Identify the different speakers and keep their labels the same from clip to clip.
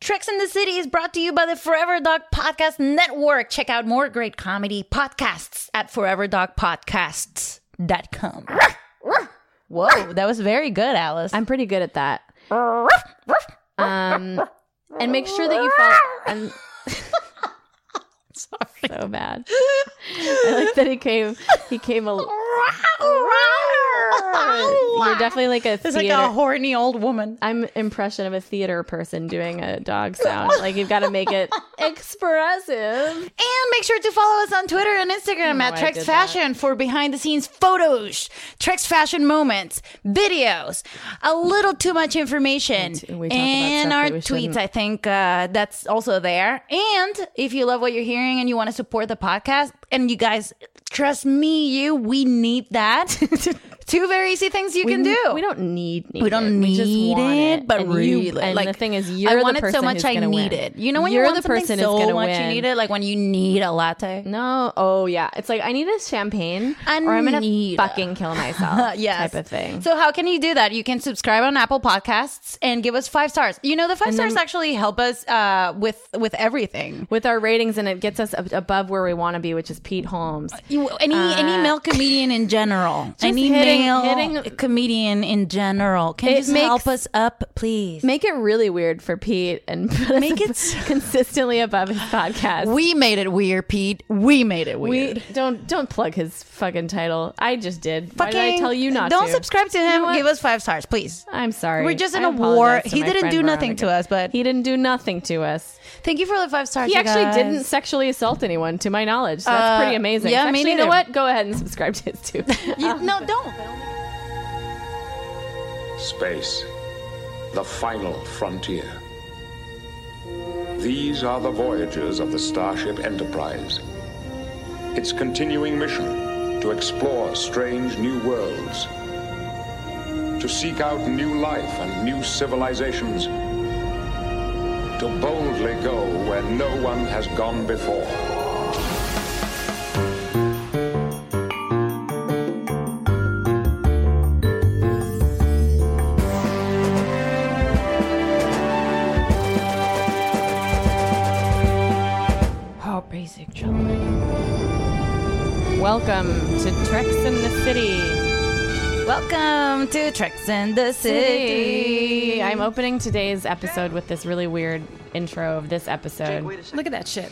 Speaker 1: Tricks in the City is brought to you by the Forever Dog Podcast Network. Check out more great comedy podcasts at foreverdogpodcasts.com. Whoa, that was very good, Alice.
Speaker 2: I'm pretty good at that. Um, and make sure that you follow. I'm
Speaker 1: sorry.
Speaker 2: so bad. I like that he came. He came a. You're definitely like a
Speaker 1: It's
Speaker 2: theater.
Speaker 1: like a horny old woman.
Speaker 2: I'm impression of a theater person doing a dog sound. Like you've got to make it expressive.
Speaker 1: And make sure to follow us on Twitter and Instagram
Speaker 2: No,
Speaker 1: at
Speaker 2: I
Speaker 1: Trex
Speaker 2: did
Speaker 1: Fashion for behind the scenes photos, Trex Fashion moments, videos, a little too much information.
Speaker 2: And we talk about
Speaker 1: And
Speaker 2: stuff
Speaker 1: our
Speaker 2: that we
Speaker 1: tweets,
Speaker 2: shouldn't.
Speaker 1: I think uh, that's also there. And if you love what you're hearing and you want to support the podcast, and you guys, trust me, you, we need that. Two very easy things you can
Speaker 2: we,
Speaker 1: do.
Speaker 2: We don't need. need
Speaker 1: We don't
Speaker 2: it.
Speaker 1: need
Speaker 2: just want
Speaker 1: it, but
Speaker 2: and
Speaker 1: really,
Speaker 2: you, and
Speaker 1: like
Speaker 2: the thing is,
Speaker 1: I
Speaker 2: you're
Speaker 1: want
Speaker 2: the person
Speaker 1: it so much
Speaker 2: who's
Speaker 1: I
Speaker 2: gonna
Speaker 1: need
Speaker 2: win.
Speaker 1: it. You know when
Speaker 2: you're
Speaker 1: you want
Speaker 2: the person
Speaker 1: something so
Speaker 2: who's gonna
Speaker 1: much
Speaker 2: win.
Speaker 1: you need it, like when you need a latte.
Speaker 2: No. Oh yeah. It's like I need a champagne
Speaker 1: I
Speaker 2: or I'm gonna
Speaker 1: need a-
Speaker 2: fucking kill myself.
Speaker 1: Mm, yes.
Speaker 2: Type of thing.
Speaker 1: So how can you do that? You can subscribe on Apple Podcasts and give us five stars. You know, the five stars actually help us uh, with with everything.
Speaker 2: with our ratings and it gets us ab- above where we want to be, which is Pete Holmes.
Speaker 1: You, any any male comedian in general, any
Speaker 2: hitting-
Speaker 1: male
Speaker 2: hitting-
Speaker 1: comedian in general, can you
Speaker 2: It
Speaker 1: just
Speaker 2: makes-
Speaker 1: help us up, please?
Speaker 2: Make it really weird for Pete and put
Speaker 1: Make
Speaker 2: us ab- consistently above his podcast.
Speaker 1: we made it weird, Pete. We made it
Speaker 2: We-
Speaker 1: weird.
Speaker 2: don't don't plug his fucking title. I just did. Why did I
Speaker 1: Fucking-
Speaker 2: tell you not
Speaker 1: Don't
Speaker 2: to?
Speaker 1: subscribe to him.
Speaker 2: know what?
Speaker 1: give us five stars, please.
Speaker 2: I'm sorry.
Speaker 1: We're just in
Speaker 2: I
Speaker 1: a war.
Speaker 2: apologize to
Speaker 1: He
Speaker 2: my
Speaker 1: didn't
Speaker 2: friend
Speaker 1: do nothing
Speaker 2: Veronica.
Speaker 1: to us, but-
Speaker 2: he didn't do nothing to us.
Speaker 1: Thank you for the five stars.
Speaker 2: He
Speaker 1: you
Speaker 2: actually
Speaker 1: guys.
Speaker 2: didn't sexually assault anyone, to my knowledge. So that's
Speaker 1: Uh,
Speaker 2: pretty amazing.
Speaker 1: yeah, me
Speaker 2: actually, you know
Speaker 1: neither.
Speaker 2: what? Go ahead and subscribe to his too.
Speaker 1: You- no, don't.
Speaker 3: Space, the final frontier. These are the voyages of the Starship Enterprise. Its continuing mission to explore strange new worlds, to seek out new life and new civilizations, to boldly go where no one has gone before.
Speaker 2: How basic, children. Welcome to Treks in the City.
Speaker 1: Welcome to Tricks in the City.
Speaker 2: I'm opening today's episode with this really weird intro of this episode.
Speaker 4: Look at that shit.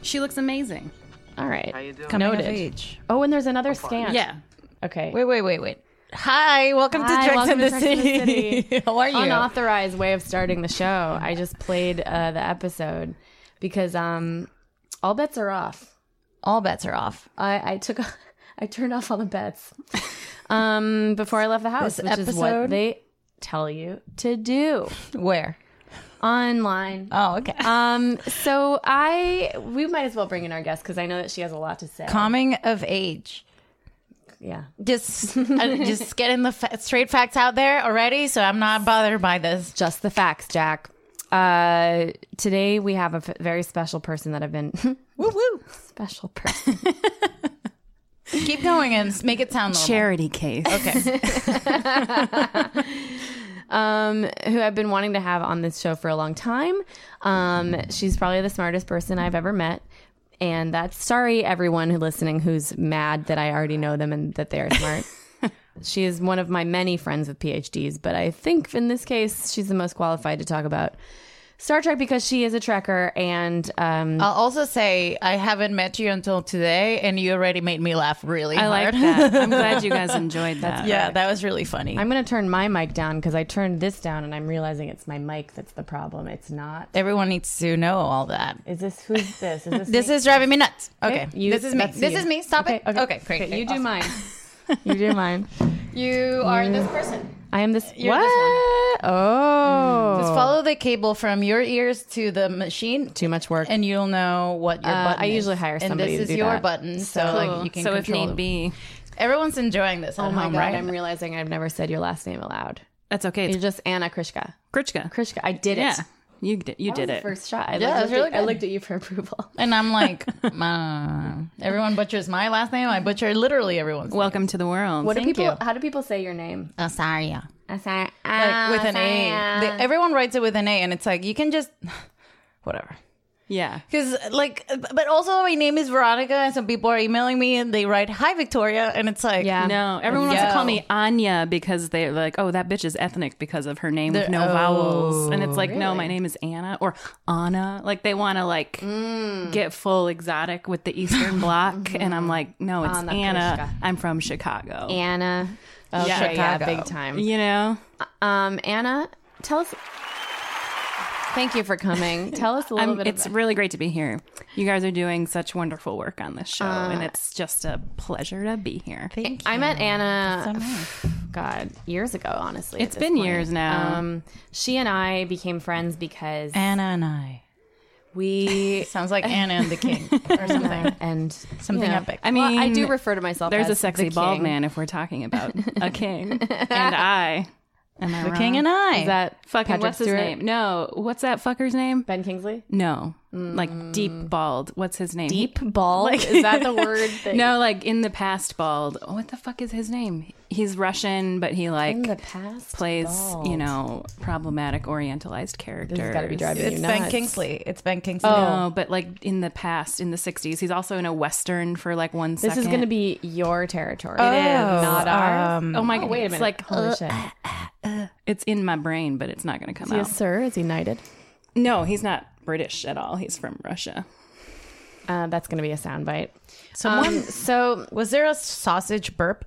Speaker 4: She looks amazing.
Speaker 2: All right.
Speaker 1: Coming of
Speaker 2: Noted.
Speaker 1: age.
Speaker 2: Oh, and there's another scan.
Speaker 4: Yeah.
Speaker 2: Okay.
Speaker 1: Wait, wait, wait, wait. Hi, welcome
Speaker 2: Hi,
Speaker 1: to Tricks in
Speaker 2: welcome
Speaker 1: the
Speaker 2: to Tricks in the
Speaker 1: City.
Speaker 2: City.
Speaker 1: How are you?
Speaker 2: Unauthorized way of starting the show. I just played uh, the episode because um, all bets are off.
Speaker 1: All bets are off.
Speaker 2: I, I took I turned off all the bets um, before I left the house,
Speaker 1: This
Speaker 2: which is what
Speaker 1: episode-
Speaker 2: they tell you to do
Speaker 1: Where?
Speaker 2: online.
Speaker 1: Oh, okay.
Speaker 2: Um, so I we might as well bring in our guest because I know that she has a lot to say.
Speaker 1: Coming of age.
Speaker 2: yeah,
Speaker 1: Just, uh, just getting the fa- straight facts out there already, so I'm not bothered by this.
Speaker 2: just the facts, Jack. Uh, today we have a f- very special person that I've been
Speaker 1: Woo woo.
Speaker 2: special person.
Speaker 1: Keep going and s- make it sound normal.
Speaker 4: Charity case.
Speaker 1: Okay.
Speaker 2: um, who I've been wanting to have on this show for a long time. Um, she's probably the smartest person I've ever met. And that's sorry, everyone who listening who's mad that I already know them and that they are smart. she is one of my many friends with PhDs, but I think in this case, she's the most qualified to talk about Star Trek because she is a Trekker and um,
Speaker 1: I'll also say I haven't met you until today, and you already made me laugh really
Speaker 2: I
Speaker 1: hard.
Speaker 2: like that.
Speaker 4: I'm glad you guys enjoyed that.
Speaker 1: yeah, that was really funny.
Speaker 2: I'm going to turn my mic down because I turned this down and I'm realizing it's my mic that's the problem. It's not.
Speaker 1: Everyone needs to know all that.
Speaker 2: Is this who's this? Is this
Speaker 1: This is driving me nuts. Okay,
Speaker 2: You-
Speaker 1: this is me.
Speaker 2: that's
Speaker 1: This
Speaker 2: you.
Speaker 1: is me. Stop
Speaker 2: okay,
Speaker 1: it.
Speaker 2: Okay,
Speaker 1: Okay, great.
Speaker 2: Okay, you do
Speaker 1: Awesome.
Speaker 2: mine. you do mine.
Speaker 1: You are this person.
Speaker 2: I am this.
Speaker 1: You're
Speaker 2: what?
Speaker 1: this
Speaker 2: Oh,
Speaker 1: Just follow the cable from your ears to the machine.
Speaker 2: too much work.
Speaker 1: And you'll know what your
Speaker 2: Uh,
Speaker 1: button
Speaker 2: I
Speaker 1: is.
Speaker 2: usually hire somebody
Speaker 1: And
Speaker 2: to
Speaker 1: this
Speaker 2: do
Speaker 1: is your
Speaker 2: that.
Speaker 1: button, so
Speaker 2: So-
Speaker 1: like you can
Speaker 4: so if
Speaker 1: control
Speaker 4: need
Speaker 1: it.
Speaker 4: be,
Speaker 1: Everyone's enjoying this.
Speaker 2: oh
Speaker 1: at
Speaker 2: my
Speaker 1: home,
Speaker 2: god,
Speaker 1: right?
Speaker 2: I'm realizing I've never said your last name aloud.
Speaker 4: that's okay.
Speaker 2: You're
Speaker 4: It's
Speaker 2: just Anna Krishka.
Speaker 4: Kritschka.
Speaker 2: Krishka, I did
Speaker 4: Yeah,
Speaker 2: it.
Speaker 4: you did. You
Speaker 2: That was
Speaker 4: did
Speaker 2: the
Speaker 4: it.
Speaker 2: First shot. I,
Speaker 1: Yeah,
Speaker 2: looked,
Speaker 1: it was really
Speaker 2: at, I
Speaker 1: good.
Speaker 2: looked at you for approval.
Speaker 1: And I'm like, uh, everyone butchers my last name. I butcher literally everyone's. Well,
Speaker 4: Welcome to the world.
Speaker 2: What do
Speaker 1: Thank
Speaker 2: people?
Speaker 1: you.
Speaker 2: How do people say your name?
Speaker 1: oh, sorry, yeah.
Speaker 2: I say uh, like,
Speaker 1: like with an A. They- everyone writes it with an A, and it's like you can just whatever.
Speaker 4: yeah.
Speaker 1: Because like, but also my name is Veronica, and some people are emailing me, and they write "Hi Victoria," and it's like,
Speaker 2: Yeah.
Speaker 4: No, everyone wants to
Speaker 1: Yo.
Speaker 4: call me Anya because they're like, oh, that bitch is ethnic because of her name
Speaker 1: They're-
Speaker 4: with no
Speaker 1: oh,
Speaker 4: vowels. And it's like, no, my name is Anna or Anna. Like they want to like
Speaker 2: Mm.
Speaker 4: get full exotic with the Eastern Bloc. And I'm like, no, it's
Speaker 2: Anna
Speaker 4: Anna.
Speaker 2: Krishka.
Speaker 4: I'm from Chicago.
Speaker 2: Anna. Oh, yeah,
Speaker 4: Yeah.
Speaker 2: yeah,
Speaker 1: Chicago.
Speaker 2: big time.
Speaker 4: you know,
Speaker 2: Um, Anna, tell us. Thank you for coming. Tell us a little
Speaker 4: I'm,
Speaker 2: bit.
Speaker 4: it's
Speaker 2: about-
Speaker 4: really great to be here. You guys are doing such wonderful work on this show, and it's just a pleasure to be here.
Speaker 1: Thank
Speaker 2: I
Speaker 1: you.
Speaker 2: met Anna.
Speaker 1: So nice.
Speaker 2: God, years ago, honestly.
Speaker 4: It's
Speaker 2: at this
Speaker 4: been
Speaker 2: point.
Speaker 4: years now.
Speaker 2: Um, she and I became friends because
Speaker 1: Anna and I.
Speaker 2: we
Speaker 1: Sounds like Anna and the King or something.
Speaker 2: and
Speaker 1: Something
Speaker 2: you know,
Speaker 1: epic.
Speaker 4: I
Speaker 2: well,
Speaker 4: mean,
Speaker 2: I do refer to myself.
Speaker 4: There's
Speaker 2: as
Speaker 4: a sexy
Speaker 2: the
Speaker 4: bald
Speaker 2: king.
Speaker 4: man if we're talking about a king, and I. Am I
Speaker 1: the King and I.
Speaker 2: Is that
Speaker 4: Fucking
Speaker 2: Patrick
Speaker 4: what's his
Speaker 2: Stewart?
Speaker 4: name? No, what's that fucker's name?
Speaker 2: Ben Kingsley.
Speaker 4: No, like deep bald. What's his name?
Speaker 2: Mm. Deep bald. is that the word? That
Speaker 4: No, like in the past bald. Oh, what the fuck is his name? He's Russian, but he like
Speaker 2: In the past
Speaker 4: plays you
Speaker 2: bald.
Speaker 4: know problematic orientalized characters.
Speaker 2: This has got to be driving
Speaker 1: it's
Speaker 2: you
Speaker 1: Ben
Speaker 2: nuts.
Speaker 1: Kingsley. It's Ben Kingsley.
Speaker 2: Oh.
Speaker 4: No, but like in the past, in the '60s, he's also in a western for like one
Speaker 2: This is going to be your territory. It
Speaker 1: is.
Speaker 2: not ours.
Speaker 1: Um,
Speaker 4: Oh my!
Speaker 2: Oh, wait a minute.
Speaker 4: It's like
Speaker 2: holy shit.
Speaker 4: it's in my brain, but it's not going to come out.
Speaker 2: Yes, sir. Is he knighted?
Speaker 4: No, he's not British at all. He's from Russia.
Speaker 2: Uh, that's going to be a soundbite. Um,
Speaker 1: Someone.
Speaker 2: So
Speaker 1: was there a sausage burp?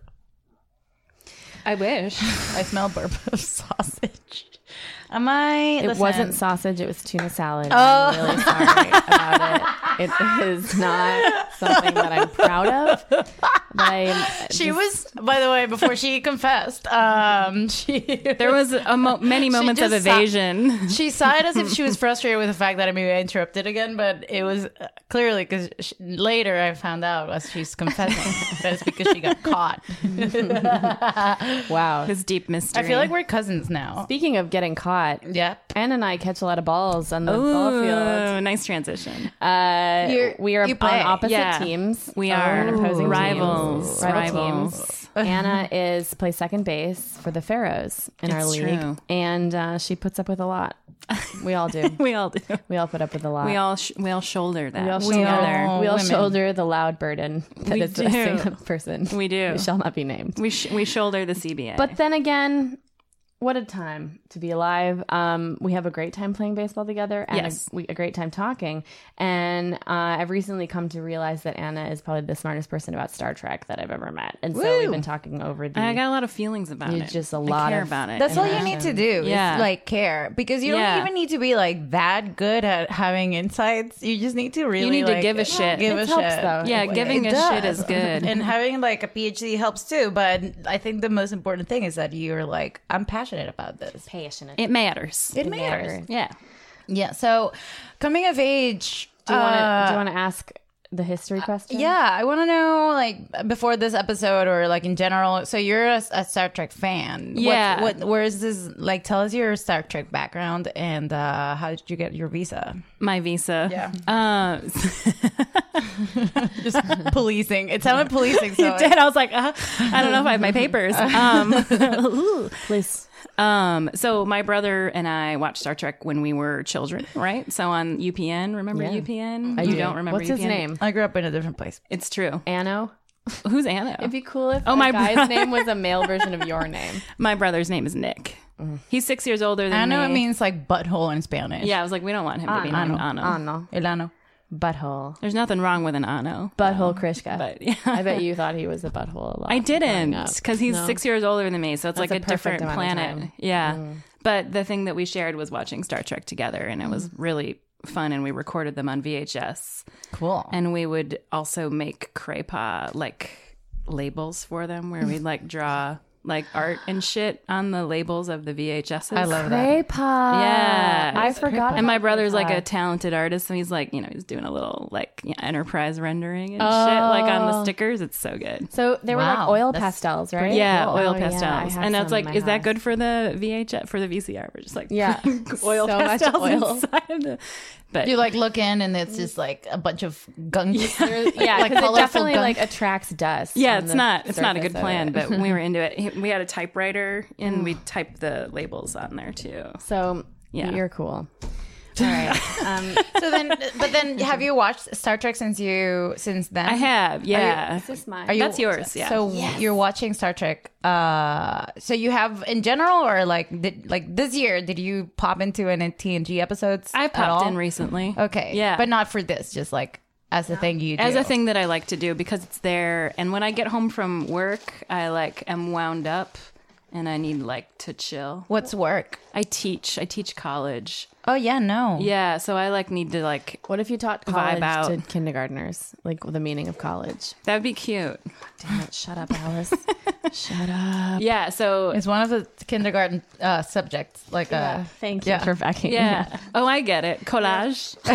Speaker 4: I wish.
Speaker 1: I smell burp of sausage. Am I?
Speaker 2: it
Speaker 1: listen,
Speaker 2: wasn't sausage. It was tuna salad. Oh. I'm really sorry about it. It is not something that I'm proud of. But I,
Speaker 1: She was, by the way, before she confessed, um, she
Speaker 4: There was a mo- many moments of
Speaker 1: just saw-
Speaker 4: evasion.
Speaker 1: she sighed as if she was frustrated with the fact that I maybe I interrupted again, but it was uh, clearly because later I found out as she's confessing that it's because she got caught.
Speaker 2: wow.
Speaker 4: This deep mystery.
Speaker 1: I feel like we're cousins now.
Speaker 2: Speaking of getting caught,
Speaker 1: Yeah,
Speaker 2: Anne and I catch a lot of balls on the ball field.
Speaker 4: Ooh, nice transition.
Speaker 2: Uh,
Speaker 1: You're-
Speaker 2: we are
Speaker 1: you
Speaker 2: on
Speaker 1: play.
Speaker 2: opposite
Speaker 4: Yeah.
Speaker 2: teams.
Speaker 4: We are.
Speaker 2: We're on opposing
Speaker 4: Rivals.
Speaker 2: teams. Rival
Speaker 4: Rivals.
Speaker 2: teams. Anna is plays second base for the Pharaohs in our
Speaker 4: It's
Speaker 2: league,
Speaker 4: true.
Speaker 2: and uh, she puts up with a lot. We all do.
Speaker 4: we all do.
Speaker 2: we all put up with a lot.
Speaker 4: We all sh- we all shoulder that.
Speaker 2: we all
Speaker 4: together.
Speaker 2: shoulder, we all
Speaker 1: women.
Speaker 2: shoulder the loud burden that
Speaker 4: We
Speaker 2: is
Speaker 4: do.
Speaker 2: a single person.
Speaker 4: We do.
Speaker 2: who shall not be named.
Speaker 4: We sh- we shoulder the CBA.
Speaker 2: But then again, what a time to be alive. Um, we have a great time playing baseball together and
Speaker 4: Yes.
Speaker 2: a, we, a great time talking. And uh, I've recently come to realize that Anna is probably the smartest person about Star Trek that I've ever met. And so we've been talking over the.
Speaker 4: I got a lot of feelings about
Speaker 2: You
Speaker 4: it.
Speaker 2: just a
Speaker 4: I
Speaker 2: lot
Speaker 4: care
Speaker 2: of-
Speaker 4: about it.
Speaker 1: That's
Speaker 4: And
Speaker 1: all you need to do
Speaker 4: Yeah.
Speaker 1: is like care because you
Speaker 4: Yeah.
Speaker 1: don't even need to be like that good at having insights. You just need to really
Speaker 4: need to
Speaker 1: like,
Speaker 4: give a shit.
Speaker 1: Give
Speaker 2: It
Speaker 1: a
Speaker 2: helps,
Speaker 1: shit.
Speaker 2: though.
Speaker 4: Yeah, giving
Speaker 1: It
Speaker 4: a shit
Speaker 1: does.
Speaker 4: is good.
Speaker 1: and having like a PhD helps too. But I think the most important thing is that you're like, I'm passionate about this.
Speaker 2: passionate.
Speaker 4: it matters.
Speaker 1: It matters.
Speaker 4: yeah.
Speaker 1: Yeah. So coming of age. uh,
Speaker 2: do you
Speaker 4: Uh,
Speaker 2: want to ask the history question?
Speaker 1: Yeah, I want to know, like, before this episode or like in general. So you're a, a Star Trek fan. What-
Speaker 4: Yeah.
Speaker 1: What, Where is this? Like, tell us your Star Trek background and uh, how did you get your visa?
Speaker 4: My visa.
Speaker 1: Yeah.
Speaker 4: Uh,
Speaker 1: Just policing. It sounded policing. So
Speaker 4: it did. I was like, uh, I don't know if I have my papers. Um,
Speaker 2: Please.
Speaker 4: Um, so my brother and I watched Star Trek when we were children, right? So on UPN, remember
Speaker 2: Yeah. Mm-hmm.
Speaker 4: UPN?
Speaker 2: I
Speaker 4: you
Speaker 2: do.
Speaker 4: not remember
Speaker 2: What's his
Speaker 4: UPN?
Speaker 2: name?
Speaker 1: I grew up in a different place.
Speaker 4: It's true.
Speaker 2: Anno.
Speaker 4: Who's Anna?
Speaker 2: It'd be cool if
Speaker 4: Oh,
Speaker 2: oh,
Speaker 4: my
Speaker 2: my guy's
Speaker 4: brother.
Speaker 2: name was a male version of your name.
Speaker 4: my brother's name is Nick.
Speaker 2: Mm.
Speaker 4: He's six years older than
Speaker 1: I know it
Speaker 4: me.
Speaker 1: means like butthole in Spanish.
Speaker 4: Yeah, I was like, we don't want him to be
Speaker 2: Ano.
Speaker 4: named Ano.
Speaker 2: Anno.
Speaker 1: Elano.
Speaker 2: Butthole.
Speaker 4: There's nothing wrong with an Ano.
Speaker 2: Butthole Krishka.
Speaker 4: But yeah.
Speaker 2: I bet you thought he was a butthole a lot.
Speaker 4: I didn't because he's six years older than me, so it's like
Speaker 2: a
Speaker 4: a,
Speaker 2: perfect
Speaker 4: different
Speaker 2: amount of
Speaker 4: planet.
Speaker 2: time. Mm.
Speaker 4: Yeah. But the thing that we shared was watching Star Trek together, and it was
Speaker 2: Mm.
Speaker 4: really fun. And we recorded them on VHS.
Speaker 1: Cool.
Speaker 4: And we would also make crepa like labels for them where we'd like draw like art and shit on the labels of the VHSs.
Speaker 1: I love that.
Speaker 5: Craypod.
Speaker 4: Yeah.
Speaker 5: I forgot.
Speaker 4: And my
Speaker 5: about
Speaker 4: brother's like a
Speaker 5: Craypod.
Speaker 4: talented artist, so he's like, you know, he's doing a little like yeah, enterprise rendering and shit,
Speaker 5: Oh.
Speaker 4: like on the stickers. It's so good.
Speaker 5: So they were like
Speaker 1: Wow,
Speaker 5: oil
Speaker 1: that's
Speaker 5: pastels, right?
Speaker 4: Yeah,
Speaker 5: Cool.
Speaker 4: oil
Speaker 5: Oh, yeah, I
Speaker 4: pastels,
Speaker 5: have
Speaker 4: and that's
Speaker 5: some
Speaker 4: like,
Speaker 5: in my
Speaker 4: is that
Speaker 5: house.
Speaker 4: good for the VHS for the VCR? We're just like,
Speaker 5: Yeah.
Speaker 4: oil
Speaker 5: So much
Speaker 4: pastels
Speaker 5: oil.
Speaker 4: inside of the. But
Speaker 1: You like look in and it's just like a bunch of gunk.
Speaker 2: Yeah,
Speaker 1: Like
Speaker 2: because it
Speaker 1: colorful
Speaker 2: definitely
Speaker 1: gunk.
Speaker 2: like attracts dust.
Speaker 4: yeah,
Speaker 2: on
Speaker 4: it's
Speaker 2: the
Speaker 4: not it's not a
Speaker 2: surface
Speaker 4: good
Speaker 2: of
Speaker 4: plan.
Speaker 2: it.
Speaker 4: But we were into it. We had a typewriter, and we typed the labels on there too.
Speaker 2: So
Speaker 4: Yeah.
Speaker 2: you're cool.
Speaker 1: so then, but then, have you watched Star Trek since you since then?
Speaker 4: I have, yeah.
Speaker 2: This mine.
Speaker 1: Are you-
Speaker 4: That's yours, yeah.
Speaker 1: So you're watching Star Trek. Uh, so you have in general, or like did, like this year, did you pop into any TNG episodes?
Speaker 4: I
Speaker 1: at
Speaker 4: popped
Speaker 1: all?
Speaker 4: in recently.
Speaker 1: Okay,
Speaker 4: yeah,
Speaker 1: but not for this. Just like as a thing you do.
Speaker 4: as a thing that I like to do because it's there. And when I get home from work, I like am wound up, and I need like to chill.
Speaker 1: What's work?
Speaker 4: I teach. I teach college.
Speaker 1: Oh yeah, no.
Speaker 4: Yeah, so I like need to like
Speaker 2: what if you taught
Speaker 4: Vibe
Speaker 2: college
Speaker 4: out.
Speaker 2: to kindergartners? Like the meaning of college.
Speaker 4: that would be cute.
Speaker 2: Damn it, shut up, Alice. Uh,
Speaker 4: Yeah, so
Speaker 1: It's one of the kindergarten uh, subjects. Like uh, a
Speaker 2: Thank you for backing.
Speaker 4: yeah. Oh, I get it. Collage.
Speaker 1: oh,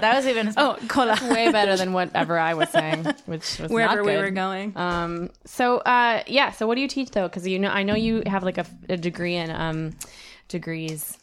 Speaker 1: that was even
Speaker 4: Oh, collage.
Speaker 2: Way better than whatever I was saying, which was
Speaker 4: Wherever
Speaker 2: not
Speaker 4: we
Speaker 2: good.
Speaker 4: were going.
Speaker 2: Um, so uh, yeah. So what do you teach though? Because you know, I know you have like a, a degree in um, degrees.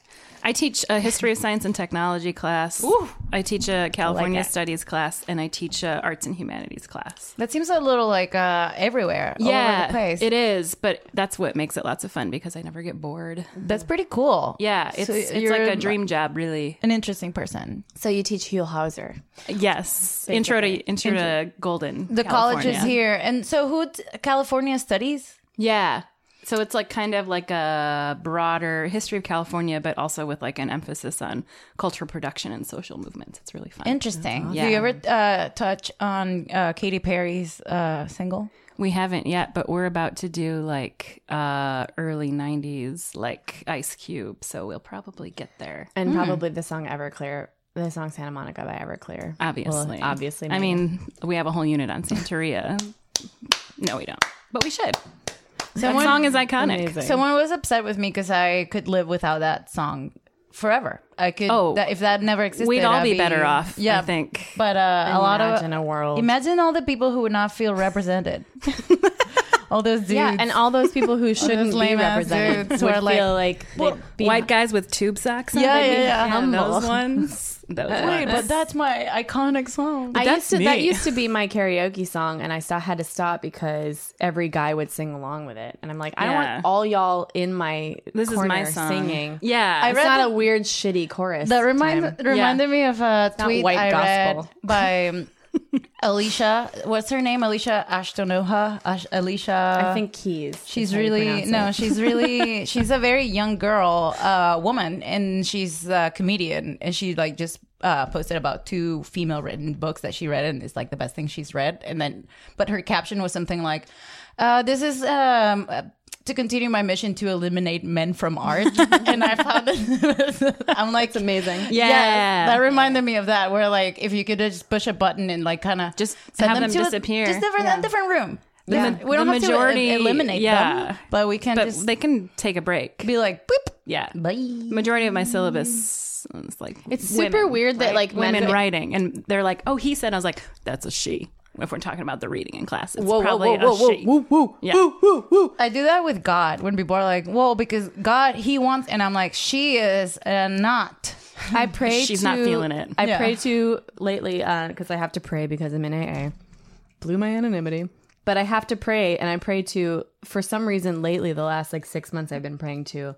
Speaker 4: I teach a history of science and technology class. I teach a California
Speaker 2: it.
Speaker 4: studies class, and I teach a arts and humanities class.
Speaker 1: that seems a little like uh, everywhere. all over the place.
Speaker 4: it is, but that's what makes it lots of fun because I never get bored.
Speaker 1: That's pretty cool.
Speaker 4: Yeah, it's
Speaker 1: So
Speaker 4: it's
Speaker 1: you're
Speaker 4: like a dream job, really.
Speaker 1: An interesting person.
Speaker 2: So you teach Hugh Hauser.
Speaker 4: Yes, intro to intro to Golden.
Speaker 1: The college is
Speaker 4: California.
Speaker 1: here, and so who? t- California studies.
Speaker 4: Yeah. So it's like kind of like a broader history of California, but also with like an emphasis on cultural production and social movements. It's really fun.
Speaker 1: Interesting.
Speaker 4: Yeah.
Speaker 1: Do you ever uh, touch on uh, Katy Perry's uh, single?
Speaker 4: We haven't yet, but we're about to do like uh, early '90s, like Ice Cube. So we'll probably get there.
Speaker 2: and probably the song Everclear, the song Santa Monica by Everclear.
Speaker 4: Obviously,
Speaker 2: Well, obviously.
Speaker 4: I
Speaker 2: maybe.
Speaker 4: mean, we have a whole unit on Santeria. no, we don't, but we should. that song is iconic.
Speaker 2: Amazing.
Speaker 1: Someone was upset with me because I could live without that song forever. I could.
Speaker 4: Oh.
Speaker 1: that, if that never existed,
Speaker 4: We'd all
Speaker 1: I'd
Speaker 4: be, better off.
Speaker 1: Yeah,
Speaker 4: I think.
Speaker 1: But uh, a lot of
Speaker 2: Imagine a world.
Speaker 1: imagine all the people who would not feel represented. all those dudes.
Speaker 2: yeah, and all those people who shouldn't be
Speaker 1: lame-ass
Speaker 2: represented
Speaker 1: dudes
Speaker 2: would
Speaker 1: who are like-
Speaker 2: feel like they'd be
Speaker 4: White guys with tube socks. On,
Speaker 1: Yeah,
Speaker 4: they'd be-
Speaker 1: yeah, yeah. Humble.
Speaker 4: Those ones. Those
Speaker 1: Wait,
Speaker 4: ones.
Speaker 1: but that's my iconic song.
Speaker 2: I used to, that
Speaker 4: me.
Speaker 2: used to be my karaoke song, and I sto- had to stop because every guy would sing along with it, and I'm like, I don't
Speaker 4: Yeah.
Speaker 2: want all y'all in my
Speaker 4: This is my
Speaker 2: corner
Speaker 4: song.
Speaker 2: singing.
Speaker 4: Yeah.
Speaker 1: I
Speaker 2: it's
Speaker 1: read
Speaker 2: not
Speaker 1: that-
Speaker 2: a weird shitty chorus.
Speaker 1: That reminds
Speaker 2: time.
Speaker 1: reminded me of a
Speaker 2: not
Speaker 1: tweet
Speaker 2: white
Speaker 1: I read
Speaker 2: gospel.
Speaker 1: by um, Alicia. What's her name? Alicia Ashtonoha. Ash- Alicia.
Speaker 2: I think keys. is
Speaker 1: she's
Speaker 2: how you
Speaker 1: really
Speaker 2: pronounce
Speaker 1: no.
Speaker 2: it.
Speaker 1: She's really she's a very young girl, uh, woman, and she's a comedian. And she like just uh, posted about two female written books that she read, and it's like the best thing she's read. And then, but her caption was something like, uh, "This is." Um, uh, to continue my mission to eliminate men from art, and I found it. I'm like, it's
Speaker 2: amazing.
Speaker 4: yeah.
Speaker 1: Yes, that reminded me of that. Where like, if you could just push a button and like kind of
Speaker 4: Just have them disappear.
Speaker 1: just different a different room.
Speaker 4: ma-
Speaker 1: Different- we don't
Speaker 4: the
Speaker 1: have
Speaker 4: majority-
Speaker 1: to e- eliminate
Speaker 4: yeah.
Speaker 1: them, but we can
Speaker 4: But
Speaker 1: just
Speaker 4: they can take a break.
Speaker 1: be like, Mm. boop,
Speaker 4: Yeah.
Speaker 1: bye.
Speaker 4: Majority of my syllabus is like
Speaker 2: It's super weird that like men
Speaker 4: women
Speaker 2: would-
Speaker 4: writing, and they're like, "Oh, he said." I was like, "That's a she." If we're talking about the reading in class, it's
Speaker 2: Whoa, whoa,
Speaker 4: probably
Speaker 2: whoa, whoa,
Speaker 4: a
Speaker 2: whoa,
Speaker 4: she.
Speaker 2: whoa, whoa,
Speaker 4: yeah.
Speaker 1: I do that with God when people are like, "Whoa," because God He wants, and I'm like, "She is uh, not."
Speaker 2: I pray.
Speaker 4: She's
Speaker 2: to,
Speaker 4: not feeling it.
Speaker 2: I
Speaker 1: Yeah.
Speaker 2: pray to lately because I have to pray because I'm in AA. Blew my anonymity, but I have to pray, and I pray to for some reason lately. The last like six months, I've been praying to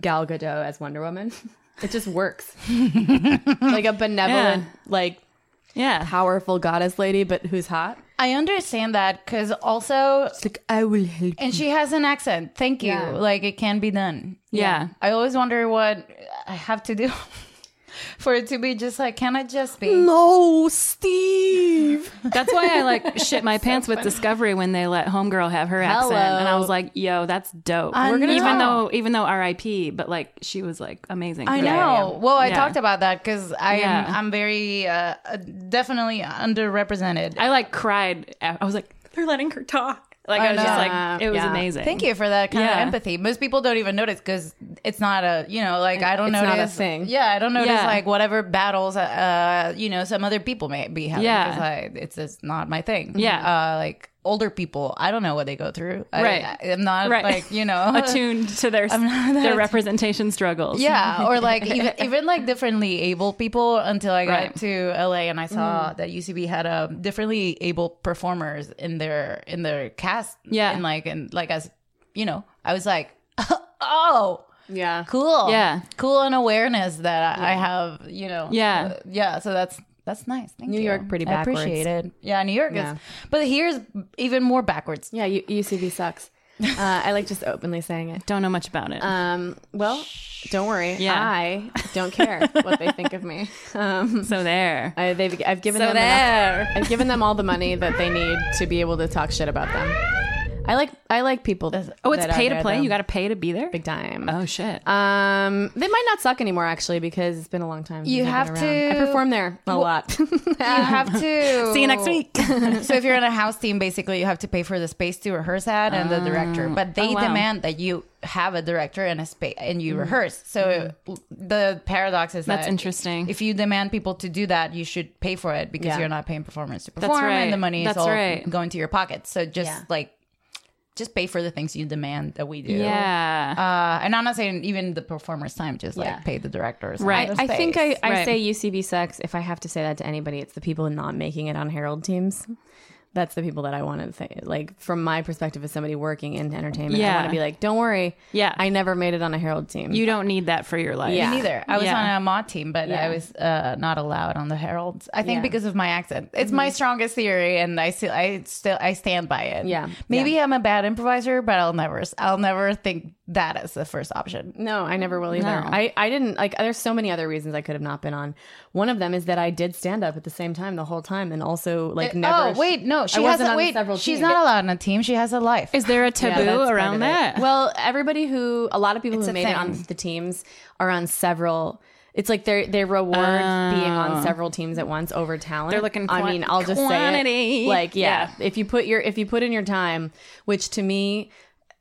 Speaker 2: Gal Gadot as Wonder Woman. It just works, like a benevolent,
Speaker 4: Yeah.
Speaker 2: like
Speaker 4: Yeah.
Speaker 2: powerful goddess lady, but who's hot.
Speaker 1: I understand that because also,
Speaker 2: It's like I will help.
Speaker 1: and she has an accent. Thank you.
Speaker 2: Yeah.
Speaker 1: Like it can be done.
Speaker 4: Yeah.
Speaker 1: I always wonder what I have to do for it to be just like, can I just be?
Speaker 2: No, Steve.
Speaker 4: That's why I like shit my pants with Discovery when they let Homegirl have her accent, and I was like, "Yo, that's dope."
Speaker 1: I
Speaker 4: We're gonna
Speaker 1: know.
Speaker 4: even though even though R.I.P. But like she was like amazing.
Speaker 1: I
Speaker 4: for
Speaker 1: know.
Speaker 4: that.
Speaker 1: Well, I
Speaker 4: Yeah.
Speaker 1: talked about that because I
Speaker 4: Yeah.
Speaker 1: am I'm very uh, uh, definitely underrepresented.
Speaker 4: I like cried. a- I was like, "They're letting her talk." Like I,
Speaker 1: I
Speaker 4: was just
Speaker 1: know.
Speaker 4: like, it was
Speaker 2: Yeah.
Speaker 4: amazing.
Speaker 1: Thank you for that kind
Speaker 4: Yeah.
Speaker 1: of empathy. Most people don't even notice because it's not a you know like I don't
Speaker 2: It's
Speaker 1: notice
Speaker 2: not a thing.
Speaker 1: Yeah, I don't notice
Speaker 4: Yeah.
Speaker 1: like whatever battles uh you know some other people may be having.
Speaker 4: Yeah.
Speaker 1: 'cause I, it's it's not my thing.
Speaker 4: Yeah.
Speaker 1: uh, like older people, I don't know what they go through. I-
Speaker 4: Right.
Speaker 1: I, am not
Speaker 4: Right.
Speaker 1: like you know
Speaker 4: Attuned to their their representation struggles.
Speaker 1: Yeah, or like even even like differently able people. Until I got
Speaker 4: Right.
Speaker 1: to LA and I saw that UCB had um, differently able performers in their in their cast.
Speaker 4: Yeah.
Speaker 1: and like and like as you know, I was like, oh,
Speaker 2: Yeah.
Speaker 1: cool,
Speaker 4: Yeah.
Speaker 1: cool, an awareness that I, I have, you know,
Speaker 4: Yeah.
Speaker 1: uh, yeah. So that's. That's nice. Thank
Speaker 2: New
Speaker 1: you.
Speaker 2: York pretty
Speaker 1: I appreciate it. Yeah, New York
Speaker 2: Yeah.
Speaker 1: is, but here's even more backwards.
Speaker 2: Yeah. U- UCB sucks. Uh, I like just openly saying it.
Speaker 4: Don't know much about it.
Speaker 2: Um, well, don't worry.
Speaker 4: Yeah.
Speaker 2: I don't care what they think of me. Um,
Speaker 4: so there.
Speaker 2: I, they've, I've given them enough-
Speaker 4: there.
Speaker 2: I've given them all the money that they need to be able to talk shit about them. I like I like people.
Speaker 4: Oh, it's
Speaker 2: that are
Speaker 4: pay to
Speaker 2: there,
Speaker 4: play.
Speaker 2: though.
Speaker 4: You got to pay to be there.
Speaker 2: big time.
Speaker 4: Oh shit.
Speaker 2: Um, they might not suck anymore actually because it's been a long time. since
Speaker 1: You
Speaker 2: I've been
Speaker 1: have
Speaker 2: around.
Speaker 1: to-
Speaker 2: I perform there a lot.
Speaker 1: You have to
Speaker 4: See you next week.
Speaker 1: so if you're in a house team, basically you have to pay for the space to rehearse at and the director. But they
Speaker 4: Oh, wow. Mm.
Speaker 1: demand that you have a director and a space and you rehearse. So the paradox is
Speaker 4: That's
Speaker 1: that
Speaker 4: interesting.
Speaker 1: If you demand people to do that, you should pay for it because
Speaker 2: Yeah.
Speaker 1: you're not paying performers to perform,
Speaker 4: right.
Speaker 1: and the money
Speaker 4: That's
Speaker 1: is all
Speaker 4: right.
Speaker 1: going to your pocket. So just
Speaker 2: Yeah.
Speaker 1: like. Just pay for the things you demand that we do.
Speaker 4: Yeah.
Speaker 2: um,
Speaker 1: Uh, and I'm not saying even the performer's time, just like
Speaker 2: Yeah.
Speaker 1: pay the directors. and
Speaker 4: Right.
Speaker 1: the
Speaker 2: I think I,
Speaker 1: space.
Speaker 2: I
Speaker 4: Right.
Speaker 2: say UCB sucks. If I have to say that to anybody, it's the people not making it on Herald teams. That's the people that I want to say. Like from my perspective as somebody working in entertainment, I
Speaker 4: Yeah.
Speaker 2: want to be like, don't worry,
Speaker 4: Yeah.
Speaker 2: I never made it on a Herald team.
Speaker 4: you don't need that for your life.
Speaker 2: Yeah.
Speaker 1: Me neither. I was
Speaker 4: Yeah.
Speaker 1: on a mod team, but I was uh, not allowed on the Herald. I think
Speaker 2: Yeah. Mm-hmm.
Speaker 1: because of my accent. It's my strongest theory, and I still, I still, I stand by it.
Speaker 2: Yeah.
Speaker 1: Maybe I'm a bad improviser, but I'll never, I'll never think that as the first option.
Speaker 2: No, I never will either. I, I didn't like there's so many other reasons I could have not been on. One of them is that I did stand up at the same time the whole time and also like
Speaker 1: oh
Speaker 2: never
Speaker 1: wait, no, she
Speaker 2: I wasn't
Speaker 1: has a
Speaker 2: on
Speaker 1: wait.
Speaker 2: several
Speaker 1: She's
Speaker 2: teams.
Speaker 1: not allowed on a team. She has a life.
Speaker 4: Is there a taboo
Speaker 2: that's part
Speaker 4: around
Speaker 2: of it.
Speaker 4: that?
Speaker 2: Well, everybody who a lot of people
Speaker 1: It's
Speaker 2: who
Speaker 1: a
Speaker 2: made it on
Speaker 1: thing.
Speaker 2: the teams are on several. It's like they they reward being on several teams at once over talent.
Speaker 4: Oh. They're looking
Speaker 2: I
Speaker 4: quan-
Speaker 2: mean, I'll just say
Speaker 4: quantity.
Speaker 2: it. Like yeah, if you put your if you put in your time, which to me,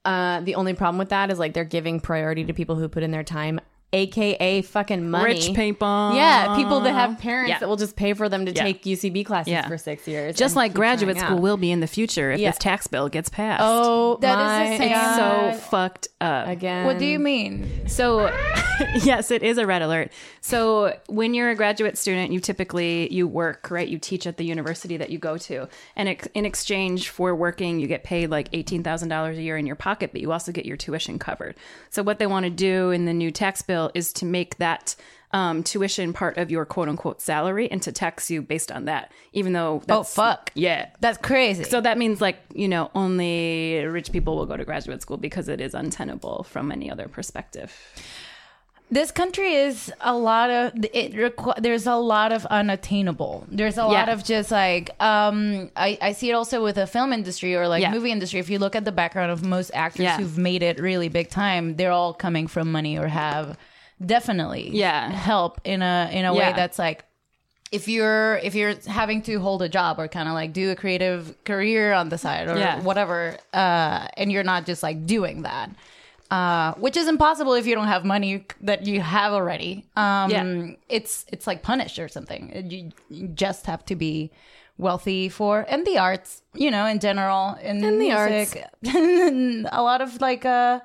Speaker 2: uh, the only problem with that is like they're giving priority to people who put in their time. AKA fucking money.
Speaker 4: Rich people.
Speaker 2: Yeah, people that have parents
Speaker 4: Yeah.
Speaker 2: that will just pay for them to
Speaker 4: Yeah.
Speaker 2: take UCB classes
Speaker 4: Yeah.
Speaker 2: for six years.
Speaker 4: Just
Speaker 2: and
Speaker 4: like
Speaker 2: keep showing
Speaker 4: graduate school
Speaker 2: up.
Speaker 4: will be in the future if
Speaker 2: Yeah.
Speaker 4: this tax bill gets passed.
Speaker 2: Oh,
Speaker 1: That is
Speaker 2: my
Speaker 1: the same.
Speaker 2: God.
Speaker 4: it's so
Speaker 1: God.
Speaker 4: fucked up.
Speaker 2: again.
Speaker 1: what do you mean?
Speaker 4: So, yes, it is a red alert. So, when you're a graduate student, you typically you work, right? You teach at the university that you go to, and ex- in exchange for working, you get paid like eighteen thousand dollars a year in your pocket, but you also get your tuition covered. So, what they want to do in the new tax bill is to make that um, tuition part of your quote unquote salary and to tax you based on that, even though
Speaker 1: Oh
Speaker 4: that's,
Speaker 1: fuck,
Speaker 4: yeah.
Speaker 1: that's crazy.
Speaker 4: So that means like, you know, only rich people will go to graduate school because it is untenable from any other perspective.
Speaker 1: this country is a lot of it requ- there's a lot of unattainable there's a lot
Speaker 4: Yeah.
Speaker 1: of just like um I, I see it also with the film industry or like
Speaker 4: Yeah.
Speaker 1: movie industry if you look at the background of most actors
Speaker 4: Yeah.
Speaker 1: who've made it really big time they're all coming from money or have definitely
Speaker 4: Yeah.
Speaker 1: help in a in a way
Speaker 4: Yeah.
Speaker 1: that's like if you're if you're having to hold a job or kind of like do a creative career on the side or
Speaker 4: Yeah.
Speaker 1: whatever uh and you're not just like doing that uh which is impossible if you don't have money that you have already um
Speaker 4: Yeah.
Speaker 1: it's it's like punished or something Uh, you, you just have to be wealthy for and the arts you know in general and
Speaker 2: And the
Speaker 1: arts a lot of like uh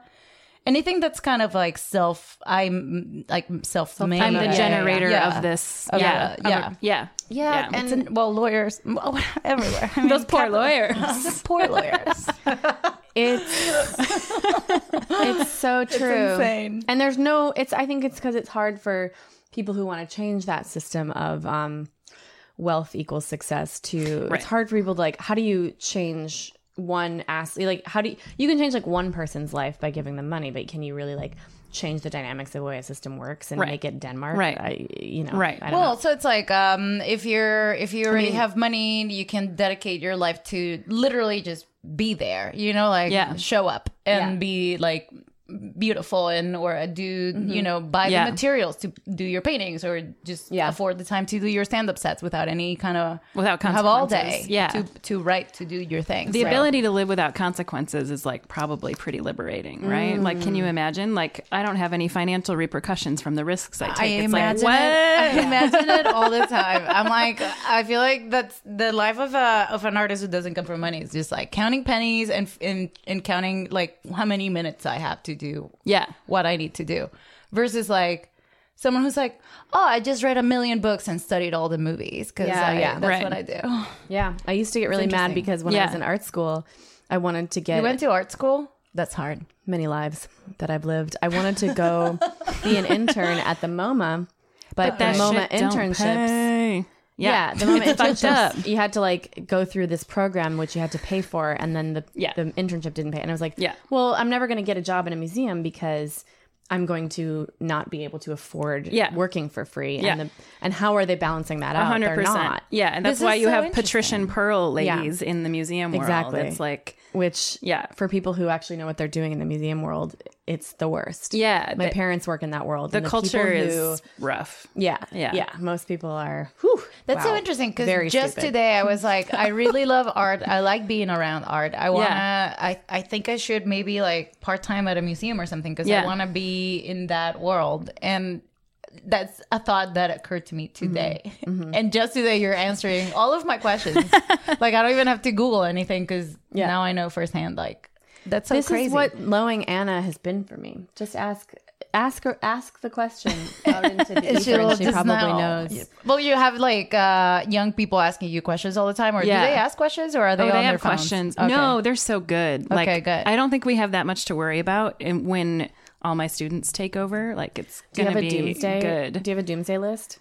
Speaker 1: anything that's kind of like self i'm like self-made
Speaker 4: I'm the
Speaker 1: Yeah, yeah, yeah.
Speaker 4: generator
Speaker 1: Yeah.
Speaker 4: of this.
Speaker 1: Of
Speaker 4: yeah.
Speaker 1: the- yeah.
Speaker 4: Of- yeah.
Speaker 1: yeah, and well, lawyers everywhere. I mean,
Speaker 4: Those poor lawyers.
Speaker 1: Those poor lawyers.
Speaker 2: It's it's so true.
Speaker 1: insane.
Speaker 2: And there's no it's I think it's cuz it's hard for people who want to change that system of um wealth equals success to
Speaker 4: Right.
Speaker 2: it's hard for people to like how do you change one ass like how do you, you can change like one person's life by giving them money but can you really like change the dynamics of the way a system works and
Speaker 4: Right.
Speaker 2: make it Denmark
Speaker 4: Right.
Speaker 2: I, you know
Speaker 4: Right.
Speaker 2: I don't
Speaker 1: Well,
Speaker 2: know.
Speaker 1: so it's like um, if you're if you already have money, you can dedicate your life to literally just be there. You know, like
Speaker 4: Yeah.
Speaker 1: show up and
Speaker 2: Yeah.
Speaker 1: be like beautiful and or a dude you know buy
Speaker 4: Mm-hmm. Yeah.
Speaker 1: the materials to do your paintings or just
Speaker 5: Yeah.
Speaker 1: afford the time to do your stand up sets without any kind of
Speaker 4: Without
Speaker 1: have all day
Speaker 4: consequences. Yeah.
Speaker 1: to to write to do your thing
Speaker 4: the ability to live without consequences is like probably pretty liberating, right? Like,
Speaker 1: Mm.
Speaker 4: can you imagine? Like, I don't have any financial repercussions from the risks I take.
Speaker 1: I
Speaker 4: it's
Speaker 1: imagine
Speaker 4: like,
Speaker 1: it. I imagine it all the time. I'm like, I feel like that's the life of a of an artist who doesn't come from money is just like counting pennies and and and counting like how many minutes I have to do
Speaker 4: Yeah.
Speaker 1: what I need to do, versus like someone who's like, oh, I just read a million books and studied all the movies because
Speaker 5: Yeah, yeah.
Speaker 1: that's
Speaker 4: Right.
Speaker 1: what I do.
Speaker 2: Yeah, I used to get really mad because when I
Speaker 4: Yeah.
Speaker 2: was in art school, I wanted to
Speaker 1: You
Speaker 2: get
Speaker 1: went to art school. That's hard.
Speaker 2: many lives that I've lived. I wanted to go be an intern at the MoMA, but, the
Speaker 4: that
Speaker 2: MoMA
Speaker 4: shit don't
Speaker 2: internships.
Speaker 1: Oh,
Speaker 4: pay.
Speaker 2: Yeah.
Speaker 4: Yeah.
Speaker 2: the MoMA
Speaker 4: It's fucked up.
Speaker 2: internships. You had to like go through this program which you had to pay for, and then the
Speaker 4: Yeah.
Speaker 2: the internship didn't pay. And I was like,
Speaker 4: Yeah.
Speaker 2: well, I'm never going to get a job in a museum because. I'm going to not be able to afford
Speaker 4: Yeah.
Speaker 2: working for free, and
Speaker 4: Yeah.
Speaker 2: the, and how are they balancing that out?
Speaker 4: hundred
Speaker 2: They're
Speaker 4: percent.
Speaker 2: not.
Speaker 4: Yeah, and that's
Speaker 1: This
Speaker 4: why
Speaker 1: is
Speaker 4: you
Speaker 1: so
Speaker 4: have patrician pearl
Speaker 2: Yeah.
Speaker 4: ladies in the museum world.
Speaker 2: Exactly.
Speaker 4: It's like
Speaker 2: which
Speaker 4: Yeah.
Speaker 2: for people who actually know what they're doing in the museum world it's the worst
Speaker 4: Yeah,
Speaker 2: my
Speaker 4: the-
Speaker 2: parents work in that world
Speaker 4: the
Speaker 2: and
Speaker 4: culture
Speaker 2: people who-
Speaker 4: is rough.
Speaker 2: yeah
Speaker 4: Yeah.
Speaker 2: yeah yeah most people are whew,
Speaker 1: That's so
Speaker 2: wow,
Speaker 1: interesting
Speaker 2: very
Speaker 1: because just
Speaker 2: stupid.
Speaker 1: today I was like, I really love art. I like being around art. I wanna. I I think I should maybe like part time at a museum or something because
Speaker 4: Yeah.
Speaker 1: I want to be in that world. And that's a thought that occurred to me
Speaker 4: Mm-hmm.
Speaker 1: today. And just today, you're answering all of my questions. like I don't even have to Google anything because now I know firsthand. Like that's so
Speaker 2: this
Speaker 1: crazy.
Speaker 2: is what lowing anna has been for me just ask ask her ask the question out into the ether and she probably knows
Speaker 1: Well, you have like uh, young people asking you questions all the time, or
Speaker 4: Yeah.
Speaker 1: do they ask questions, or are they
Speaker 4: Oh,
Speaker 1: on
Speaker 4: they
Speaker 1: their
Speaker 4: have
Speaker 1: phones?
Speaker 4: questions.
Speaker 1: Okay.
Speaker 4: No, they're so good. Like,
Speaker 1: Okay, good.
Speaker 4: I don't think we have that much to worry about and when all my students take over. Like, it's
Speaker 2: do you
Speaker 4: gonna
Speaker 2: have a
Speaker 4: be
Speaker 2: doomsday
Speaker 4: good.
Speaker 2: do you have a doomsday list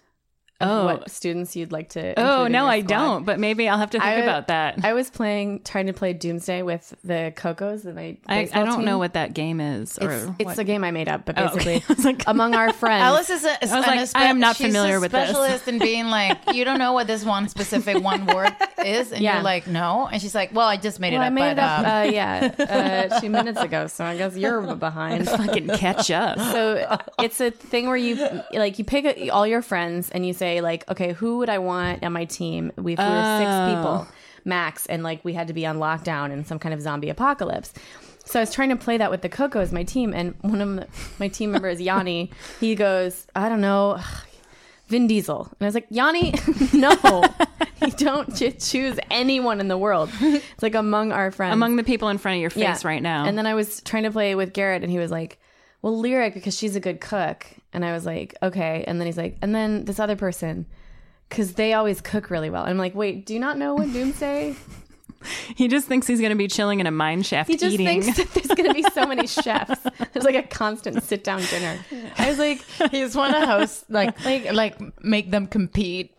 Speaker 4: oh,
Speaker 2: what students you'd like to include
Speaker 4: oh
Speaker 2: in
Speaker 4: no,
Speaker 2: your
Speaker 4: I
Speaker 2: squad?
Speaker 4: don't. But maybe I'll have to think
Speaker 2: I-
Speaker 4: about that.
Speaker 2: I was playing, trying to play Doomsday with the Cocos, and my
Speaker 4: I, I
Speaker 2: baseball
Speaker 4: don't
Speaker 2: team.
Speaker 4: know what that game is. Or
Speaker 2: It's,
Speaker 4: what-
Speaker 2: it's a game I made up, but
Speaker 4: Oh, okay.
Speaker 2: basically,
Speaker 4: I was like-
Speaker 2: among our friends,
Speaker 1: Alice is a,
Speaker 4: I was like, I am not familiar with this.
Speaker 1: specialist in being like, you don't know what this one specific one word is, and
Speaker 2: Yeah.
Speaker 1: you're like, no, and she's like, well, I just made
Speaker 2: well,
Speaker 1: it
Speaker 2: I
Speaker 1: up. but,
Speaker 2: made it up,
Speaker 1: um,
Speaker 2: uh, yeah, uh, two minutes ago. So I guess you're behind.
Speaker 4: fucking catch up.
Speaker 2: So it's a thing where you like you pick all your friends and you say like, okay, who would I want on my team? We, if we were six people max, and like we had to be on lockdown in some kind of zombie apocalypse. So I was trying to play that with the Cocos, my team, and one of my- my team members, Yanni, he goes, I don't know. Vin Diesel. And I was like, Yanni, no, you don't ch- choose anyone in the world. It's like among our friends.
Speaker 4: Among the people in front of your face right now.
Speaker 2: And then I was trying to play with Garrett, and he was like, "Well, lyric because she's a good cook." And I was like, "Okay." And then he's like, "And then this other person, because they always cook really well." And I'm like, "Wait, do you not know what Doomsday?"
Speaker 4: he just thinks he's gonna be chilling in a mine shaft
Speaker 2: He just
Speaker 4: eating.
Speaker 2: thinks that there's going to be so many chefs. There's like a constant sit down dinner. I was like,
Speaker 1: he just want to host like like like make them compete.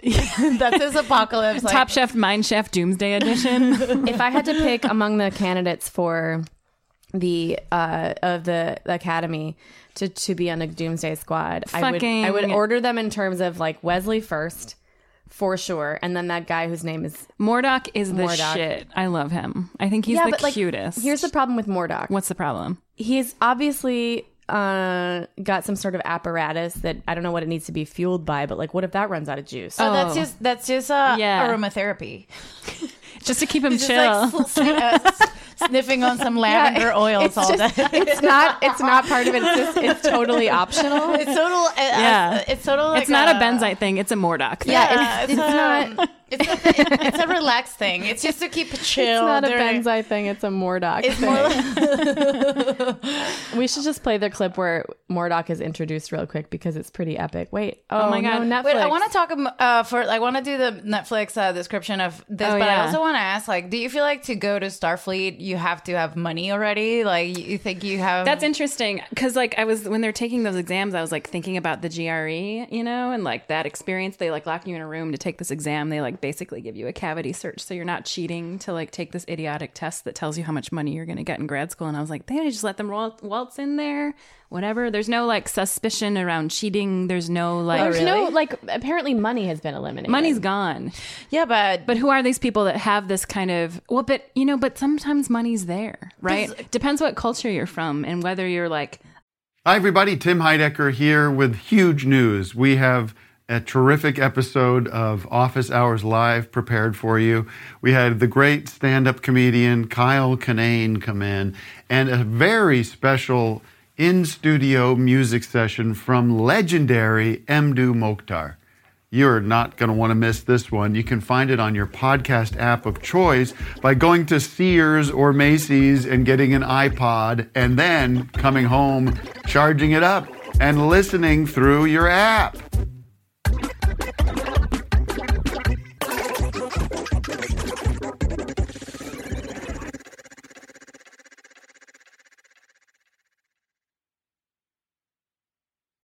Speaker 1: That's his apocalypse. Like,
Speaker 4: Top Chef Mine Shaft Doomsday Edition.
Speaker 2: if I had to pick among the candidates for the uh of the academy to to be on a doomsday squad, I would I would
Speaker 4: Fucking-
Speaker 2: order them in terms of like Wesley first for sure, and then that guy whose name is
Speaker 4: Mordok is the
Speaker 2: Mordok.
Speaker 4: shit. I love him. I think he's the cutest.
Speaker 2: Here's the problem with Mordock.
Speaker 4: What's the problem?
Speaker 2: he's obviously uh got some sort of apparatus that I don't know what it needs to be fueled by, but like what if that runs out of juice?
Speaker 1: so that's just that's just uh,
Speaker 4: Yeah.
Speaker 1: aromatherapy.
Speaker 4: Just to keep him
Speaker 1: Just
Speaker 4: chill.
Speaker 1: like sl- uh, s- sniffing on some lavender oils
Speaker 2: it's
Speaker 1: all
Speaker 2: just,
Speaker 1: day.
Speaker 2: it's not it's not part of it. It's just it's totally optional.
Speaker 1: It's total. Uh,
Speaker 4: Yeah.
Speaker 1: yeah, it's total. Like uh,
Speaker 4: it's not a benzite thing. It's a Mordock. Thing.
Speaker 2: Yeah, it's, it's not
Speaker 1: um, it's, a, it's a relaxed thing. It's just to keep it chill.
Speaker 2: It's not a
Speaker 1: during-
Speaker 2: Benzai thing. It's a Mordock
Speaker 1: It's
Speaker 2: thing.
Speaker 1: more like,
Speaker 2: we should just play the clip where Mordock is introduced real quick because it's pretty epic. Wait. Oh,
Speaker 4: my God.
Speaker 2: No, Netflix.
Speaker 1: Wait, I want to talk um, uh, for. I want to do the Netflix uh, description of this,
Speaker 4: Oh,
Speaker 1: but
Speaker 4: yeah.
Speaker 1: I also want to ask, like, do you feel like to go to Starfleet, you have to have money already? Like, you think you have?
Speaker 4: That's interesting because, like, I was when they're taking those exams, I was like thinking about the GRE, you know, and like that experience. They like lock you in a room to take this exam. They like basically give you a cavity search, so you're not cheating to like take this idiotic test that tells you how much money you're going to get in grad school. And I was like, they just let them wal- waltz in there, whatever. There's no like suspicion around cheating. There's no like
Speaker 2: There's no like. Apparently, money has been eliminated.
Speaker 4: money's gone.
Speaker 1: yeah, but
Speaker 4: But who are these people that have this kind of well? But you know, but sometimes money's there, right? Depends what culture you're from and whether you're like
Speaker 5: Hi, everybody. Tim Heidecker here with huge news. We have a terrific episode of Office Hours Live prepared for you. We had the great stand up comedian Kyle Kinane come in and a very special in studio music session from legendary Mdu Mokhtar. You're not going to want to miss this one. You can find it on your podcast app of choice by going to Sears or Macy's and getting an iPod and then coming home, charging it up, and listening through your app.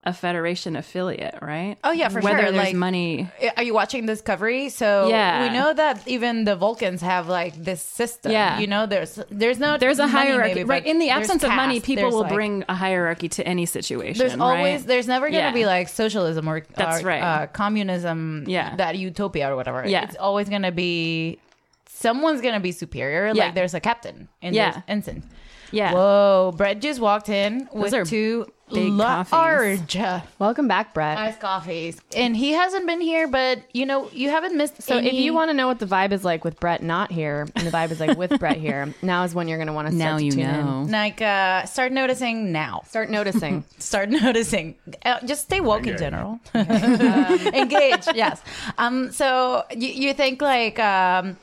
Speaker 4: a Federation affiliate, right?
Speaker 1: Oh, yeah, for
Speaker 4: Whether
Speaker 1: sure,
Speaker 4: There's
Speaker 1: like-
Speaker 4: money.
Speaker 1: uh, Are you watching Discovery? So
Speaker 4: Yeah.
Speaker 1: we know that even the Vulcans have like this system.
Speaker 4: Yeah.
Speaker 1: you know, there's there's no
Speaker 4: There's a
Speaker 1: money
Speaker 4: hierarchy,
Speaker 1: maybe,
Speaker 4: right?
Speaker 1: but
Speaker 4: In the
Speaker 1: there's
Speaker 4: absence of money,
Speaker 1: caste.
Speaker 4: people
Speaker 1: There's,
Speaker 4: will
Speaker 1: like-
Speaker 4: bring a hierarchy to any situation.
Speaker 1: There's always
Speaker 4: right?
Speaker 1: there's never gonna
Speaker 4: Yeah.
Speaker 1: be like socialism or,
Speaker 4: That's
Speaker 1: or,
Speaker 4: right.
Speaker 1: uh, communism.
Speaker 4: Yeah.
Speaker 1: that utopia or whatever.
Speaker 4: Yeah.
Speaker 1: it's always gonna be someone's gonna be superior.
Speaker 4: Yeah.
Speaker 1: Like there's a captain and
Speaker 4: Yeah.
Speaker 1: there's ensign.
Speaker 4: yeah.
Speaker 1: Whoa, Brett just walked in with
Speaker 4: are
Speaker 1: two
Speaker 4: big coffees.
Speaker 1: large
Speaker 2: Welcome back, Brett.
Speaker 1: iced coffees, and he hasn't been here, but you know you haven't missed.
Speaker 2: so if you want to know what the vibe is like with Brett not here, and the vibe is like with Brett here, now is when you're going to want to start
Speaker 4: now
Speaker 2: to
Speaker 4: you
Speaker 2: tune in.
Speaker 4: know.
Speaker 1: like uh start noticing now
Speaker 2: Start noticing.
Speaker 1: start noticing uh, just stay woke in general engage yes um so you, you think like um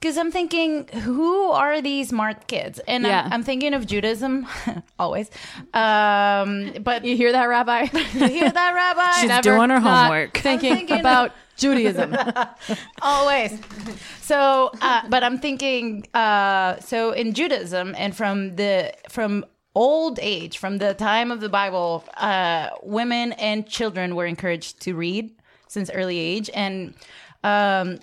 Speaker 1: because I'm thinking, who are these smart kids? And
Speaker 4: Yeah.
Speaker 1: I'm, I'm thinking of Judaism, always. Um, but
Speaker 2: you hear that, Rabbi?
Speaker 1: you hear that, Rabbi?
Speaker 4: She's doing her
Speaker 2: not
Speaker 4: homework.
Speaker 2: Thinking,
Speaker 1: thinking-
Speaker 2: about Judaism.
Speaker 1: always so uh, but i'm thinking uh, so in judaism and from the from old age from the time of the bible uh, women and children were encouraged to read since early age and um,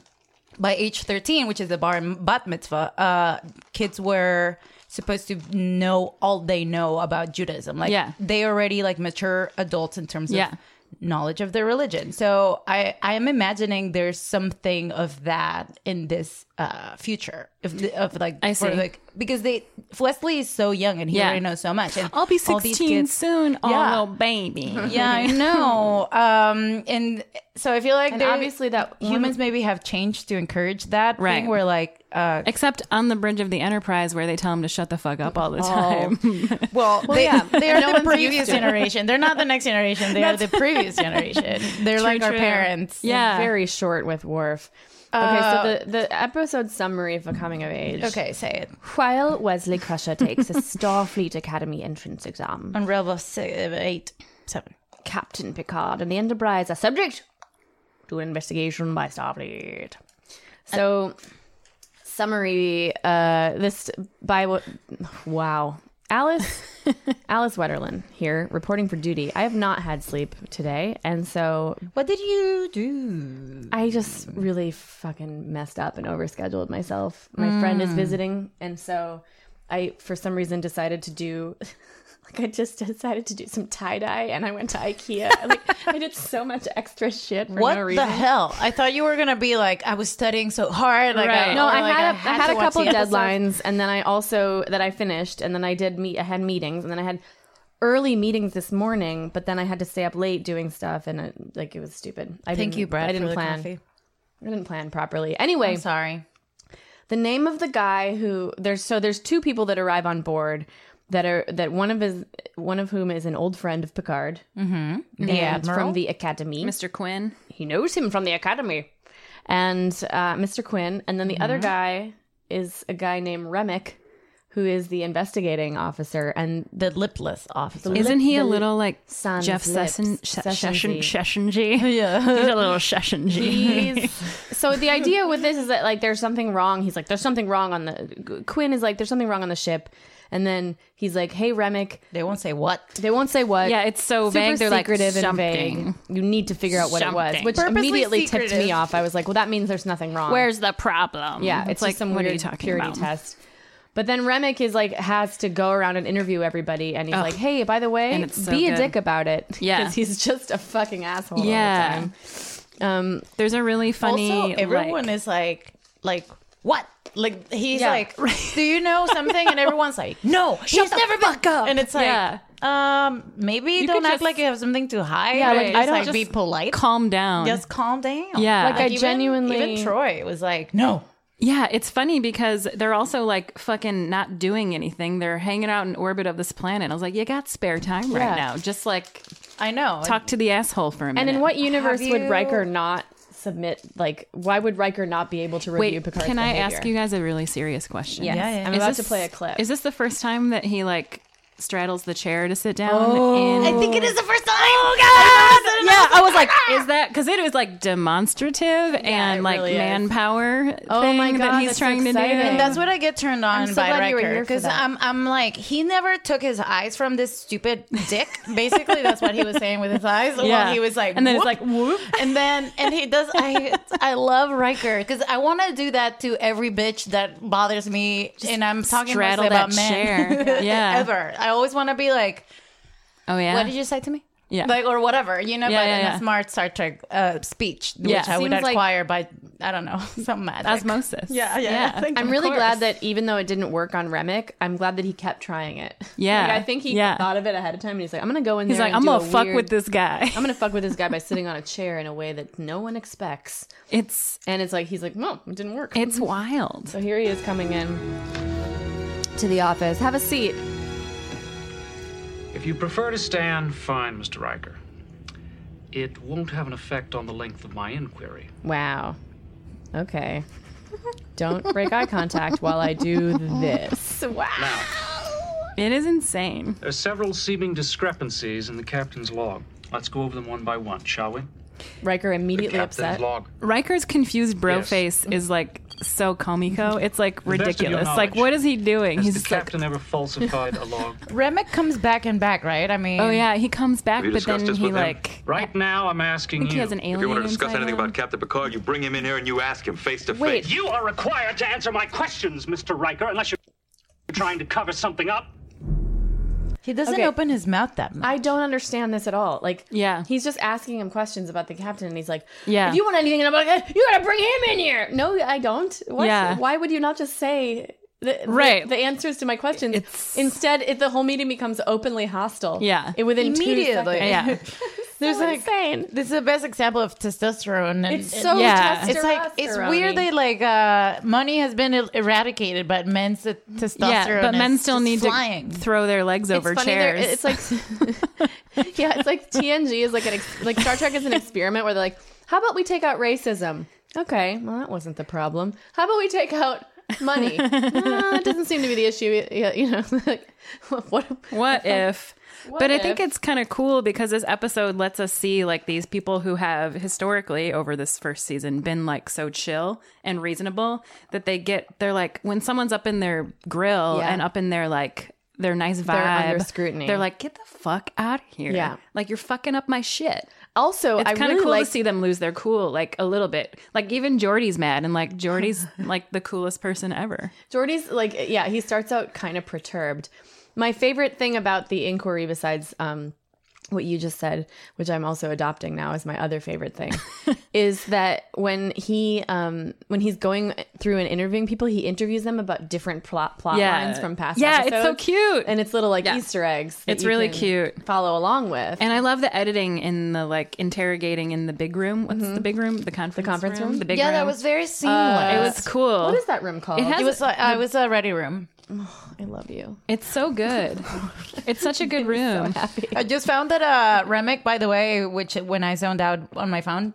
Speaker 1: by age 13 which is the bar bat mitzvah uh, kids were supposed to know all they know about judaism like
Speaker 4: Yeah.
Speaker 1: they already like mature adults in terms
Speaker 4: Yeah.
Speaker 1: of knowledge of their religion. So I I am imagining there's something of that in this uh future of the, of like
Speaker 4: I
Speaker 1: for
Speaker 4: see.
Speaker 1: like because they Wesley is so young and he
Speaker 4: Yeah.
Speaker 1: already knows so much. And
Speaker 4: I'll be
Speaker 1: all these
Speaker 4: 16
Speaker 1: kids-
Speaker 4: soon.
Speaker 1: Yeah.
Speaker 4: Oh, little baby.
Speaker 1: Yeah, I know. Um, and so I feel like
Speaker 2: And
Speaker 1: there-
Speaker 2: obviously that one-
Speaker 1: humans maybe have changed to encourage that
Speaker 4: Right.
Speaker 1: thing where like uh,
Speaker 4: Except on the bridge of the Enterprise, where they tell him to shut the fuck up all the
Speaker 1: Oh.
Speaker 4: time.
Speaker 1: well, they,
Speaker 2: yeah.
Speaker 1: they are
Speaker 2: No
Speaker 1: the
Speaker 2: one's used
Speaker 1: previous
Speaker 2: to it.
Speaker 1: generation. They're not the next generation. They are the previous generation. They're like our
Speaker 4: true.
Speaker 1: parents.
Speaker 4: yeah. Uh,
Speaker 2: Very short with Worf. okay, so the, the episode summary for Coming of Age.
Speaker 1: Okay, say it.
Speaker 2: While Wesley Crusher takes a Starfleet Academy entrance exam,
Speaker 1: On Rebel six, uh, eight, seven.
Speaker 2: Captain Picard and the Enterprise are subject to an investigation by Starfleet. So, summary: uh, This by what? Wow, Alice, Alice Wetterlin here, reporting for duty. I have not had sleep today, and so
Speaker 1: What did you do?
Speaker 2: I just really fucking messed up and overscheduled myself. My friend
Speaker 1: Mm.
Speaker 2: is visiting, and so I, for some reason, decided to do. Like I just decided to do some tie dye, and I went to IKEA. I, like I did so much extra shit for
Speaker 1: What
Speaker 2: no
Speaker 1: the
Speaker 2: reason.
Speaker 1: hell? I thought you were gonna be like, I was studying so hard. Like,
Speaker 4: Right.
Speaker 1: Oh I,
Speaker 2: No,
Speaker 1: or
Speaker 2: I
Speaker 1: like,
Speaker 2: had, a I had
Speaker 1: to
Speaker 2: a
Speaker 1: watch
Speaker 2: couple
Speaker 1: the episodes.
Speaker 2: deadlines, and then I also that I finished, and then I did meet. I had meetings, and then I had early meetings this morning, but then I had to stay up late doing stuff, and it, like it was stupid. I
Speaker 1: Thank
Speaker 2: didn't-
Speaker 1: you, Brad.
Speaker 2: I didn't
Speaker 1: for
Speaker 2: plan.
Speaker 1: The coffee.
Speaker 2: I didn't plan properly. Anyway,
Speaker 1: I'm sorry.
Speaker 2: the name of the guy who there's so there's two people that arrive on board that are that one of his one of whom is an old friend of Picard
Speaker 1: Mm-hmm. The
Speaker 2: and
Speaker 1: admiral.
Speaker 2: from the Academy.
Speaker 4: Mr. Quinn.
Speaker 2: He knows him from the Academy, and uh, Mr. Quinn, and then the other
Speaker 1: Mm-hmm.
Speaker 2: guy is a guy named Remick, who is the investigating officer, and
Speaker 1: the lipless officer.
Speaker 4: Isn't he a little like
Speaker 2: Sans
Speaker 4: Jeff
Speaker 2: lips.
Speaker 4: Session
Speaker 2: Sessions-y.
Speaker 4: Sessionji? Yeah. He's a little Sessionji.
Speaker 2: He's- so the idea with this is that like there's something wrong. He's like there's something wrong on the Quinn is like there's something wrong on the ship, and then he's like, hey Remick,
Speaker 1: They won't say what.
Speaker 2: they won't say what.
Speaker 4: Yeah, it's so
Speaker 2: super
Speaker 4: vague. They're like
Speaker 2: secretive and
Speaker 4: something.
Speaker 2: vague. You need to figure out what it was,
Speaker 4: Something.
Speaker 2: which
Speaker 1: Purposely
Speaker 2: immediately tipped
Speaker 1: secretive.
Speaker 2: me off. I was like, well, that means there's nothing wrong.
Speaker 4: Where's the problem?
Speaker 2: yeah, it's,
Speaker 4: it's, like
Speaker 2: just some
Speaker 4: what
Speaker 2: weird
Speaker 4: are you talking
Speaker 2: purity
Speaker 4: about?
Speaker 2: test. But then Remick is like has to go around and interview everybody, and he's like, "Hey, by the way,
Speaker 4: And it's so
Speaker 2: be a
Speaker 4: good.
Speaker 2: dick about it."
Speaker 4: Yeah.
Speaker 2: because he's just a fucking asshole.
Speaker 4: Yeah.
Speaker 2: all the time. Um,
Speaker 4: There's a really funny.
Speaker 1: also, everyone
Speaker 4: like,
Speaker 1: is like, like what? Like he's
Speaker 2: Yeah.
Speaker 1: like, do you know something? And everyone's like, no, shut the
Speaker 2: never been-
Speaker 1: fuck up. And it's like,
Speaker 2: Yeah.
Speaker 1: um, maybe don't
Speaker 4: could
Speaker 1: act
Speaker 4: just-
Speaker 1: like you have something to hide.
Speaker 2: Yeah, like,
Speaker 1: Just,
Speaker 2: I don't
Speaker 1: like, be polite.
Speaker 4: Calm down.
Speaker 1: just calm down.
Speaker 4: Yeah.
Speaker 2: Like, I
Speaker 1: even-
Speaker 2: genuinely-
Speaker 1: even Troy was like, no,
Speaker 4: Yeah, it's funny because they're also like fucking not doing anything. They're hanging out in orbit of this planet. I was like, you got spare time
Speaker 2: Yeah.
Speaker 4: right now. Just like
Speaker 1: I know.
Speaker 4: talk to the asshole for a minute.
Speaker 2: And in what universe would
Speaker 1: you-
Speaker 2: Riker not submit? Like, why would Riker not be able to review
Speaker 4: Wait,
Speaker 2: Picard's
Speaker 4: can I
Speaker 2: behavior?
Speaker 4: ask you guys a really serious question?
Speaker 2: Yes.
Speaker 1: Yeah, yeah.
Speaker 2: I'm
Speaker 4: Is
Speaker 2: about to
Speaker 4: this-
Speaker 2: play a clip.
Speaker 4: Is this the first time that he like straddles the chair to sit down? in-
Speaker 1: Oh. I think it is the first time. Oh god!
Speaker 4: yeah, I was like, is that because it was like demonstrative and like
Speaker 1: really is.
Speaker 4: manpower
Speaker 2: Oh
Speaker 4: thing
Speaker 2: my God,
Speaker 4: "Mm, that he's
Speaker 2: that's so
Speaker 4: trying to do?
Speaker 2: exciting.
Speaker 1: And that's what I get turned on
Speaker 2: so
Speaker 1: by
Speaker 2: glad you were
Speaker 1: Riker
Speaker 2: here for
Speaker 1: because
Speaker 2: that.
Speaker 1: I'm I'm like he never took his eyes from this stupid dick. Basically, that's what he was saying with his eyes.
Speaker 4: Yeah.
Speaker 1: While he was like,
Speaker 4: And then it's
Speaker 1: "Whoop."
Speaker 4: like, "Whoop."
Speaker 1: and then and he does. I I love Riker because I want to do that to every bitch that bothers me. and I'm talking
Speaker 4: straddle
Speaker 1: mostly
Speaker 4: that
Speaker 1: about men.
Speaker 4: chair. Yeah.
Speaker 1: ever. I always want to be like,
Speaker 4: oh yeah.
Speaker 1: what did you say to me?
Speaker 4: Yeah.
Speaker 1: Like or whatever, you know,
Speaker 4: Yeah,
Speaker 1: but
Speaker 4: yeah,
Speaker 1: in
Speaker 4: yeah.
Speaker 1: a smart Star Trek uh, speech, which
Speaker 4: Yeah.
Speaker 1: I would
Speaker 4: Seems like-
Speaker 1: acquire by I don't know, some magic.
Speaker 4: Osmosis.
Speaker 1: Yeah, yeah. Thank
Speaker 2: I'm really glad that even though it didn't work on Remick, I'm glad that he kept trying it.
Speaker 4: Yeah.
Speaker 2: Like, I think he
Speaker 4: Yeah.
Speaker 2: thought of it ahead of time, and he's like, "I'm gonna go in
Speaker 4: He's
Speaker 2: there."
Speaker 4: like,
Speaker 2: and
Speaker 4: I'm
Speaker 2: do
Speaker 4: gonna
Speaker 2: a
Speaker 4: fuck
Speaker 2: weird-
Speaker 4: with this guy.
Speaker 2: I'm gonna fuck with this guy by sitting on a chair in a way that no one expects.
Speaker 4: It's
Speaker 2: And it's like he's like, "No, it didn't work."
Speaker 4: it's wild.
Speaker 2: so here he is coming in to the office. Have a seat.
Speaker 6: If you prefer to stand, fine, Mr. Riker. It won't have an effect on the length of my inquiry.
Speaker 2: Wow. Okay. Don't break eye contact while I do this. Wow.
Speaker 6: Now,
Speaker 4: It is insane.
Speaker 6: there are several seeming discrepancies in the captain's log. Let's go over them one by one, shall we?
Speaker 2: Riker immediately
Speaker 6: captain's
Speaker 2: upset.
Speaker 6: log.
Speaker 4: Riker's confused bro
Speaker 6: Yes.
Speaker 4: face is like so comico. It's like
Speaker 6: best of your
Speaker 4: ridiculous. Like
Speaker 6: knowledge,
Speaker 4: what is he doing?
Speaker 6: Has
Speaker 4: He's
Speaker 6: the
Speaker 4: just like,
Speaker 6: captain ever falsified a log?
Speaker 1: Remick comes back and back, right? I mean,
Speaker 4: oh
Speaker 2: Mm.
Speaker 4: yeah, he comes back, but
Speaker 7: discussed
Speaker 4: then
Speaker 7: this
Speaker 4: he
Speaker 7: with him? Mm.
Speaker 4: like
Speaker 6: Right now, I'm asking
Speaker 4: I think
Speaker 6: you.
Speaker 4: he has an alien.
Speaker 7: If you want to discuss
Speaker 4: inside
Speaker 7: anything
Speaker 4: him.
Speaker 7: about Captain Picard, you bring him in here and you ask him face to
Speaker 2: Wait.
Speaker 7: face.
Speaker 6: You are required to answer my questions, Mr. Riker, unless you're trying to cover something up.
Speaker 1: he doesn't
Speaker 2: Okay.
Speaker 1: open his mouth that much.
Speaker 2: I don't understand this at all. Like,
Speaker 4: Yeah.
Speaker 2: he's just asking him questions about the captain, and he's like,
Speaker 4: Yeah.
Speaker 2: if you want anything," and I'm like, "Eh, "You gotta bring him in here." No, I don't. What?
Speaker 4: Yeah.
Speaker 2: Why would you not just say? The, the-
Speaker 4: Right.
Speaker 2: the, answers to my questions.
Speaker 4: It's-
Speaker 2: Instead, it, the whole meeting becomes openly hostile.
Speaker 4: Yeah.
Speaker 2: it, within
Speaker 1: Immediately.
Speaker 2: Two seconds.
Speaker 4: yeah,
Speaker 2: there's like insane.
Speaker 1: This is the best example of testosterone. And,
Speaker 2: It's so
Speaker 4: Yeah.
Speaker 1: it's like it's weird
Speaker 2: testosterone-y.
Speaker 1: that like uh, money has been el- eradicated, but men's t- testosterone.
Speaker 4: yeah. But men
Speaker 1: is
Speaker 4: still
Speaker 1: just
Speaker 4: need
Speaker 1: flying.
Speaker 4: to throw their legs over
Speaker 2: funny, they're-
Speaker 4: chairs.
Speaker 2: It's like, yeah, it's like TNG is like an ex- like Star Trek is an experiment where they're like, how about we take out racism? Okay, well that wasn't the problem. How about we take out money? Uh, That doesn't seem to be the issue. Yeah, you know, like, what?
Speaker 4: What if? but I
Speaker 2: if?
Speaker 4: think it's kind of cool because this episode lets us see like these people who have historically over this first season been like so chill and reasonable that they get they're like when someone's up in their grill
Speaker 2: Yeah.
Speaker 4: and up in their like their nice vibe
Speaker 2: under scrutiny.
Speaker 4: they're like get the fuck out of here
Speaker 2: Yeah.
Speaker 4: like you're fucking up my shit
Speaker 2: Also,
Speaker 4: it's
Speaker 2: I
Speaker 4: kind of
Speaker 2: really
Speaker 4: cool
Speaker 2: like
Speaker 4: to see them lose their cool like a little bit like even Jordy's mad and like Jordy's like the coolest person ever
Speaker 2: Jordy's like, yeah, he starts out kind of perturbed. My favorite thing about the inquiry, besides um, what you just said, which I'm also adopting now as my other favorite thing, is that when he um, when he's going through and interviewing people, he interviews them about different plot plot
Speaker 4: Yeah.
Speaker 2: lines from past.
Speaker 4: Yeah, it's so
Speaker 2: episodes.
Speaker 4: cute.
Speaker 2: and it's little like
Speaker 4: Yeah.
Speaker 2: Easter eggs. that
Speaker 4: It's
Speaker 2: you
Speaker 4: really
Speaker 2: can
Speaker 4: cute.
Speaker 2: Follow along with.
Speaker 4: And I love the editing in the like interrogating in the big room. What's the big room? The conference. The
Speaker 2: conference room?
Speaker 4: The big
Speaker 1: yeah,
Speaker 4: room.
Speaker 1: that was
Speaker 4: Uh,
Speaker 1: very seamless.
Speaker 4: It was cool.
Speaker 2: what is that room called?
Speaker 4: It has.
Speaker 1: It was. Like, I was a ready room.
Speaker 2: I love you.
Speaker 4: it's so good. it's such a good room.
Speaker 1: I just found that uh Remick, by the way, which when I zoned out on my phone,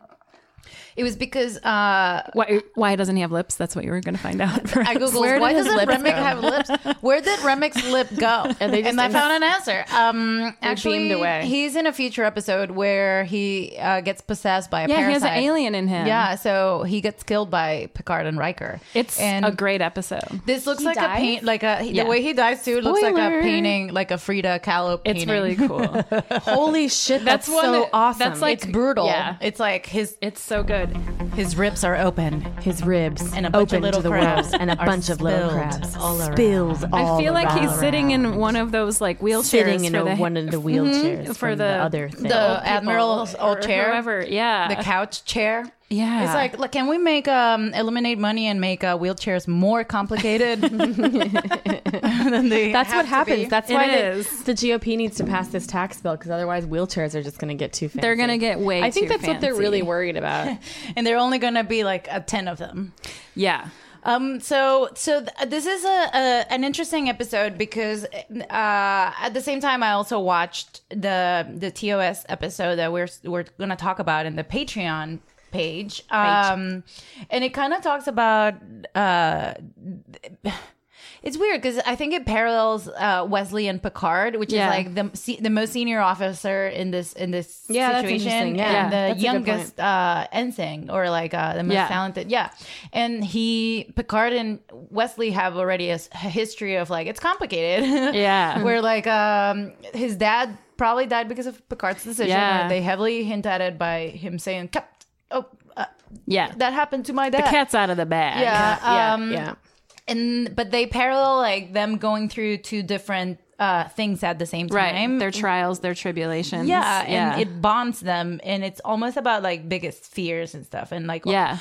Speaker 1: it was because uh
Speaker 4: why, why doesn't he have lips? That's what you were going to find out.
Speaker 1: I googled
Speaker 2: Where
Speaker 1: why
Speaker 2: did his
Speaker 1: doesn't
Speaker 2: lips
Speaker 1: Remick
Speaker 2: go?"
Speaker 1: have lips? Where did Remick's lip go? And,
Speaker 2: they just-
Speaker 1: I found an answer. Um, actually,
Speaker 2: beamed away.
Speaker 1: he's in a future episode where he uh, gets possessed by a
Speaker 4: yeah, he
Speaker 1: parasite.
Speaker 4: has an alien in him.
Speaker 1: Yeah, so he gets killed by Picard and Riker.
Speaker 4: it's
Speaker 1: and
Speaker 4: a great episode.
Speaker 1: This looks like a
Speaker 2: dies?
Speaker 1: paint, like a he-
Speaker 4: Yeah.
Speaker 1: the way he dies too looks like
Speaker 2: Spoiler.
Speaker 1: a painting, like a Frida Kahlo painting.
Speaker 4: It's really cool.
Speaker 2: Holy shit,
Speaker 4: That's
Speaker 2: that's,
Speaker 4: one
Speaker 2: so
Speaker 4: that-
Speaker 2: awesome.
Speaker 4: that's like-
Speaker 1: it's brutal.
Speaker 4: Yeah.
Speaker 1: It's like his
Speaker 4: it's so good.
Speaker 1: his ribs are open.
Speaker 2: It's his ribs
Speaker 1: And a bunch
Speaker 2: open
Speaker 1: of little
Speaker 2: to the
Speaker 1: crabs
Speaker 2: world and a
Speaker 1: are
Speaker 2: bunch of little
Speaker 1: spilled
Speaker 2: crabs
Speaker 1: all around.
Speaker 2: spills all
Speaker 4: I feel like he's
Speaker 2: around.
Speaker 4: sitting in one of those like wheelchairs
Speaker 2: sitting in
Speaker 4: for
Speaker 2: a,
Speaker 4: the,
Speaker 2: one of the wheelchairs
Speaker 4: for
Speaker 2: from
Speaker 4: the-
Speaker 2: other thing.
Speaker 1: the admiral's old
Speaker 4: or
Speaker 1: chair,
Speaker 4: whoever. Yeah,
Speaker 1: the couch chair.
Speaker 4: Yeah.
Speaker 1: It's like, look, can we make um, eliminate money and make uh, wheelchairs more complicated? than they
Speaker 2: That's
Speaker 1: have
Speaker 2: what
Speaker 1: to
Speaker 2: happens.
Speaker 1: be?
Speaker 2: That's why
Speaker 4: It
Speaker 2: the,
Speaker 4: is.
Speaker 2: the GOP needs to pass this tax bill because otherwise wheelchairs are just going to get too fancy.
Speaker 4: They're gonna get way
Speaker 2: I think
Speaker 4: too
Speaker 2: that's what they're
Speaker 4: fancy.
Speaker 2: really worried about.
Speaker 1: and they're only going to be like a ten of them.
Speaker 4: yeah.
Speaker 1: Um, so, so th- this is a, a an interesting episode because uh, at the same time, I also watched the the TOS episode that we're we're going to talk about in the Patreon page, um, and it kind of talks about. Uh, it's weird because I think it parallels uh, Wesley and Picard, which
Speaker 4: Yeah.
Speaker 1: is like the se- the most senior officer in this in this
Speaker 2: Yeah, that's
Speaker 1: situation,
Speaker 2: interesting. Yeah.
Speaker 1: and
Speaker 2: Yeah,
Speaker 1: the
Speaker 2: that's a good
Speaker 1: youngest
Speaker 2: point.
Speaker 1: uh ensign or like uh the most
Speaker 4: Yeah.
Speaker 1: talented yeah and he picard and wesley have already a, s- a history of like it's complicated
Speaker 4: Yeah.
Speaker 1: where like um his dad probably died because of picard's decision
Speaker 4: Yeah.
Speaker 1: or they heavily hint at it by him saying "Cap- oh uh,
Speaker 4: Yeah.
Speaker 1: that happened to my
Speaker 4: the
Speaker 1: dad
Speaker 4: cat's out of the bag.
Speaker 1: yeah,
Speaker 2: yeah,
Speaker 1: um,
Speaker 2: yeah.
Speaker 1: and but they parallel like them going through two different uh things at the same
Speaker 4: Right.
Speaker 1: time
Speaker 4: Their trials, their tribulations.
Speaker 1: yeah, and it bonds them, and it's almost about like biggest fears and stuff, and like
Speaker 4: Yeah.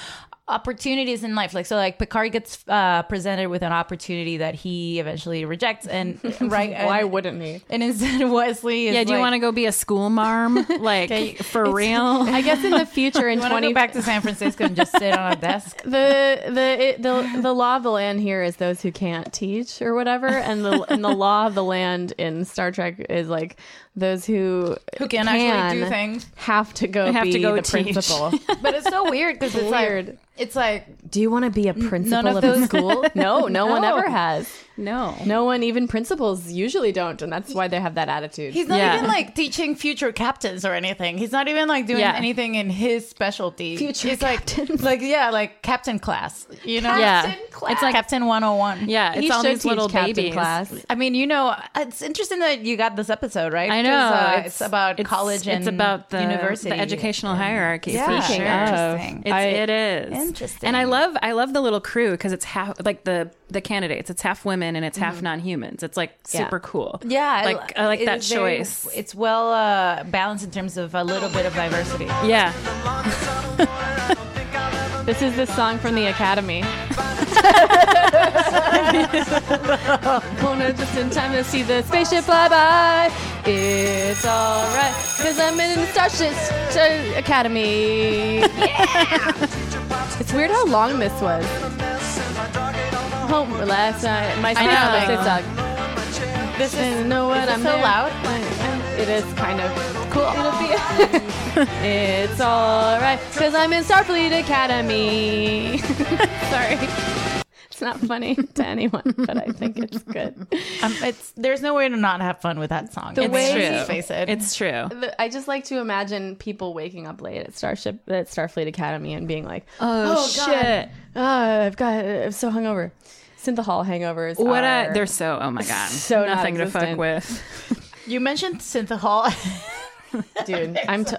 Speaker 1: opportunities in life. Like so, like Picard gets uh, presented with an opportunity that he eventually rejects, and right,
Speaker 2: Why
Speaker 1: and,
Speaker 2: wouldn't he?
Speaker 1: and instead Wesley is
Speaker 4: yeah, do you
Speaker 1: like-
Speaker 4: want to go be a school marm? Like, for real?
Speaker 2: I guess in the future, in
Speaker 1: you wanna
Speaker 2: twenty
Speaker 1: go back to San Francisco and just sit on a desk?
Speaker 2: the the it, the the law of the land here is those who can't teach or whatever, and the and the law of the land in Star Trek is like those who
Speaker 1: Who can actually do things.
Speaker 2: have to go
Speaker 4: Have
Speaker 2: be
Speaker 4: to go
Speaker 2: the
Speaker 4: teach.
Speaker 2: principal.
Speaker 1: But it's so weird because it's
Speaker 2: Weird.
Speaker 1: like it's like
Speaker 2: do you want to be a principal
Speaker 1: none of
Speaker 2: of, a
Speaker 1: those-
Speaker 2: school? No, no, one
Speaker 4: No.
Speaker 2: ever has.
Speaker 4: no.
Speaker 2: No one, even principals, usually don't, and that's why they have that attitude.
Speaker 1: he's not
Speaker 4: Yeah.
Speaker 1: even like teaching future captains or anything. He's not even like doing
Speaker 4: Yeah.
Speaker 1: anything in his specialty.
Speaker 2: Future
Speaker 1: He's like
Speaker 2: captains.
Speaker 1: like yeah, like captain class. You know,
Speaker 4: Yeah.
Speaker 1: It's like captain one hundred and one.
Speaker 4: Yeah, it's
Speaker 2: he
Speaker 4: all
Speaker 2: should
Speaker 4: these little
Speaker 2: teach captain
Speaker 4: babies.
Speaker 2: class.
Speaker 1: I mean, you know, it's interesting that you got this episode, right?
Speaker 4: I
Speaker 1: 'Cause,
Speaker 4: know.
Speaker 1: uh, it's, about college and
Speaker 4: it's about the
Speaker 1: university,
Speaker 4: the educational hierarchy.
Speaker 1: Yeah.
Speaker 4: for sure.
Speaker 1: Speaking of, Interesting.
Speaker 4: It's,
Speaker 1: I-
Speaker 4: it is
Speaker 1: Interesting.
Speaker 4: And I love I love the little crew because it's half like the the candidates. It's half women and it's half non humans. It's like super cool.
Speaker 1: Mm-hmm. Yeah,
Speaker 4: like I, like
Speaker 1: it
Speaker 4: that
Speaker 1: is very-
Speaker 4: choice.
Speaker 1: it's well uh, balanced in terms of a little bit of diversity.
Speaker 4: yeah,
Speaker 2: This is the song from the Academy. Wanna just in time to see the spaceship fly by. It's alright, cause I'm in the Starship Sh- Academy. it's weird how long this was. Home last night, my son
Speaker 4: know.
Speaker 2: likes this song.
Speaker 1: This
Speaker 2: I
Speaker 1: is
Speaker 2: don't know what
Speaker 1: this
Speaker 2: I'm
Speaker 1: so
Speaker 2: there.
Speaker 1: loud?
Speaker 2: It is kind of cool. it's alright, cause I'm in Starfleet Academy. Sorry. It's not funny to anyone, but I think it's good.
Speaker 1: um, it's there's no way to not have fun with that song. The
Speaker 4: it's
Speaker 2: way-
Speaker 4: true.
Speaker 1: let's face it,
Speaker 4: It's true.
Speaker 2: The- I just like to imagine people waking up late at Starship at Starfleet Academy and being like,
Speaker 4: Oh, shit.
Speaker 2: "Oh, I've got I'm so hungover." Synthahol hangovers.
Speaker 4: What
Speaker 2: are
Speaker 4: I, they're so oh my god
Speaker 2: so
Speaker 4: nothing to fuck
Speaker 2: non-existent.
Speaker 4: with.
Speaker 1: you mentioned synthahol.
Speaker 2: dude. I'm t-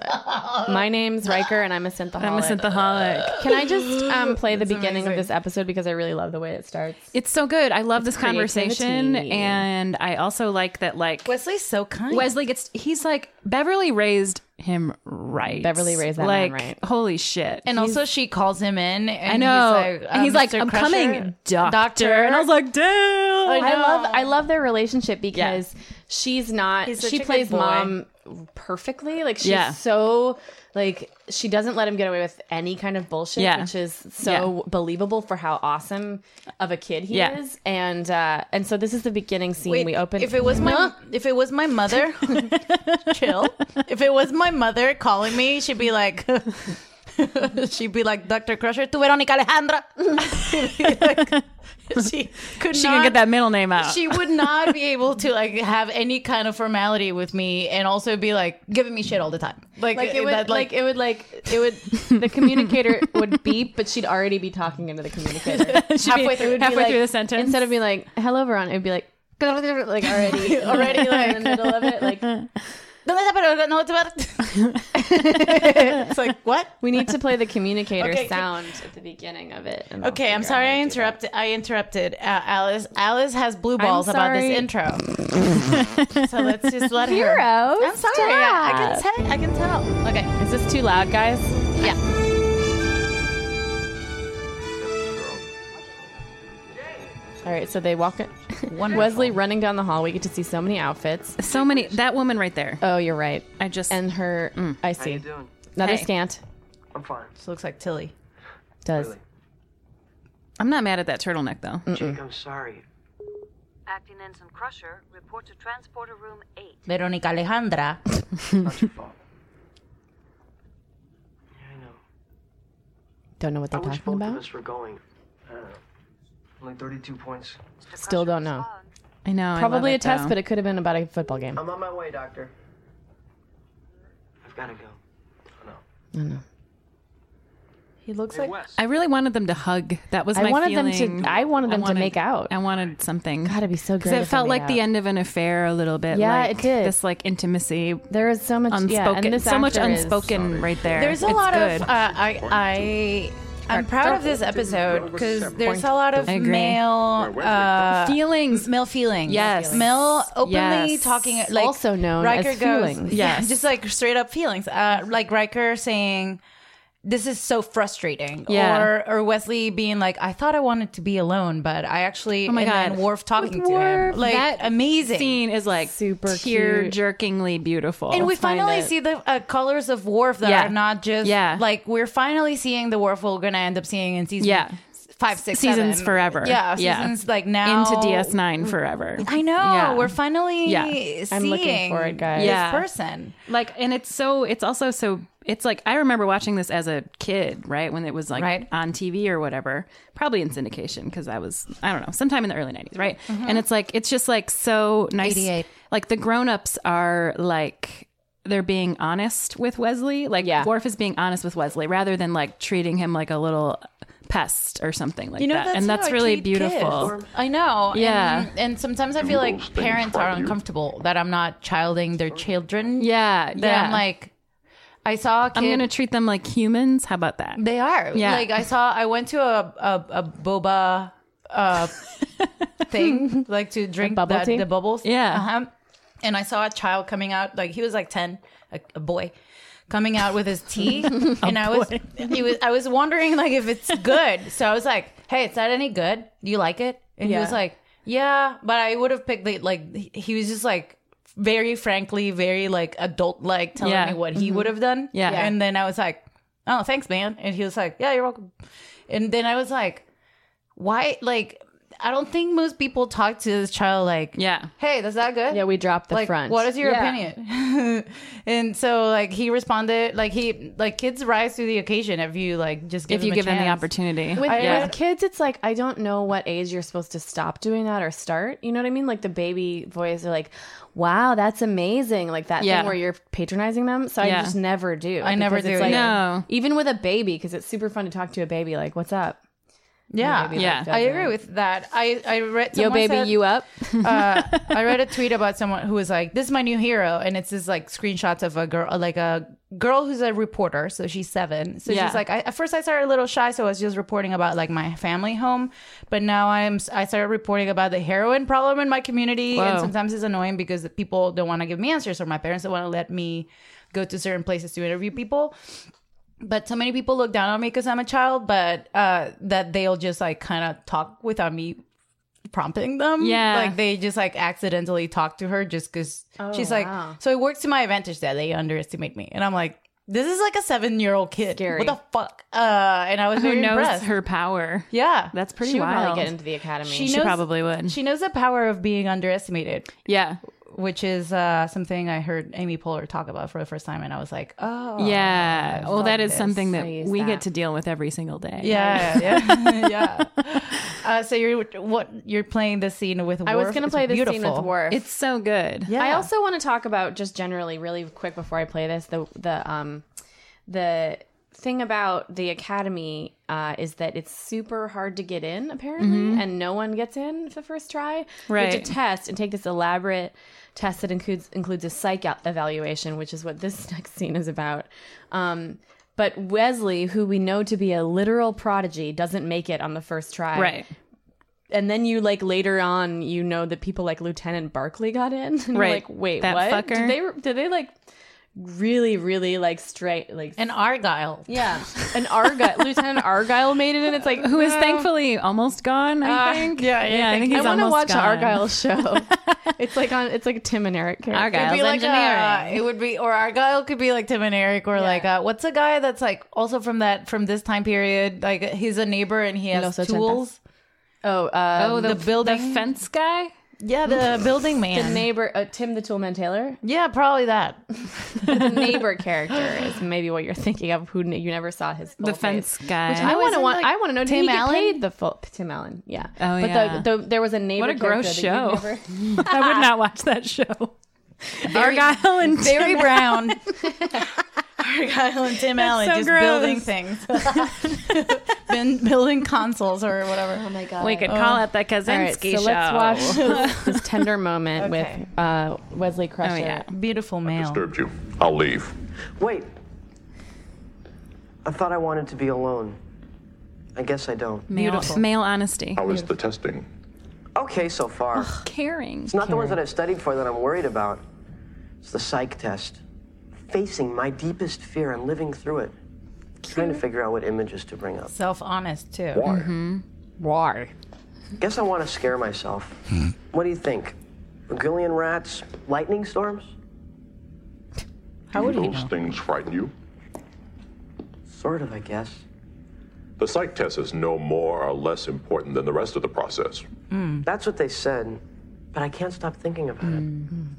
Speaker 2: my name's Riker and I'm a synthaholic.
Speaker 4: I'm a synthaholic.
Speaker 2: Can I just um, play the beginning of this episode because I really love the way it starts.
Speaker 4: It's so good. I love this conversation,
Speaker 2: creativity.
Speaker 4: and I also like that like
Speaker 1: Wesley's so kind.
Speaker 4: Wesley gets he's like Beverly raised him right.
Speaker 2: Beverly raised that
Speaker 4: like,
Speaker 2: man right.
Speaker 4: Holy shit.
Speaker 1: and also she calls him in. And
Speaker 4: I know.
Speaker 1: He's like, uh,
Speaker 4: and he's like
Speaker 1: "Mr.
Speaker 4: I'm
Speaker 1: Crusher,
Speaker 4: coming, doctor.
Speaker 1: doctor."
Speaker 4: And I was like, damn.
Speaker 2: I love I love their relationship because she's not
Speaker 1: He's such a
Speaker 2: she
Speaker 1: good
Speaker 2: plays
Speaker 1: boy.
Speaker 2: mom perfectly. Like she's
Speaker 4: Yeah.
Speaker 2: so like she doesn't let him get away with any kind of bullshit,
Speaker 4: Yeah.
Speaker 2: which is so believable for how awesome of a kid he
Speaker 4: Yeah.
Speaker 2: is. And uh and so this is the beginning scene
Speaker 1: Wait,
Speaker 2: we open.
Speaker 1: If it was my
Speaker 2: Huh?
Speaker 1: if it was my mother, chill. If it was my mother calling me, she'd be like, she'd be like, Doctor Crusher, to Veronica Alejandra. She'd be like- she could
Speaker 4: she
Speaker 1: not,
Speaker 4: can get that middle name out.
Speaker 1: She would not be able to like have any kind of formality with me, and also be like giving me shit all the time. Like,
Speaker 2: like it would
Speaker 1: that,
Speaker 2: like, it would like it would the communicator would beep but she'd already be talking into the communicator halfway through it would be
Speaker 4: halfway
Speaker 2: like-
Speaker 4: through the sentence.
Speaker 2: instead of being like hello veronica it would be like like already already like in the middle of it like
Speaker 1: "¿Dónde está? Pero no te va-" It's like what?
Speaker 2: we need to play the communicator
Speaker 1: Okay.
Speaker 2: sound at the beginning of it and I'll
Speaker 1: Okay, I'm
Speaker 2: figure out
Speaker 1: sorry
Speaker 2: how
Speaker 1: I
Speaker 2: to do
Speaker 1: interrupted. I interrupted uh, Alice. Alice has blue balls about this
Speaker 2: sorry.
Speaker 1: intro. so let's just let
Speaker 2: that.
Speaker 1: her.
Speaker 2: Heroes,
Speaker 1: I'm sorry. I, I can
Speaker 2: stop.
Speaker 1: tell. I can tell. Okay.
Speaker 2: is this too loud guys
Speaker 1: Yeah.
Speaker 2: All right, so they walk. Wesley running down the hall. We get to see so many outfits.
Speaker 4: So many. That woman right there.
Speaker 2: Oh, you're right.
Speaker 4: I just
Speaker 2: And her, mm, I see.
Speaker 8: doing?
Speaker 2: Another
Speaker 4: Hey.
Speaker 2: scant
Speaker 8: I'm fine.
Speaker 1: She looks like Tilly.
Speaker 2: does.
Speaker 4: I'm not mad at that turtleneck though.
Speaker 2: Mm.
Speaker 8: Jake, I'm sorry.
Speaker 9: Acting Ensign Crusher, report to Transporter Room 8.
Speaker 1: Veronica Alejandra.
Speaker 8: Not your fault. Yeah, I know.
Speaker 2: Don't know what
Speaker 8: I
Speaker 2: they're
Speaker 8: wish
Speaker 2: talking
Speaker 8: both of
Speaker 2: about.
Speaker 8: us were going. I don't know. Only 32 points.
Speaker 9: Mr.
Speaker 2: Still
Speaker 9: Crusher,
Speaker 2: don't know.
Speaker 9: respond.
Speaker 4: I know. I love
Speaker 2: Probably a
Speaker 4: it,
Speaker 2: test,
Speaker 4: though.
Speaker 2: but it could have been about a football game.
Speaker 8: I'm on my way, Doctor. I've got to go. Oh, no.
Speaker 2: He looks like.
Speaker 4: I really wanted them to hug. That was my
Speaker 2: I wanted
Speaker 4: feeling.
Speaker 2: them to. I wanted them to make out.
Speaker 4: I wanted something.
Speaker 2: God, it'd be so great.
Speaker 4: Because it
Speaker 2: if they
Speaker 4: felt
Speaker 2: made
Speaker 4: like the
Speaker 2: out.
Speaker 4: end of an affair a little bit.
Speaker 2: Yeah,
Speaker 4: like
Speaker 2: it did.
Speaker 4: This like intimacy,
Speaker 2: There is so much
Speaker 4: unspoken,
Speaker 2: yeah, and this
Speaker 4: so much
Speaker 2: actor is-
Speaker 4: unspoken right there.
Speaker 1: There's a
Speaker 4: It's
Speaker 1: lot of
Speaker 4: good.
Speaker 1: uh, I I I'm proud of this episode because there's a lot of
Speaker 4: I agree.
Speaker 1: male uh,
Speaker 4: feelings.
Speaker 1: male feelings.
Speaker 4: Yes.
Speaker 1: male openly
Speaker 4: Yes.
Speaker 1: talking like
Speaker 2: Also known
Speaker 1: Riker
Speaker 2: as
Speaker 1: goes,
Speaker 2: feelings.
Speaker 1: Yeah,
Speaker 4: Yes.
Speaker 1: just like straight up feelings. Uh, like Riker saying. This is so frustrating.
Speaker 4: Yeah.
Speaker 1: Or or Wesley being like, I thought I wanted to be alone, but I actually.
Speaker 4: Oh my
Speaker 1: and then
Speaker 4: God.
Speaker 1: Worf talking
Speaker 4: With
Speaker 1: to
Speaker 4: Worf,
Speaker 1: him. Like
Speaker 4: that
Speaker 1: amazing.
Speaker 4: Scene is like
Speaker 2: Super cute.
Speaker 4: tear jerkingly beautiful.
Speaker 1: And we
Speaker 4: Find
Speaker 1: finally
Speaker 4: it.
Speaker 1: see the uh, colors of Worf that
Speaker 4: Yeah.
Speaker 1: are not just
Speaker 4: Yeah.
Speaker 1: like we're finally seeing the Worf we're gonna end up seeing in season
Speaker 4: Yeah.
Speaker 1: five, six,
Speaker 4: seasons
Speaker 1: seven.
Speaker 4: forever.
Speaker 1: Yeah,
Speaker 4: Yeah.
Speaker 1: seasons like now
Speaker 4: into DS9 forever.
Speaker 1: I know
Speaker 4: Yeah.
Speaker 1: we're finally
Speaker 4: Yeah. I'm
Speaker 1: seeing
Speaker 2: I'm looking for it, guys.
Speaker 1: this
Speaker 4: Yeah.
Speaker 1: person.
Speaker 4: like and it's so it's also so it's like i remember watching this as a kid right when it was like
Speaker 1: Right.
Speaker 4: on tv or whatever probably in syndication because i was i don't know sometime in the early 90s right
Speaker 1: Mm-hmm.
Speaker 4: and it's like it's just like so nice
Speaker 1: 88.
Speaker 4: like the grown-ups are like they're being honest with wesley like
Speaker 2: Yeah.
Speaker 4: Worf is being honest with wesley rather than like treating him like a little pest or something like
Speaker 1: You know,
Speaker 4: that
Speaker 1: that's
Speaker 4: and that's
Speaker 1: how I
Speaker 4: really
Speaker 1: treat kids.
Speaker 4: beautiful
Speaker 1: I know.
Speaker 4: Yeah.
Speaker 1: and, and sometimes I feel like parents are uncomfortable that I'm not childing their children.
Speaker 4: yeah
Speaker 1: that
Speaker 4: yeah
Speaker 1: I'm like, I saw a kid.
Speaker 4: i'm gonna treat them like humans how about that
Speaker 1: They are.
Speaker 4: Yeah.
Speaker 1: Like I saw, I went to a a, a boba uh, thing, like to drink
Speaker 2: bubble
Speaker 1: the,
Speaker 2: tea?
Speaker 1: the bubbles.
Speaker 4: Yeah.
Speaker 1: Uh-huh. And I saw a child coming out. Like he was like ten, a, a boy. Coming out with his tea, and I was, he was, I was wondering like if it's good. So I was like, "Hey, is that any good? Do you like it?" And he was like, "Yeah," but I would have picked the like. he- He was just like very frankly, very like adult like telling
Speaker 4: Yeah.
Speaker 1: me what he would have done.
Speaker 4: Mm-hmm. Yeah.
Speaker 1: And then I was like, oh, thanks, man. And he was like, yeah, you're welcome. And then I was like, why? Like, I don't think most people talk to this child like,
Speaker 4: yeah
Speaker 1: hey, is that good?
Speaker 2: Yeah, we dropped the
Speaker 1: like,
Speaker 2: front.
Speaker 1: What is your
Speaker 4: Yeah.
Speaker 1: opinion? and so, like, he responded, like, he, like, kids rise to the occasion if you, like, just give
Speaker 4: if you
Speaker 1: them a
Speaker 4: give them the
Speaker 1: chance.
Speaker 4: opportunity
Speaker 2: With,
Speaker 1: Yeah.
Speaker 2: with kids, it's like I don't know what age you're supposed to stop doing that or start. You know what I mean? Like the baby voice are like, "Wow, that's amazing!" Like that
Speaker 4: Yeah.
Speaker 2: thing where you're patronizing them. So
Speaker 4: Yeah.
Speaker 2: I just never do.
Speaker 1: I never
Speaker 2: because
Speaker 1: do
Speaker 2: It's like,
Speaker 1: either.
Speaker 4: No.
Speaker 2: even with a baby, because it's super fun to talk to a baby. Like, "What's up?"
Speaker 1: Yeah.
Speaker 2: Baby,
Speaker 4: Yeah.
Speaker 2: like,
Speaker 1: I
Speaker 2: does
Speaker 1: agree
Speaker 2: it.
Speaker 1: with that. I, I read
Speaker 2: Yo,
Speaker 1: someone
Speaker 2: baby,
Speaker 1: said-
Speaker 2: you up?
Speaker 1: uh, I read a tweet about someone who was like, "This is my new hero," and it's just like screenshots of a girl, like a girl who's a reporter. So she's seven. So
Speaker 4: Yeah.
Speaker 1: she's like, I, "At first, I started a little shy, so I was just reporting about like my family home, but now I'm I started reporting about the heroin problem in my community, and
Speaker 4: Whoa.
Speaker 1: sometimes it's annoying because the people don't want to give me answers, or my parents don't want to let me go to certain places to interview people." but so many people look down on me because I'm a child, but uh, that they'll just like kind of talk without me prompting them.
Speaker 4: Yeah.
Speaker 1: Like they just like accidentally talk to her just because
Speaker 2: Oh,
Speaker 1: she's like, so it works to my advantage that they underestimate me. And I'm like, this is like a seven year old kid.
Speaker 2: Scary.
Speaker 1: What the fuck? Uh, and I was
Speaker 4: who
Speaker 1: very
Speaker 4: knows
Speaker 1: impressed.
Speaker 4: her power.
Speaker 1: yeah.
Speaker 4: That's pretty
Speaker 2: She would
Speaker 4: wild.
Speaker 2: probably get into the academy.
Speaker 1: She
Speaker 4: she
Speaker 1: knows-
Speaker 4: probably would.
Speaker 1: she knows the power of being underestimated,
Speaker 4: yeah,
Speaker 1: which is uh, something I heard Amy Poehler talk about for the first time. And I was like, oh.
Speaker 4: yeah. Well, that is something that
Speaker 2: I use
Speaker 4: we
Speaker 2: that.
Speaker 4: get to deal with every single day.
Speaker 1: Yeah, yeah, yeah. Uh, so you're what you're playing the scene with. Worf.
Speaker 2: I was gonna
Speaker 1: It's
Speaker 2: play this scene
Speaker 1: beautiful.
Speaker 2: with Worf.
Speaker 4: it's so good.
Speaker 1: Yeah.
Speaker 2: I also want to talk about just generally, really quick before I play this, the the um the thing about the academy uh, is that it's super hard to get in apparently, and no one gets in the first try. You have
Speaker 4: Mm-hmm. Right.
Speaker 2: to test and take this elaborate test that includes includes a psych e- evaluation, which is what this next scene is about. Um, but Wesley, who we know to be a literal prodigy, doesn't make it on the first try
Speaker 4: right.
Speaker 2: and then you like later on you know that people like Lieutenant Barkley got in. And you're
Speaker 4: Right.
Speaker 2: like, wait,
Speaker 4: That
Speaker 2: what?
Speaker 4: fucker.
Speaker 2: Did they did they like really, really like straight, like
Speaker 1: An Argyle.
Speaker 2: yeah, an Argyle Lieutenant Argyle made it, and it's like
Speaker 4: Who is thankfully almost gone, I
Speaker 2: Uh,
Speaker 4: think.
Speaker 1: yeah, yeah,
Speaker 4: yeah, I think he's
Speaker 2: I want to watch
Speaker 4: almost gone.
Speaker 2: Argyle show. it's like on. It's like a Tim and Eric character.
Speaker 1: It'd
Speaker 2: It'd
Speaker 1: be
Speaker 2: be
Speaker 1: like uh,
Speaker 2: engineering.
Speaker 1: it would be, or Argyle could be like Tim and Eric, or like uh, what's a guy that's like also from that from this time period? Like he's a neighbor and he has
Speaker 2: Los Ochentas.
Speaker 1: tools.
Speaker 2: oh, uh,
Speaker 4: Oh, the, building the fence guy.
Speaker 1: Yeah, the building man.
Speaker 2: the neighbor, uh, Tim the Toolman Taylor.
Speaker 1: yeah, probably that.
Speaker 2: The neighbor character is maybe what you're thinking of. Who n- you never saw his full
Speaker 4: The
Speaker 2: face.
Speaker 4: fence
Speaker 2: Which
Speaker 4: guy.
Speaker 2: I want to
Speaker 1: wasn't,
Speaker 2: want.
Speaker 1: like,
Speaker 2: I want to know. Did
Speaker 1: Tim
Speaker 2: he get
Speaker 1: Allen?
Speaker 2: paid the full Tim Allen? Yeah. but
Speaker 4: Oh, yeah.
Speaker 2: The, the, there was a neighbor.
Speaker 4: What a gross
Speaker 2: character that you
Speaker 4: show.
Speaker 2: never-
Speaker 4: I would not watch that show. Argyle and
Speaker 1: Barry
Speaker 4: Tim-
Speaker 1: Brown. Argyle and Tim Allen
Speaker 4: so
Speaker 1: just
Speaker 4: gross.
Speaker 1: building things. Been building consoles or whatever. Oh my god.
Speaker 4: We could call it the Kaczynski
Speaker 2: All right, so
Speaker 4: show.
Speaker 2: let's watch this, this tender moment with uh, Wesley Crusher.
Speaker 4: Oh, yeah.
Speaker 1: Beautiful male.
Speaker 7: Disturbed you. I'll leave.
Speaker 8: Wait. I thought I wanted to be alone. I guess I don't.
Speaker 4: male, male honesty.
Speaker 7: How is the testing?
Speaker 8: Okay, so far. It's
Speaker 4: Caring.
Speaker 8: not the ones that I've studied for that I'm worried about. It's the psych test. Facing my deepest fear and living through it. Trying to figure out what images to bring up.
Speaker 1: Self honest too.
Speaker 7: Why?
Speaker 2: Why?
Speaker 8: Guess I want to scare myself. what do you think? Regulian rats, lightning storms?
Speaker 7: How would those things frighten you?
Speaker 8: Sort of, I guess.
Speaker 7: The psych test is no more or less important than the rest of the process.
Speaker 8: That's what they said, but I can't stop thinking about it.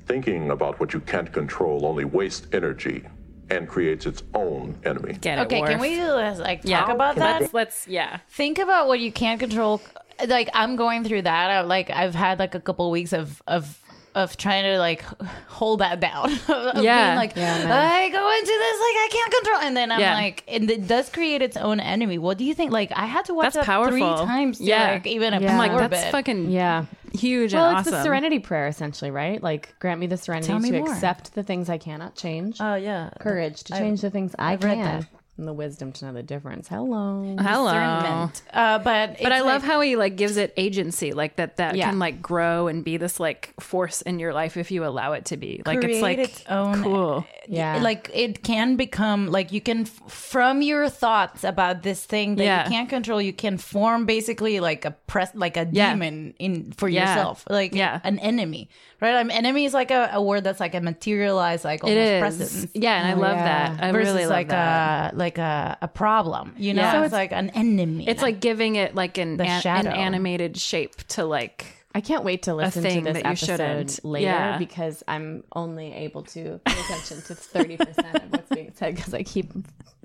Speaker 7: Thinking about what you can't control only wastes energy and creates its own enemy.
Speaker 4: Get it,
Speaker 1: Okay, can
Speaker 4: Worf.
Speaker 1: we uh, like talk about that?
Speaker 4: Let's, let's yeah.
Speaker 1: think about what you can't control like i'm going through that I, like i've had like a couple weeks of of of trying to like hold that down Of
Speaker 4: Yeah.
Speaker 1: being like i go into this like i can't control and then i'm
Speaker 4: Yeah.
Speaker 1: like and it does create its own enemy what do you think like i had to watch
Speaker 4: That's
Speaker 1: that three
Speaker 4: powerful.
Speaker 1: times to,
Speaker 4: Yeah.
Speaker 1: like even absorb
Speaker 4: I'm like
Speaker 1: it.
Speaker 4: that's fucking
Speaker 2: Yeah.
Speaker 4: huge
Speaker 2: Well,
Speaker 4: and
Speaker 2: it's the
Speaker 4: awesome.
Speaker 2: serenity prayer, essentially, right? Like, grant me the serenity
Speaker 1: Tell me
Speaker 2: to
Speaker 1: more.
Speaker 2: accept the things I cannot change,
Speaker 4: Uh,
Speaker 1: oh yeah
Speaker 2: courage to change the things I can, and the wisdom to know the difference. Hello.
Speaker 4: Hello.
Speaker 1: discernment uh but
Speaker 4: Oh. But I love how he like gives it agency, like that that
Speaker 2: Yeah.
Speaker 4: can like grow and be this like force in your life if you allow it to be. Like it's
Speaker 1: Create
Speaker 4: like
Speaker 1: its own-
Speaker 4: cool.
Speaker 2: Yeah.
Speaker 1: like it can become like you can f- from your thoughts about this thing that
Speaker 4: Yeah.
Speaker 1: you can't control you can form basically like a press like a
Speaker 4: Yeah.
Speaker 1: demon in for
Speaker 4: Yeah.
Speaker 1: yourself like
Speaker 4: Yeah.
Speaker 1: an enemy right um, enemy is like a, a word that's like a materialized like
Speaker 4: It
Speaker 1: almost
Speaker 4: is.
Speaker 1: presence
Speaker 4: Yeah, and I love that. I
Speaker 1: versus
Speaker 4: really love
Speaker 1: like uh,
Speaker 4: that.
Speaker 1: a like a, a problem you know
Speaker 4: Yeah. So
Speaker 1: it's, like an enemy
Speaker 4: It's like giving it like an,
Speaker 1: The
Speaker 4: an, an
Speaker 1: shadow.
Speaker 4: animated shape to like
Speaker 2: I can't wait to listen to
Speaker 4: thing
Speaker 2: this
Speaker 4: that you
Speaker 2: episode
Speaker 4: shouldn't.
Speaker 2: later
Speaker 4: Yeah.
Speaker 2: because I'm only able to pay attention to 30% of what's being said because I keep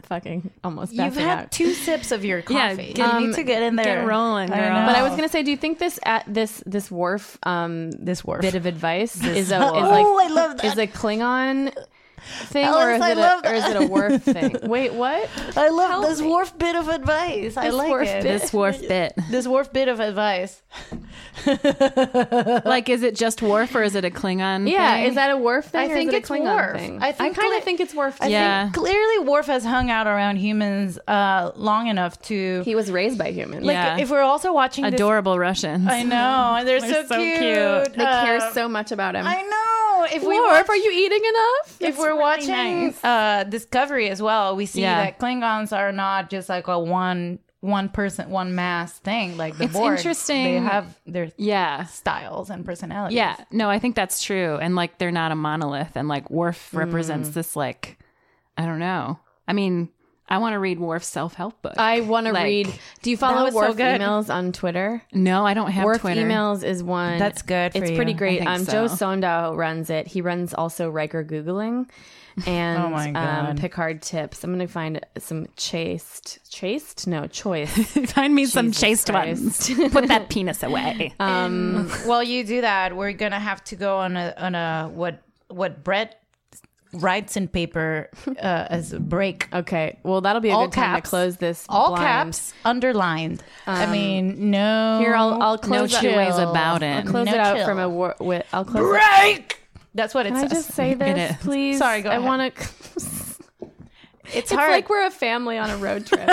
Speaker 2: fucking almost
Speaker 1: you've
Speaker 2: passing
Speaker 1: had
Speaker 2: out.
Speaker 1: two sips of your
Speaker 4: Yeah,
Speaker 1: coffee
Speaker 4: Um, get-
Speaker 1: you need to get in there
Speaker 4: rolling,
Speaker 1: I
Speaker 4: girl.
Speaker 1: know.
Speaker 2: But I was gonna say, do you think this at this this wharf um
Speaker 1: this word
Speaker 2: bit of advice is a is
Speaker 1: wharf.
Speaker 2: like
Speaker 1: Ooh, I love
Speaker 2: is a Klingon thing or
Speaker 1: Alice,
Speaker 2: is
Speaker 1: I
Speaker 2: it
Speaker 1: love
Speaker 2: a, or is it a wharf thing? Wait, what?
Speaker 1: I love this wharf bit of advice I
Speaker 2: This
Speaker 1: like
Speaker 2: wharf
Speaker 1: it
Speaker 2: bit.
Speaker 4: this wharf bit.
Speaker 1: this wharf bit of advice
Speaker 4: like, is it just wharf or is it a Klingon?
Speaker 2: Yeah,
Speaker 4: thing?
Speaker 2: is that a wharf thing?
Speaker 1: I
Speaker 2: or
Speaker 1: think
Speaker 2: is it
Speaker 1: it's
Speaker 2: a Klingon
Speaker 1: wharf.
Speaker 2: thing?
Speaker 1: I think
Speaker 2: kind
Speaker 1: Kli-
Speaker 2: of think it's wharf. Too.
Speaker 4: Yeah.
Speaker 1: Clearly, Worf has hung out around humans uh, long enough to.
Speaker 2: he was raised by humans.
Speaker 1: like,
Speaker 4: yeah.
Speaker 1: if we're also watching this-
Speaker 4: adorable Russians?
Speaker 1: I know, and they're, so,
Speaker 4: so
Speaker 1: cute.
Speaker 4: cute.
Speaker 2: they
Speaker 1: Uh,
Speaker 2: care so much about him.
Speaker 1: I know. If we
Speaker 2: Worf,
Speaker 1: watch-
Speaker 2: are you eating enough?
Speaker 1: If
Speaker 2: It's
Speaker 1: we're
Speaker 2: really
Speaker 1: watching
Speaker 2: nice.
Speaker 1: uh, Discovery as well, we see
Speaker 4: Yeah.
Speaker 1: that Klingons are not just like a one one person one mass thing. Like the
Speaker 4: It's
Speaker 1: Borg.
Speaker 4: interesting.
Speaker 1: They have their
Speaker 4: yeah.
Speaker 1: styles and personalities.
Speaker 4: Yeah, no, I think that's true. And like, they're not a monolith. And like, Worf
Speaker 2: Mm.
Speaker 4: represents this, like, I don't know. I mean, I want to read Worf's self help book.
Speaker 2: I want to
Speaker 4: Like,
Speaker 2: read. Do you
Speaker 1: that
Speaker 2: follow
Speaker 1: was so
Speaker 2: Worf
Speaker 1: good.
Speaker 2: emails on Twitter?
Speaker 4: no, I don't have
Speaker 2: Worf
Speaker 4: Twitter.
Speaker 2: emails is one
Speaker 1: That's good for
Speaker 2: it's
Speaker 1: you.
Speaker 2: pretty
Speaker 1: I
Speaker 2: great.
Speaker 4: think
Speaker 2: Um,
Speaker 4: so.
Speaker 2: Joe Sondow runs it. He runs also Riker googling and
Speaker 1: Oh my
Speaker 2: um,
Speaker 1: God.
Speaker 2: Picard tips. I'm going to find some chaste, chaste, no choice.
Speaker 4: Find me some
Speaker 2: Jesus
Speaker 4: chaste
Speaker 2: Christ. Um,
Speaker 4: ones. Put that penis away.
Speaker 1: While Um, you do that, we're gonna have to go on a on a what what Brett writes in paper uh, as a break.
Speaker 2: Okay, well that'll be a
Speaker 1: All
Speaker 2: good time to
Speaker 1: caps.
Speaker 2: close this.
Speaker 1: All
Speaker 2: blind.
Speaker 1: caps underlined. I mean, no.
Speaker 2: Um, Here, I'll, I'll
Speaker 4: no
Speaker 2: close.
Speaker 4: two
Speaker 2: it.
Speaker 4: ways
Speaker 1: chill.
Speaker 4: about
Speaker 1: I'll
Speaker 4: it.
Speaker 2: Close
Speaker 1: No
Speaker 2: it out
Speaker 1: chill.
Speaker 2: from a. Wor- wi- I'll close. It.
Speaker 1: break. That's what it
Speaker 2: Can I
Speaker 1: says.
Speaker 2: just say
Speaker 4: It
Speaker 2: this,
Speaker 4: is.
Speaker 2: please?
Speaker 1: Sorry, go
Speaker 2: I
Speaker 1: ahead.
Speaker 2: want to.
Speaker 1: It's
Speaker 2: It's
Speaker 1: hard.
Speaker 2: like we're a family on a road trip.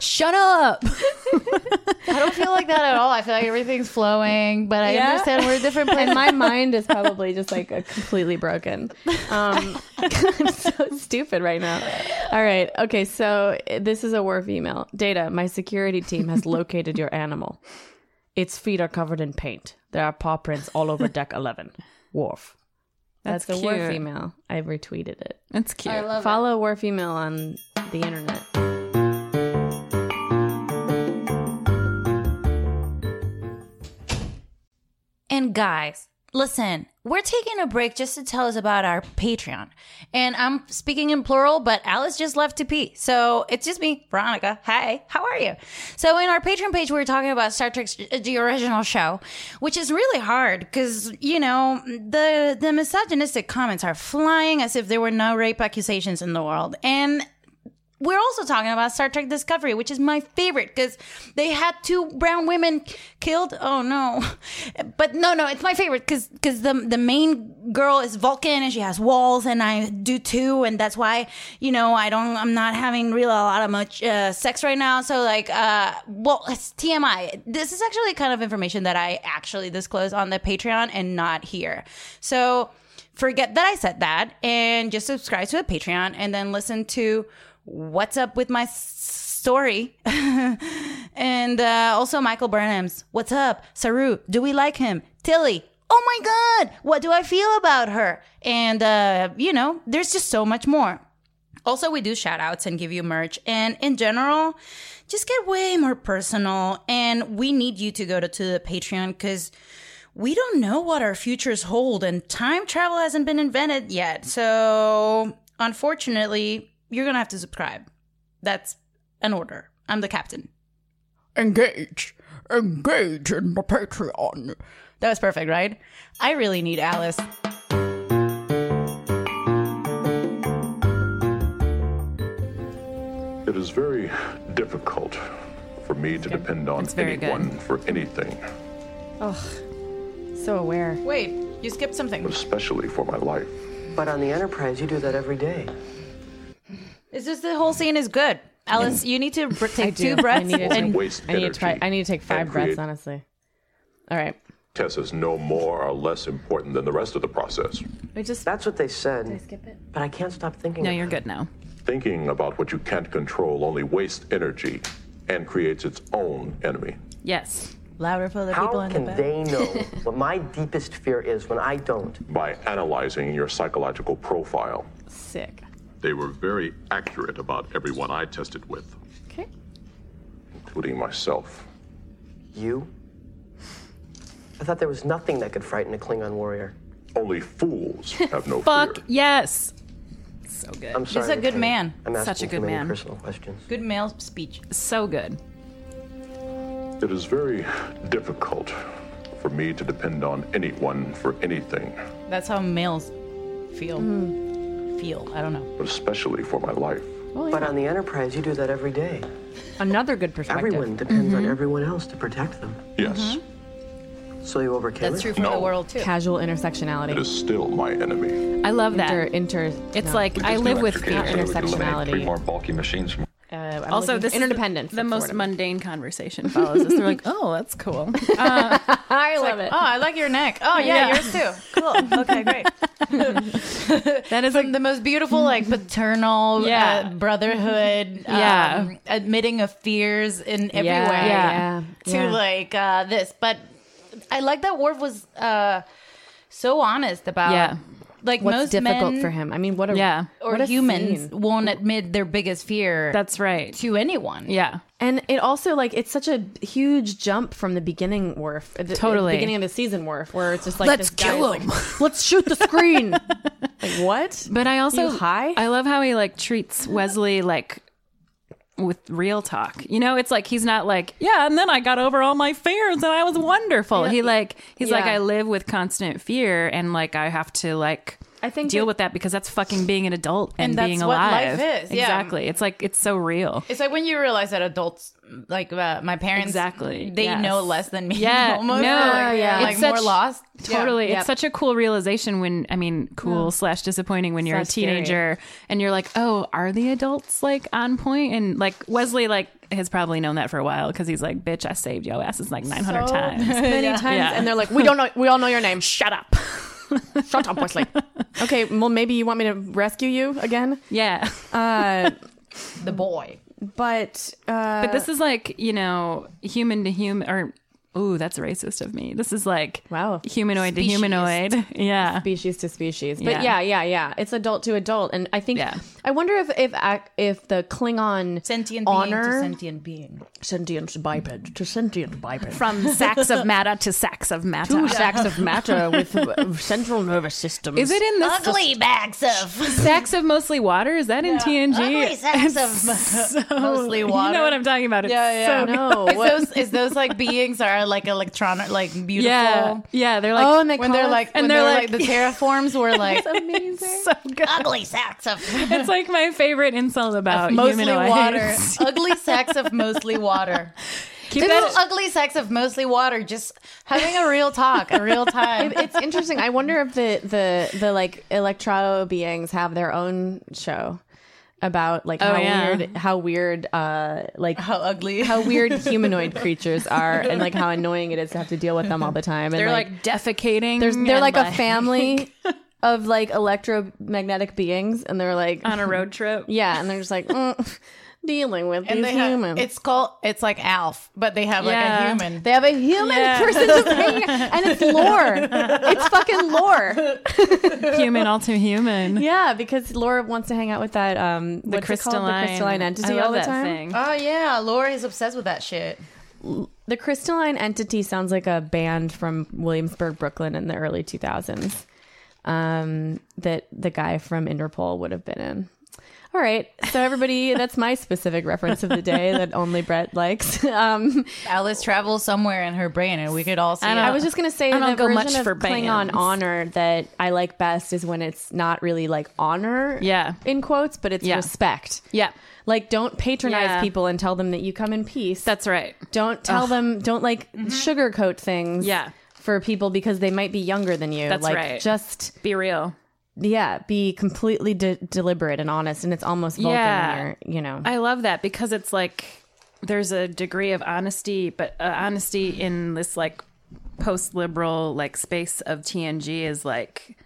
Speaker 1: Shut up.
Speaker 10: I don't feel like that at all. I feel like everything's flowing, but I
Speaker 1: Yeah?
Speaker 10: understand we're different. Places.
Speaker 2: and my mind is probably just like a completely broken. Um, I'm so stupid right now. All right. Okay. So uh, this is a Worf email. Data, my security team has located your animal. Its feet are covered in paint. There are paw prints all over deck 11. Worf. That's,
Speaker 4: That's
Speaker 2: a Worf
Speaker 4: cute.
Speaker 2: email. I've retweeted it.
Speaker 4: That's cute.
Speaker 2: Follow Worf email on the internet.
Speaker 1: And guys, listen, we're taking a break just to tell us about our Patreon. And I'm speaking in plural, but Alice just left to pee. So it's just me, Veronica. Hi, how are you? So in our Patreon page, we were talking about Star Trek's uh, the original show, which is really hard because, you know, the the misogynistic comments are flying as if there were no rape accusations in the world. And we're also talking about Star Trek Discovery, which is my favorite because they had two brown women k- killed. Oh no, but no, no, it's my favorite because the the main girl is Vulcan and she has walls, and I do too, and that's why you know I don't I'm not having real a lot of much uh, sex right now. So like, uh, well, it's TMI. This is actually the kind of information that I actually disclose on the Patreon and not here. So forget that I said that and just subscribe to the Patreon and then listen to What's Up with My S- Story. and uh, also Michael Burnham's What's Up? Saru, do we like him? Tilly, oh my God, what do I feel about her? And, uh, you know, there's just so much more. Also, we do shout outs and give you merch. And in general, just get way more personal. And we need you to go to, to the Patreon because we don't know what our futures hold, and time travel hasn't been invented yet. So, unfortunately, you're going to have to subscribe. That's an order. I'm the captain. Engage. Engage in the Patreon. That was perfect, right? I really need Alice.
Speaker 7: It is very difficult for me to depend on
Speaker 4: It's very good.
Speaker 7: anyone for anything,
Speaker 2: So aware.
Speaker 1: Wait, you skipped
Speaker 7: but
Speaker 1: something.
Speaker 7: especially for my life.
Speaker 8: But on the Enterprise, you do that every day.
Speaker 1: It's just the whole scene is good. Alice, you need to br- take
Speaker 2: do.
Speaker 1: two
Speaker 2: I
Speaker 1: breaths.
Speaker 2: need to
Speaker 1: and-
Speaker 2: take-
Speaker 7: Waste
Speaker 2: I need to try.
Speaker 7: energy
Speaker 2: I need to take five
Speaker 7: and create
Speaker 2: breaths, honestly. All right.
Speaker 7: Tests is no more or less important than the rest of the process.
Speaker 2: We just
Speaker 8: That's what they said.
Speaker 2: skip it.
Speaker 8: But I can't stop thinking.
Speaker 4: No,
Speaker 8: about
Speaker 4: you're good now.
Speaker 7: Thinking about what you can't control only wastes energy and creates its own enemy.
Speaker 4: Yes.
Speaker 1: Louder for the people
Speaker 8: How
Speaker 1: in the
Speaker 8: can
Speaker 1: back.
Speaker 8: they know what my deepest fear is when I don't?
Speaker 7: by analyzing your psychological profile.
Speaker 2: sick.
Speaker 7: They were very accurate about everyone I tested with,
Speaker 2: Okay.
Speaker 7: including myself.
Speaker 8: You? I thought there was nothing that could frighten a Klingon warrior.
Speaker 7: Only fools have no
Speaker 4: Fuck
Speaker 7: fear.
Speaker 4: yes. So good.
Speaker 8: I'm sorry.
Speaker 1: a good
Speaker 8: Lieutenant.
Speaker 1: man.
Speaker 8: I'm
Speaker 4: Such
Speaker 8: asking
Speaker 4: a good
Speaker 8: too many
Speaker 4: man.
Speaker 8: personal questions.
Speaker 1: Good male speech.
Speaker 4: So good.
Speaker 7: It is very difficult for me to depend on anyone for anything,
Speaker 1: That's how males feel. Feel. I don't know.
Speaker 7: but especially for my life.
Speaker 8: But on the Enterprise, you do that every day.
Speaker 2: Another good perspective.
Speaker 8: Everyone depends
Speaker 2: Mm-hmm.
Speaker 8: on everyone else to protect them.
Speaker 7: Yes,
Speaker 8: So you overcame
Speaker 1: That's
Speaker 8: it?
Speaker 1: true for the
Speaker 7: No.
Speaker 1: world too.
Speaker 2: Casual
Speaker 7: it
Speaker 2: intersectionality.
Speaker 7: is still my enemy.
Speaker 4: I love that.
Speaker 2: Inter, inter,
Speaker 4: it's
Speaker 2: no.
Speaker 4: like I live with fear.
Speaker 2: intersectionality.
Speaker 6: bulky machines from
Speaker 2: Uh, I'm
Speaker 4: Also,
Speaker 2: looking-
Speaker 4: this
Speaker 2: interdependence.
Speaker 4: Is the, the
Speaker 2: that's
Speaker 4: most
Speaker 2: word.
Speaker 4: mundane conversation follows us. They're like, "Oh, that's cool."
Speaker 2: I love it.
Speaker 1: Oh, I like your neck. Oh yeah, yours too. Cool. Okay, great.
Speaker 4: that is
Speaker 1: the most beautiful, like paternal,
Speaker 4: Yeah.
Speaker 1: uh, brotherhood.
Speaker 4: Yeah.
Speaker 1: um, admitting of fears in every
Speaker 2: Yeah,
Speaker 1: way.
Speaker 2: yeah,
Speaker 1: to
Speaker 2: yeah.
Speaker 1: like uh, this, but I like that Worf was uh, so honest about.
Speaker 4: Yeah.
Speaker 1: Like
Speaker 2: What's
Speaker 1: most
Speaker 2: difficult
Speaker 1: men
Speaker 2: for him? I mean, what a
Speaker 4: Yeah.
Speaker 1: or
Speaker 2: what a
Speaker 1: humans
Speaker 2: scene.
Speaker 1: won't admit their biggest fear.
Speaker 4: That's right.
Speaker 1: to anyone.
Speaker 4: Yeah.
Speaker 2: And it also like it's such a huge jump from the beginning Worf, at the, at
Speaker 4: Totally.
Speaker 2: the beginning of the season Worf, where it's just like this
Speaker 4: Let's
Speaker 2: guy
Speaker 4: kill
Speaker 2: is
Speaker 4: him.
Speaker 2: like, Let's shoot the screen. like what?
Speaker 4: But I also
Speaker 2: You high.
Speaker 4: I love how he like treats Wesley like with real talk. You know, it's like he's not like, yeah, and then I got over all my fears and I was wonderful. He like he's like
Speaker 2: Yeah.
Speaker 4: I live with constant fear and like I have to like
Speaker 2: I think
Speaker 4: deal
Speaker 2: that-
Speaker 4: with that because that's fucking being an adult and,
Speaker 1: And that's
Speaker 4: being
Speaker 1: what
Speaker 4: alive.
Speaker 1: life is, yeah.
Speaker 4: Exactly. It's like it's so real.
Speaker 1: It's like when you realize that adults, like uh, my parents,
Speaker 4: Exactly,
Speaker 1: they
Speaker 4: yes.
Speaker 1: know less than me.
Speaker 4: Yeah,
Speaker 1: almost.
Speaker 4: no,
Speaker 1: like,
Speaker 4: yeah.
Speaker 1: like
Speaker 4: It's
Speaker 1: more
Speaker 4: such-
Speaker 1: lost.
Speaker 4: Totally.
Speaker 1: Yeah.
Speaker 4: It's such a cool realization when, I mean, cool slash disappointing when you're a
Speaker 2: Slash scary.
Speaker 4: teenager and you're like, oh, are the adults like on point? And like Wesley, like, has probably known that for a while because he's like, bitch, I saved your asses like 900
Speaker 10: So
Speaker 4: times.
Speaker 10: many
Speaker 4: Yeah.
Speaker 10: times,
Speaker 4: Yeah.
Speaker 10: and they're like, "We don't know. We all know your name. Shut up. Shut up, Wesley. Okay, well, maybe you want me to rescue you again.
Speaker 4: yeah.
Speaker 10: Uh,
Speaker 1: the boy.
Speaker 10: but uh,
Speaker 4: But this is like, you know, human to human or, ooh, that's racist of me. This is like
Speaker 10: wow,
Speaker 4: humanoid to humanoid. Yeah.
Speaker 2: species to species. But
Speaker 4: Yeah.
Speaker 2: yeah. yeah, yeah, It's adult to adult, and I think
Speaker 4: Yeah.
Speaker 2: I wonder if if ac- if the Klingon
Speaker 1: Sentient being to
Speaker 2: honor
Speaker 1: sentient being.
Speaker 10: sentient biped to sentient biped
Speaker 4: From sacks of matter to sacks of matter.
Speaker 10: two sacks of matter with uh, central nervous systems.
Speaker 4: Is it in this
Speaker 1: Ugly bags of
Speaker 4: sacks of mostly water? Is that in TNG?
Speaker 1: ugly sacks of mostly water.
Speaker 4: You know what I'm talking about. It's
Speaker 1: Yeah, yeah.
Speaker 4: so-
Speaker 2: No,
Speaker 1: Is
Speaker 2: what-
Speaker 1: those, is those like beings are like electronic, like beautiful.
Speaker 4: yeah, yeah. They're like,
Speaker 2: oh, and they
Speaker 1: When they're
Speaker 2: call
Speaker 1: like,
Speaker 2: us-
Speaker 1: when
Speaker 4: they're
Speaker 1: they're like,
Speaker 4: like-
Speaker 1: the terraforms were like
Speaker 2: amazing.
Speaker 4: so good.
Speaker 1: ugly sacks of
Speaker 4: It's like my favorite insult about
Speaker 1: mostly
Speaker 4: humanoids.
Speaker 1: water. ugly sacks of mostly water.
Speaker 4: Keep
Speaker 1: Little
Speaker 4: that-
Speaker 1: ugly sacks of mostly water. Just having a real talk, a real time.
Speaker 2: it's interesting. I wonder if the the the like electro beings have their own show about like how
Speaker 4: yeah.
Speaker 2: weird how weird uh like
Speaker 1: How ugly.
Speaker 2: how weird humanoid creatures are and like how annoying it is to have to deal with them all the time. And
Speaker 4: they're like, defecating.
Speaker 2: there's they're
Speaker 4: and,
Speaker 2: like a family of like electromagnetic beings, and they're like
Speaker 4: on a road trip.
Speaker 2: yeah, and they're just like mm, dealing with
Speaker 1: And
Speaker 2: these
Speaker 1: they have-
Speaker 2: humans.
Speaker 1: it's called. It's like Alf, but they have
Speaker 4: Yeah.
Speaker 1: like a human.
Speaker 2: they have a human
Speaker 4: Yeah.
Speaker 2: person just hanging, and it's lore. It's fucking lore.
Speaker 4: human, all too human.
Speaker 2: Yeah, because Laura wants to hang out with that um
Speaker 4: The
Speaker 2: what's it called?
Speaker 4: crystalline,
Speaker 2: the crystalline entity
Speaker 4: I love
Speaker 2: all the
Speaker 4: that
Speaker 2: time.
Speaker 4: Thing.
Speaker 1: Oh yeah, Laura is obsessed with that shit.
Speaker 2: The crystalline entity sounds like a band from Williamsburg, Brooklyn, in the early two thousands. Um, that the guy from Interpol would have been in. All right, so everybody, that's my specific reference of the day that only Brett likes. Um,
Speaker 1: Alice travels somewhere in her brain, and we could all see.
Speaker 2: I
Speaker 1: it.
Speaker 2: was just gonna say
Speaker 4: I don't
Speaker 2: the
Speaker 4: go
Speaker 2: version
Speaker 4: much
Speaker 2: of
Speaker 4: for
Speaker 2: Klingon
Speaker 4: bands.
Speaker 2: honor that I like best is when it's not really like honor,
Speaker 4: Yeah.
Speaker 2: in quotes, but it's
Speaker 4: Yeah.
Speaker 2: respect.
Speaker 4: Yeah,
Speaker 2: Like, don't patronize
Speaker 4: Yeah.
Speaker 2: people and tell them that you come in peace.
Speaker 4: that's right.
Speaker 2: don't tell them. Don't like sugarcoat things.
Speaker 4: Yeah.
Speaker 2: For people because they might be younger than you.
Speaker 4: That's
Speaker 2: like,
Speaker 4: right.
Speaker 2: Just
Speaker 4: Be real.
Speaker 2: yeah, be completely de- deliberate and honest, and it's almost Vulcan.
Speaker 4: Yeah.
Speaker 2: Yeah. you know.
Speaker 4: I love that because it's like there's a degree of honesty, but uh, honesty in this like post-liberal like space of TNG is like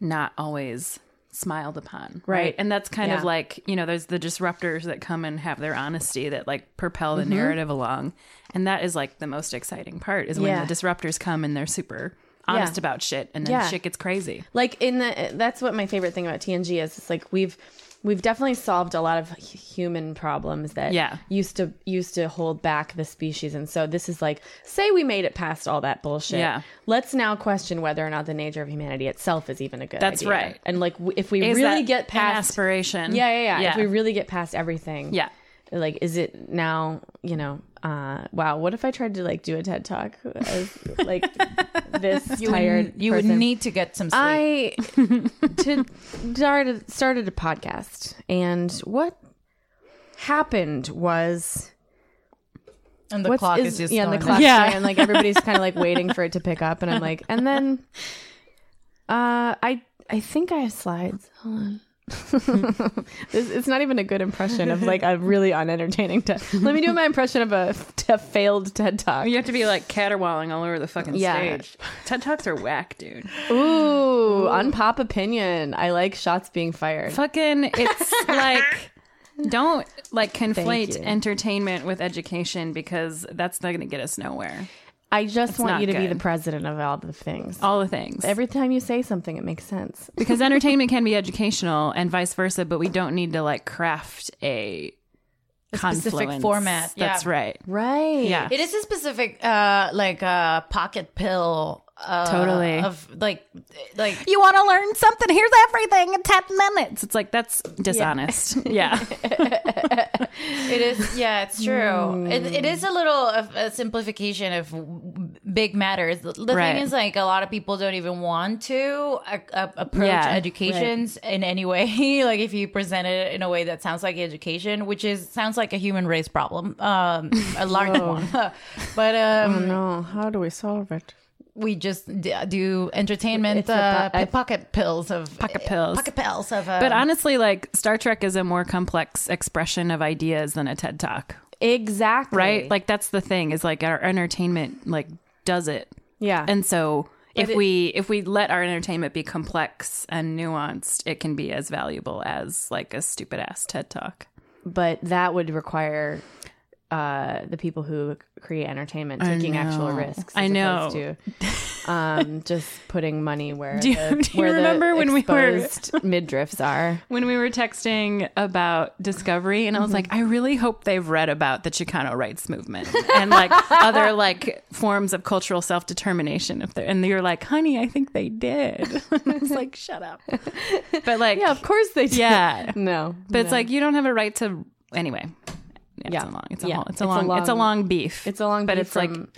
Speaker 4: not always smiled upon, right?
Speaker 2: Right.
Speaker 4: And that's kind of
Speaker 2: Yeah.
Speaker 4: like you know there's the disruptors that come and have their honesty that like propel
Speaker 2: Mm-hmm.
Speaker 4: the narrative along, and that is like the most exciting part is when
Speaker 2: Yeah.
Speaker 4: the disruptors come and they're super honest about shit, and then
Speaker 2: Yeah.
Speaker 4: shit gets crazy.
Speaker 2: like in the that's what my favorite thing about TNG is. It's like we've we've definitely solved a lot of hu- human problems that
Speaker 4: Yeah.
Speaker 2: used to used to hold back the species, and so this is like say we made it past all that bullshit.
Speaker 4: Yeah.
Speaker 2: Let's now question whether or not the nature of humanity itself is even a good.
Speaker 4: That's
Speaker 2: idea.
Speaker 4: right.
Speaker 2: And like w- if we
Speaker 4: Is
Speaker 2: really
Speaker 4: that
Speaker 2: get
Speaker 4: an
Speaker 2: past
Speaker 4: aspiration.
Speaker 2: yeah, yeah, yeah,
Speaker 4: yeah.
Speaker 2: If we really get past everything,
Speaker 4: Yeah.
Speaker 2: Like, is it now? You know, uh, wow. What if I tried to like do a TED talk? As, like this
Speaker 1: you
Speaker 2: tired.
Speaker 1: would, you would
Speaker 2: person?
Speaker 1: need to get some sleep.
Speaker 2: I to started started a podcast, and what happened was
Speaker 1: and the
Speaker 2: what's-
Speaker 1: clock is, just
Speaker 2: yeah, and the
Speaker 1: going
Speaker 2: clock
Speaker 1: down.
Speaker 4: Yeah.
Speaker 2: started, and like everybody's kind of like waiting for it to pick up, and I'm like, and then uh, I I think I have slides. Hold on. this, it's not even a good impression of like a really unentertaining TED. Let me do my impression of a, a failed TED talk.
Speaker 4: You have to be like caterwauling all over the fucking
Speaker 2: Yeah.
Speaker 4: stage. TED Talks are whack, dude.
Speaker 2: Ooh, on pop opinion. I like shots being fired.
Speaker 4: fucking it's like don't like conflate
Speaker 2: you.
Speaker 4: entertainment with education because that's not going to get us nowhere
Speaker 2: I just
Speaker 4: not
Speaker 2: want you to be
Speaker 4: good. Oh.
Speaker 2: the president of all the things.
Speaker 4: all the things
Speaker 2: Every time you say something, it makes sense.
Speaker 4: because entertainment can be educational and vice versa but we don't need to like craft a,
Speaker 1: specific
Speaker 4: confluence.
Speaker 1: format,
Speaker 4: that's
Speaker 1: yeah.
Speaker 4: right
Speaker 2: Right.
Speaker 4: yeah
Speaker 1: It is a specific, uh, like uh, pocket pill. Uh,
Speaker 4: Totally.
Speaker 1: Of like, like
Speaker 4: you want to learn something here's everything in 10 minutes it's like that's dishonest yeah
Speaker 1: it is. Yeah, it's true. It, it is a little of a simplification of big matters. The the
Speaker 4: Right.
Speaker 1: thing is, like, a lot of people don't even want to uh, uh, approach
Speaker 4: Yeah.
Speaker 1: educations in any way. like, if you present it in a way that sounds like education, which is sounds like a human race problem, um, a large
Speaker 10: Whoa.
Speaker 1: one. but um,
Speaker 10: no, Oh, how do we solve it?
Speaker 1: we just d- do entertainment
Speaker 10: a
Speaker 1: uh,
Speaker 10: po-
Speaker 1: pi- pocket pills of pocket
Speaker 4: pills.
Speaker 1: pocket pills of. Um,
Speaker 4: But honestly, like Star Trek is a more complex expression of ideas than a TED Talk,
Speaker 2: Exactly.
Speaker 4: right? Like that's the thing is like our entertainment like does it,
Speaker 2: yeah.
Speaker 4: and so if
Speaker 2: it-
Speaker 4: we if we let our entertainment be complex and nuanced, it can be as valuable as like a stupid ass TED Talk.
Speaker 2: but that would require uh, the people who create entertainment
Speaker 4: I
Speaker 2: taking actual
Speaker 4: know.
Speaker 2: risks.
Speaker 4: I
Speaker 2: as
Speaker 4: know.
Speaker 2: opposed To, um, just putting money where
Speaker 4: Do you-
Speaker 2: the,
Speaker 4: do you
Speaker 2: where the
Speaker 4: remember when we were-
Speaker 2: exposed midriffs are.
Speaker 4: When we were texting about Discovery, and I was like, I really hope they've read about the Chicano rights movement and like other like forms of cultural self determination. If they're and you're like, honey, I think they did. it's like, shut up. But like,
Speaker 2: Yeah, of course they do.
Speaker 4: yeah.
Speaker 2: No,
Speaker 4: But it's like you don't have a right to anyway. Yeah, it's a long. It's a,
Speaker 2: Yeah.
Speaker 4: long, it's a long. It's a long beef.
Speaker 2: It's a long.
Speaker 4: But
Speaker 2: beef
Speaker 4: it's like
Speaker 2: from-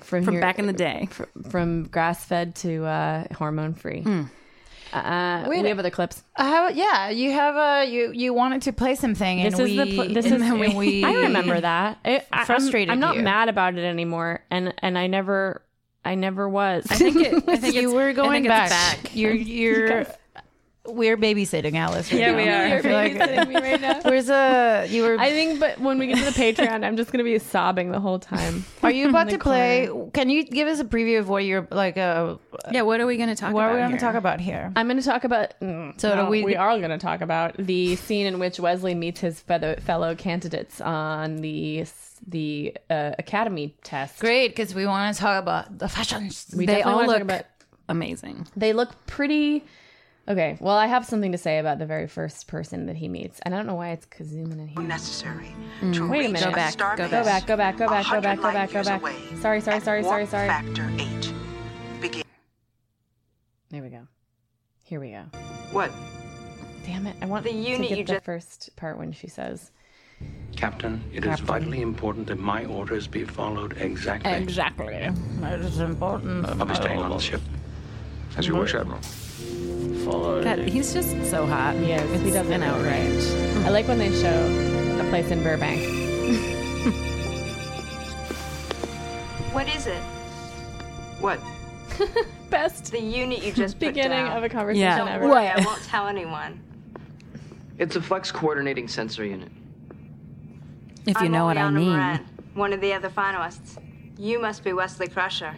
Speaker 2: from,
Speaker 4: from
Speaker 2: your-
Speaker 4: back in the day.
Speaker 2: from grass fed to uh, hormone free. Uh, we
Speaker 1: Hmm. Wait.
Speaker 2: have other clips.
Speaker 1: I have- yeah, you have a you you wanted to play something, and
Speaker 2: This
Speaker 1: we
Speaker 2: is the pl- this
Speaker 1: and
Speaker 2: is
Speaker 1: then we.
Speaker 2: I remember that. It I- I'm-
Speaker 1: frustrated
Speaker 2: I'm, not
Speaker 1: you.
Speaker 2: mad about it anymore, and and I never, I never was. I
Speaker 1: think it- I think you
Speaker 4: it's- I
Speaker 1: were going
Speaker 4: think it's
Speaker 1: back.
Speaker 4: back.
Speaker 1: You're you're we're babysitting Alice. Right
Speaker 4: Yeah,
Speaker 1: now.
Speaker 4: we are.
Speaker 1: I feel like- Where's a you were?
Speaker 2: I think, but when we get to the Patreon, I'm just gonna be sobbing the whole time.
Speaker 1: are you about to play? Can you give us a preview of what you're like? Uh,
Speaker 4: Yeah. What are we going to talk
Speaker 1: what
Speaker 4: about?
Speaker 1: are we going to
Speaker 4: here?
Speaker 1: talk about here?
Speaker 2: I'm gonna talk about. mm,
Speaker 1: So do
Speaker 2: no,
Speaker 1: we-
Speaker 2: we are gonna talk about the scene in which Wesley meets his fellow fellow candidates on the the uh, academy test.
Speaker 1: Great, because we want to talk about the fashions.
Speaker 2: We
Speaker 4: They
Speaker 2: definitely
Speaker 4: all
Speaker 2: wanna
Speaker 4: look
Speaker 2: talk about-
Speaker 4: amazing.
Speaker 2: they look pretty okay well i have something to say about the very first person that he meets and i don't know why it's kazuman in here
Speaker 11: necessary to
Speaker 2: wait a
Speaker 11: reach
Speaker 2: minute. Go
Speaker 11: the
Speaker 2: back,
Speaker 11: star
Speaker 2: go
Speaker 11: base
Speaker 2: back, go back, go back, go back, go
Speaker 11: 100
Speaker 2: back, go
Speaker 11: light years
Speaker 2: back.
Speaker 11: away
Speaker 2: Sorry, sorry,
Speaker 11: at
Speaker 2: sorry, sorry,
Speaker 11: warp
Speaker 2: sorry.
Speaker 11: Factor 8. Begin.
Speaker 2: there we go here we go
Speaker 11: What?
Speaker 2: damn it i want
Speaker 12: The
Speaker 2: to
Speaker 12: unit
Speaker 2: get
Speaker 12: you
Speaker 2: the
Speaker 12: just-
Speaker 2: first part when she says
Speaker 13: Captain, it is
Speaker 2: Captain.
Speaker 13: vitally important that my orders be followed exactly.
Speaker 1: Exactly. It is important.
Speaker 13: I'll be staying on the ship.
Speaker 3: As you wish, Admiral.
Speaker 4: That, he's just so hot.
Speaker 2: yes
Speaker 4: It's
Speaker 2: he doesn't
Speaker 4: an
Speaker 2: know
Speaker 4: outrage.
Speaker 2: right i like when they show a place in burbank
Speaker 12: What is it?
Speaker 11: What?
Speaker 2: best
Speaker 12: The unit you just put
Speaker 2: beginning
Speaker 12: down.
Speaker 2: of a conversation
Speaker 4: Yeah.
Speaker 2: ever
Speaker 12: Don't worry, I won't tell anyone.
Speaker 11: It's a flex coordinating sensor unit.
Speaker 4: If you
Speaker 12: I'm
Speaker 4: know what I
Speaker 12: Oleana
Speaker 4: mean.
Speaker 12: Moran, one of the other finalists. You must be Wesley Crusher.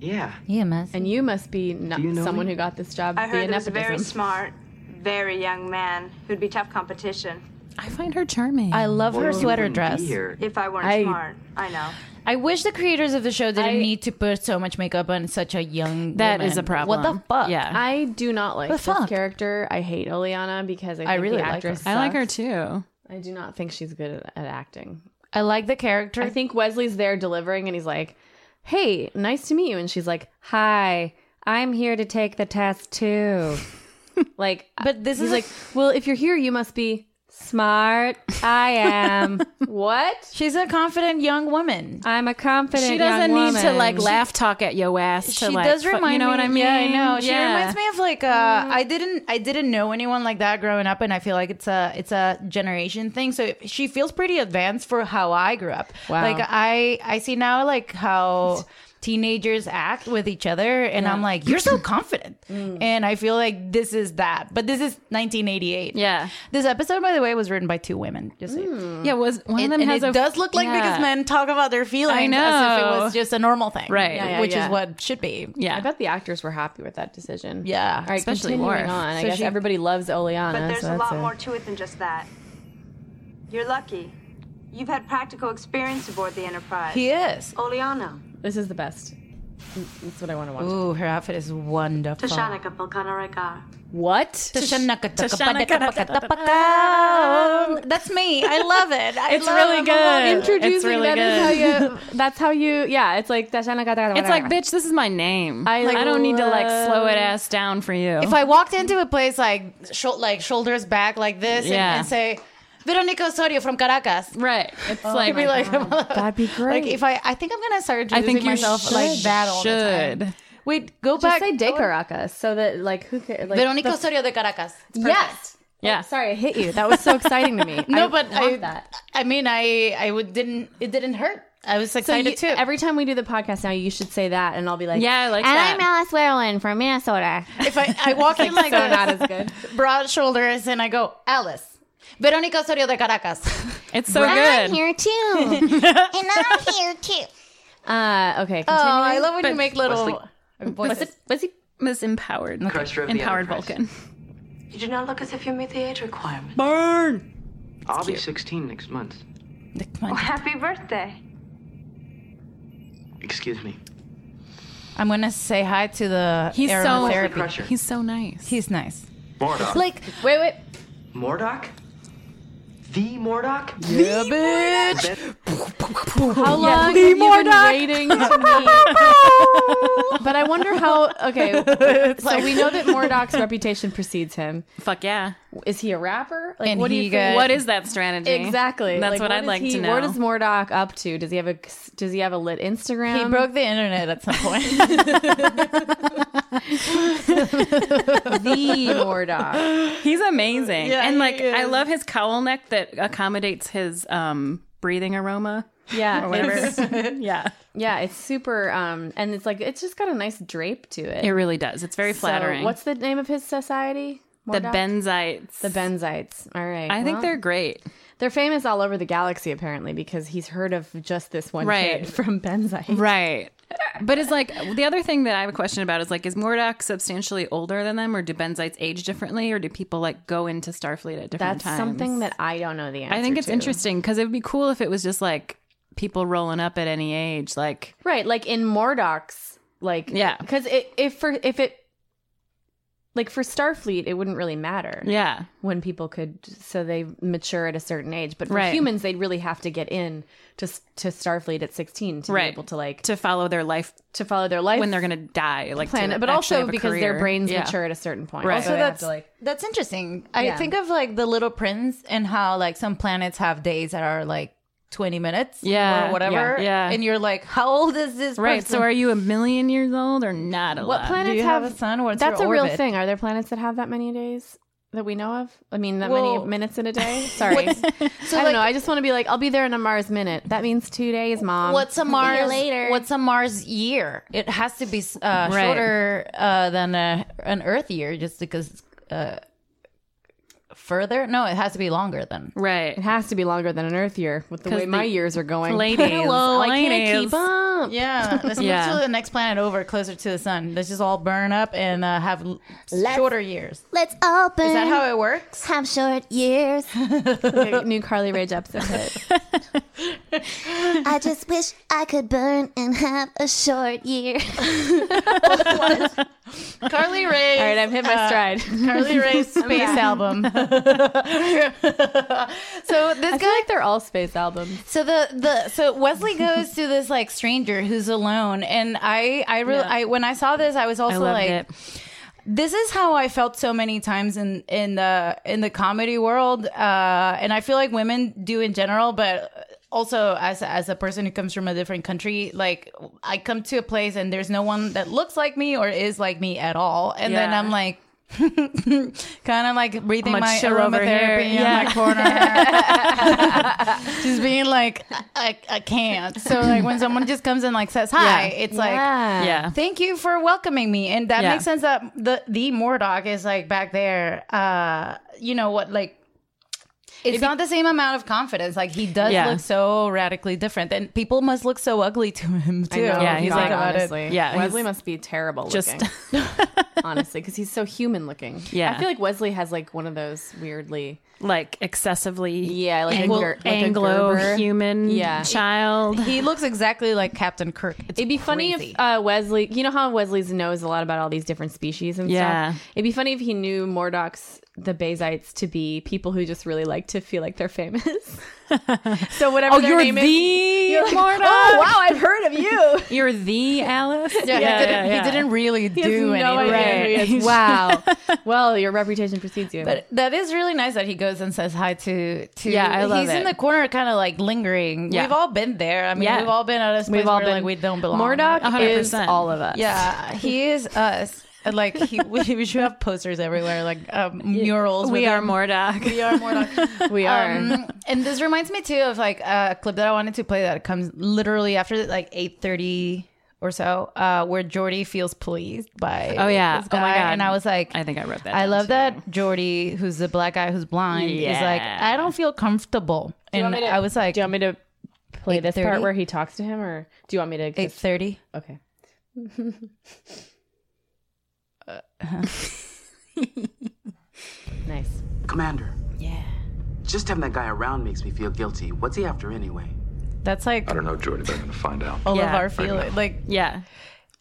Speaker 11: Yeah.
Speaker 1: Yeah, mess.
Speaker 2: and you must be not
Speaker 11: Do you know
Speaker 2: someone
Speaker 11: me?
Speaker 2: who got this job
Speaker 12: I
Speaker 2: via
Speaker 12: heard he was a very
Speaker 2: nepotism.
Speaker 12: smart, very young man who'd be tough competition.
Speaker 4: I find her charming.
Speaker 1: I love her sweater dress.
Speaker 12: If I weren't
Speaker 1: I-
Speaker 12: smart, I know.
Speaker 1: I wish the creators of the show didn't
Speaker 2: I-
Speaker 1: need to put so much makeup on such a young.
Speaker 4: That
Speaker 1: That
Speaker 4: is
Speaker 1: is
Speaker 4: a problem.
Speaker 1: What the fuck?
Speaker 4: Yeah.
Speaker 2: I do not like
Speaker 1: The
Speaker 2: this
Speaker 1: fuck?
Speaker 2: character. I hate Oleana because I, think
Speaker 1: I really
Speaker 2: the
Speaker 1: like her.
Speaker 2: actress.
Speaker 4: I like her
Speaker 2: sucks.
Speaker 4: too.
Speaker 2: I do not think she's good at, at acting.
Speaker 1: I like the character.
Speaker 2: I think Wesley's there delivering, and he's like, "Hey, nice to meet you," and she's like, "Hi, I'm here to take the test too." like,
Speaker 1: But this is
Speaker 2: he's like, "Well, if you're here, you must be smart." I am. what?
Speaker 1: she's a confident young woman.
Speaker 2: I'm a confident.
Speaker 4: She doesn't
Speaker 2: young
Speaker 4: need to
Speaker 2: woman.
Speaker 4: like laugh talk at your ass. To,
Speaker 1: she
Speaker 4: like,
Speaker 1: does
Speaker 4: fu-
Speaker 1: remind
Speaker 4: you know
Speaker 1: me,
Speaker 4: what I mean?
Speaker 1: Yeah, I know. She
Speaker 4: Yeah.
Speaker 1: reminds me of like uh, I didn't I didn't know anyone like that growing up, and I feel like it's a it's a generation thing. So she feels pretty advanced for how I grew up.
Speaker 2: Wow.
Speaker 1: Like I I see now like how. Teenagers act with each other, and I'm like, "You're so confident," and I feel like this is that. But this is 1988.
Speaker 4: Yeah.
Speaker 1: This episode, by the way, was written by two women. Just so you-
Speaker 4: Yeah, was one of
Speaker 1: and,
Speaker 4: them
Speaker 1: and
Speaker 4: has
Speaker 1: it
Speaker 4: a
Speaker 1: does look like
Speaker 4: yeah.
Speaker 1: because men talk about their feelings
Speaker 4: I
Speaker 1: as if it
Speaker 4: know.
Speaker 1: was just a normal thing,
Speaker 4: Right. Yeah,
Speaker 2: yeah,
Speaker 1: which
Speaker 2: yeah.
Speaker 1: is what should be.
Speaker 4: Yeah.
Speaker 2: I bet the actors were happy with that decision.
Speaker 1: Yeah.
Speaker 2: All right,
Speaker 4: Especially
Speaker 2: continuing
Speaker 4: Worf.
Speaker 2: on. I
Speaker 1: So
Speaker 2: guess
Speaker 1: she-
Speaker 2: everybody loves Oleana.
Speaker 12: But there's
Speaker 2: so
Speaker 12: a
Speaker 2: that's
Speaker 12: lot more to it than just that. You're lucky. You've had practical experience aboard the Enterprise.
Speaker 1: He is.
Speaker 2: Oh.
Speaker 12: Oleana.
Speaker 2: This is the best. That's what I want to watch.
Speaker 1: Ooh, her outfit is wonderful.
Speaker 12: Tashanaka Vulcanarekar.
Speaker 2: What?
Speaker 1: That's me. I love it. I
Speaker 4: It's
Speaker 1: love-
Speaker 4: really
Speaker 1: I'm all
Speaker 4: good.
Speaker 2: Introducing
Speaker 4: It's really
Speaker 2: that is
Speaker 4: good.
Speaker 2: how you. That's how you. Yeah, it's like Tashanaka.
Speaker 4: It's like, bitch, this is my name. I,
Speaker 2: Like,
Speaker 4: I don't need to like
Speaker 2: love-
Speaker 4: slow it ass down for you.
Speaker 1: If I walked into a place like sho- like shoulders back like this and-
Speaker 4: Yeah.
Speaker 1: and, say Veronica Osorio from Caracas.
Speaker 2: Right. It's
Speaker 1: Oh
Speaker 2: like,
Speaker 1: my
Speaker 2: that'd be great.
Speaker 1: Like if I, I think I'm gonna start
Speaker 2: I
Speaker 1: introducing
Speaker 2: think you
Speaker 1: myself
Speaker 2: should.
Speaker 1: like that all the time.
Speaker 2: Should.
Speaker 1: Wait, go
Speaker 2: Just
Speaker 1: back.
Speaker 2: say de Caracas so that like who could like
Speaker 1: Veronica
Speaker 2: the-
Speaker 1: Osorio de Caracas. It's
Speaker 2: Yes. Yeah. sorry, I hit you. That was so exciting to me.
Speaker 1: no,
Speaker 2: I
Speaker 1: but
Speaker 2: love
Speaker 1: I,
Speaker 2: that.
Speaker 1: I mean, I, I would didn't. It didn't hurt. I was excited
Speaker 2: so you,
Speaker 1: too.
Speaker 2: Every time we do the podcast now, you should say that, and I'll be like,
Speaker 1: Yeah, I like
Speaker 2: and
Speaker 1: that."
Speaker 2: I'm Alice Werlin from Minnesota.
Speaker 1: If I, I walk in like
Speaker 2: so
Speaker 1: this,
Speaker 2: not as good.
Speaker 1: broad shoulders, and I go Alice, Veronica Osorio de Caracas.
Speaker 2: It's
Speaker 1: so good.
Speaker 2: I'm here too, and I'm here too. Uh, okay. Continuing.
Speaker 1: Oh, I love when you make little
Speaker 4: Was it?
Speaker 1: voices.
Speaker 4: Was he misempowered?
Speaker 11: Christ revere the
Speaker 4: Empowered
Speaker 11: Christ.
Speaker 4: Vulcan.
Speaker 14: You do not look as if you meet the age requirement.
Speaker 4: Burn.
Speaker 11: I'll be 16 next month.
Speaker 12: Oh, happy birthday.
Speaker 11: Excuse me.
Speaker 1: I'm gonna say hi to the
Speaker 11: He's so-
Speaker 1: aromatherapy.
Speaker 11: Crusher.
Speaker 1: He's so nice. He's nice.
Speaker 11: Mordok.
Speaker 1: Like wait, wait.
Speaker 11: Mordok? The Mordok?
Speaker 1: Yeah,
Speaker 11: bitch.
Speaker 2: How long have
Speaker 11: Lee
Speaker 2: you
Speaker 11: Mordaunt.
Speaker 2: been waiting to meet? but I wonder how. Okay, so
Speaker 10: like-
Speaker 2: we know that Mordok's reputation precedes him.
Speaker 4: Fuck yeah!
Speaker 2: Is he a rapper? Like,
Speaker 4: And
Speaker 2: what do
Speaker 4: he
Speaker 2: you think?
Speaker 4: got- What is that strategy?
Speaker 2: Exactly.
Speaker 4: That's what I'd
Speaker 2: is
Speaker 4: like to
Speaker 2: he-
Speaker 4: know.
Speaker 2: What is Mordok up to? Does he have a Does he have a lit Instagram?
Speaker 1: He broke the internet at some point.
Speaker 2: the Mordok.
Speaker 4: He's amazing.
Speaker 2: Yeah,
Speaker 4: and like
Speaker 2: he is.
Speaker 4: I love his cowl neck that accommodates his um breathing aroma.
Speaker 2: Yeah,
Speaker 4: Or whatever.
Speaker 2: it's-
Speaker 4: yeah.
Speaker 2: Yeah, it's super um and it's like it's just got a nice drape to it.
Speaker 4: It really does. It's very
Speaker 2: So,
Speaker 4: flattering.
Speaker 2: what's the name of his society?
Speaker 4: The
Speaker 2: Mordock?
Speaker 4: Benzites.
Speaker 2: The Benzites. All right.
Speaker 4: I think
Speaker 2: well,
Speaker 4: they're great.
Speaker 2: they're famous all over the galaxy apparently because he's heard of just this one
Speaker 4: Right.
Speaker 2: kid from Benzite.
Speaker 4: Right. But it's like the other thing that I have a question about is like, is Mordok substantially older than them, or do Benzites age differently, or do people like go into Starfleet at different
Speaker 2: That's
Speaker 4: times?
Speaker 2: something that I don't know the answer.
Speaker 4: I think it's
Speaker 2: to.
Speaker 4: interesting because it would be cool if it was just like people rolling up at any age, like
Speaker 2: Right, like in Mordok's, like
Speaker 4: Yeah.
Speaker 2: because if for if it like for Starfleet, it wouldn't really matter.
Speaker 4: Yeah.
Speaker 2: when people could, so they mature at a certain age. But for
Speaker 4: Right.
Speaker 2: humans, they'd really have to get in to s- to Starfleet at sixteen to be able to like
Speaker 4: to follow their life
Speaker 2: to follow their life
Speaker 4: when they're gonna die, like to
Speaker 2: plan it, but
Speaker 4: actually
Speaker 2: also
Speaker 4: have a
Speaker 2: because
Speaker 4: career.
Speaker 2: their brains
Speaker 4: Yeah.
Speaker 2: mature at a certain point.
Speaker 4: Right.
Speaker 2: so
Speaker 1: Also,
Speaker 2: they have
Speaker 1: that's
Speaker 2: to like
Speaker 1: that's interesting. I
Speaker 2: Yeah.
Speaker 1: think of like the Little Prince and how like some planets have days that are like twenty minutes,
Speaker 4: Yeah.
Speaker 1: or whatever.
Speaker 4: Yeah. Yeah.
Speaker 1: and you're like, how old is this?
Speaker 4: right.
Speaker 1: Person?
Speaker 4: So are you a million years old or not? A
Speaker 1: What planet-
Speaker 4: lot?
Speaker 2: planets
Speaker 1: Do you
Speaker 2: have,
Speaker 1: have a sun? What's
Speaker 2: that's
Speaker 1: your
Speaker 2: a real
Speaker 1: orbit?
Speaker 2: thing. Are there planets that have that many days that we know of? I mean, that
Speaker 1: Well-
Speaker 2: many minutes in a day. Sorry, so I don't know. I just want to be like, I'll be there in a Mars minute. That means two days, mom.
Speaker 1: What's a
Speaker 2: I'll be here
Speaker 1: Mars? What's a Mars year? It has to be uh,
Speaker 2: Right.
Speaker 1: shorter uh, than a, an Earth year, just because uh, further. No, it has to be longer than.
Speaker 4: Right. It
Speaker 2: has to be longer than an Earth year with the
Speaker 1: 'Cause
Speaker 2: way my
Speaker 1: the-
Speaker 2: years are going.
Speaker 1: Ladies,
Speaker 2: Hello, I can't
Speaker 1: ladies.
Speaker 2: keep up.
Speaker 1: Yeah, let's
Speaker 2: Yeah.
Speaker 1: move to the next planet over, closer to the sun. Let's just all burn up and uh, have l- shorter years.
Speaker 2: Let's open.
Speaker 1: Is that how it works?
Speaker 2: Have short years. New Carly Rae Jepsen hit.
Speaker 15: I just wish I could burn and have a short year.
Speaker 1: Carly Rae.
Speaker 2: All right, I've hit my stride.
Speaker 1: Carly Rae's
Speaker 2: I'm
Speaker 1: space
Speaker 2: back.
Speaker 1: album. so this
Speaker 2: I
Speaker 1: guy,
Speaker 2: feel like they're all space albums.
Speaker 1: so the the so Wesley goes to this like stranger who's alone, and I I really
Speaker 2: Yeah.
Speaker 1: I when I saw this I was also
Speaker 4: loved
Speaker 1: like.
Speaker 4: it.
Speaker 1: This is how I felt so many times in in the in the comedy world, uh, and I feel like women do in general, but also as as a person who comes from a different country, like I come to a place and there's no one that looks like me or is like me at all, and then
Speaker 4: Yeah.
Speaker 1: I'm like. kind of like breathing
Speaker 4: Much
Speaker 1: my
Speaker 4: chill over
Speaker 1: aromatherapy in
Speaker 4: here. Yeah.
Speaker 1: my corner, just being like, I, I, I can't. So like when someone just comes and like says hi,
Speaker 4: Yeah.
Speaker 1: it's like,
Speaker 4: Yeah. Yeah.
Speaker 2: uh,
Speaker 1: thank you for welcoming me, and that
Speaker 4: Yeah.
Speaker 1: makes sense. That the the Mordok is like back there. Uh, you know what, like. It's not the same amount of confidence. Like he does
Speaker 4: Yeah.
Speaker 1: look so radically different, and people must look so ugly to him too.
Speaker 2: yeah, he's like
Speaker 1: about it.
Speaker 2: honestly.
Speaker 4: Yeah,
Speaker 2: Wesley
Speaker 4: he's
Speaker 2: must be terrible
Speaker 4: just-
Speaker 2: looking. honestly, because he's so human looking.
Speaker 4: Yeah.
Speaker 2: I feel like Wesley has like one of those weirdly
Speaker 4: like excessively
Speaker 2: yeah like
Speaker 4: Anglo-
Speaker 2: a, ger- like a
Speaker 4: Anglo
Speaker 2: Gerber.
Speaker 4: human
Speaker 2: Yeah.
Speaker 4: child.
Speaker 1: He looks exactly like Captain Kirk. It's
Speaker 2: It'd be funny
Speaker 1: crazy.
Speaker 2: if uh, Wesley, you know how Wesley's knows a lot about all these different species and
Speaker 4: Yeah.
Speaker 2: stuff. It'd be funny if he knew Mordok's the Bayesites to be people who just really like to feel like they're famous.
Speaker 1: So whatever.
Speaker 4: Oh,
Speaker 1: their
Speaker 4: you're
Speaker 1: name is-
Speaker 4: the
Speaker 1: You're like,
Speaker 4: Mordok?
Speaker 1: Oh wow, I've heard of you.
Speaker 4: You're the Alice.
Speaker 2: Yeah, he didn't- he didn't
Speaker 1: really
Speaker 2: has
Speaker 1: do
Speaker 2: no
Speaker 1: anything.
Speaker 2: idea who he is. Wow. well, your reputation precedes you.
Speaker 1: But that is really nice that he goes and says hi to to.
Speaker 2: Yeah, I love
Speaker 1: He's in
Speaker 2: it.
Speaker 1: the corner, kind of like lingering.
Speaker 2: Yeah.
Speaker 1: We've all been there. I mean,
Speaker 2: Yeah.
Speaker 1: we've all been at a place
Speaker 2: We've all
Speaker 1: where like
Speaker 2: been-
Speaker 1: we don't belong.
Speaker 2: Mordok 100%. is all of us.
Speaker 1: Yeah, he is us. And, like he, we, we should have posters everywhere, like um, murals.
Speaker 4: We
Speaker 1: with
Speaker 4: are
Speaker 1: him.
Speaker 4: Mordock.
Speaker 1: We are Mordock.
Speaker 2: we are.
Speaker 1: and this reminds me too of like a clip that I wanted to play that comes literally after like eight thirty or so, uh, where Jordy feels pleased by
Speaker 4: Oh, yeah.
Speaker 1: this
Speaker 4: Oh, my
Speaker 1: guy.
Speaker 4: God.
Speaker 1: and I was like,
Speaker 4: I think I wrote that.
Speaker 1: I
Speaker 4: down,
Speaker 1: love
Speaker 4: too.
Speaker 1: that Jordy, who's the black guy who's blind, is like,
Speaker 2: Yeah.
Speaker 1: I don't feel comfortable.
Speaker 2: Do you
Speaker 1: And
Speaker 2: want me to-
Speaker 1: I was like, Do you want
Speaker 2: me to play this
Speaker 1: 8:30?
Speaker 2: part where he talks to him, or do you want me to?
Speaker 1: eight thirty?
Speaker 2: Okay.
Speaker 16: Nice. Commander. Yeah. Just having that guy around makes me feel guilty. What's he after anyway?
Speaker 1: That's like
Speaker 13: I don't know, Jordy, but I'm going to find out.
Speaker 1: all of our feelings. Like,
Speaker 4: yeah.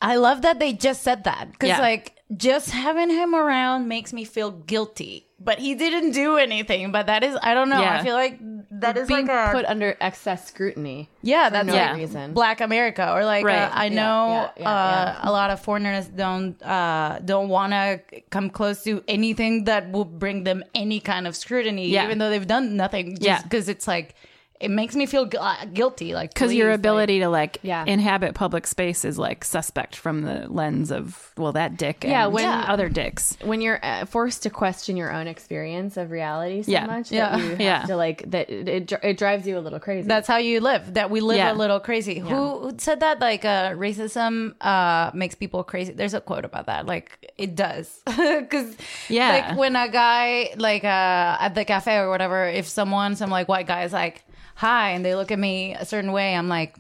Speaker 1: I love that they just said that because,
Speaker 13: Yeah.
Speaker 1: like, just having him around makes me feel guilty. But he didn't do anything. But that is, I don't know. I feel like that is
Speaker 2: being
Speaker 1: like a-
Speaker 2: put under excess scrutiny.
Speaker 1: Yeah,
Speaker 2: for
Speaker 1: that's
Speaker 2: no
Speaker 1: like
Speaker 2: reason.
Speaker 1: Black America, or like uh,
Speaker 2: Right.
Speaker 1: I
Speaker 2: Yeah,
Speaker 1: know
Speaker 2: yeah, yeah,
Speaker 1: uh, a lot of foreigners don't uh, don't want to come close to anything that will bring them any kind of scrutiny,
Speaker 4: Yeah.
Speaker 1: even though they've done nothing. Just
Speaker 4: Yeah.
Speaker 1: because it's like it makes me feel gu- uh, guilty, like
Speaker 4: because your
Speaker 1: please,
Speaker 4: ability to like
Speaker 1: Yeah.
Speaker 4: inhabit public space is like suspect from the lens of well that dick
Speaker 2: Yeah,
Speaker 4: and
Speaker 2: when-
Speaker 4: other dicks
Speaker 2: when you're uh, forced to question your own experience of reality so
Speaker 4: Yeah.
Speaker 2: much
Speaker 4: Yeah.
Speaker 2: that you have
Speaker 4: Yeah.
Speaker 2: to like that it, it, dri- it drives you a little crazy.
Speaker 1: That's how you live. That we live a
Speaker 2: Yeah.
Speaker 1: little crazy. Who said that? Like uh, racism uh, makes people crazy. There's a quote about that. Like it does, because
Speaker 4: Yeah.
Speaker 1: like when a guy like uh, at the cafe or whatever, if someone, some like white guy is like hi, and they look at me a certain way, I'm like,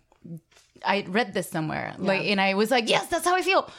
Speaker 1: I read this somewhere, like, and I was like, yes, that's how I feel.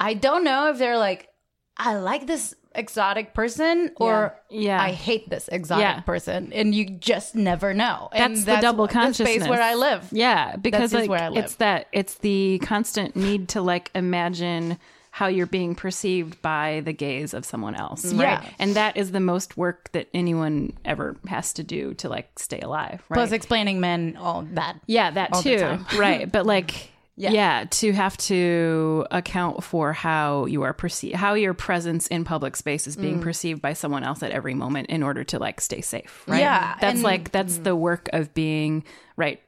Speaker 1: I don't know if they're like, I like this exotic person or
Speaker 4: Yeah. Yeah.
Speaker 1: I hate this exotic
Speaker 4: Yeah.
Speaker 1: person and you just never know. And
Speaker 4: that's, the double consciousness
Speaker 1: space where I live.
Speaker 4: yeah
Speaker 1: That's
Speaker 4: because
Speaker 1: just
Speaker 4: like
Speaker 1: where I live.
Speaker 4: it's that it's the constant need to like imagine how you're being perceived by the gaze of someone else right
Speaker 1: Yeah.
Speaker 4: and that is the most work that anyone ever has to do to like stay alive right
Speaker 1: Plus explaining men all that.
Speaker 4: Yeah, that
Speaker 1: all the
Speaker 4: too.
Speaker 1: time.
Speaker 4: right. But like
Speaker 1: Yeah.
Speaker 4: yeah. to have to account for how you are perceived how your presence in public space is being
Speaker 1: Mm.
Speaker 4: perceived by someone else at every moment in order to like stay safe, right?
Speaker 1: Yeah,
Speaker 4: That's
Speaker 1: and- mm.
Speaker 4: like that's the work of being right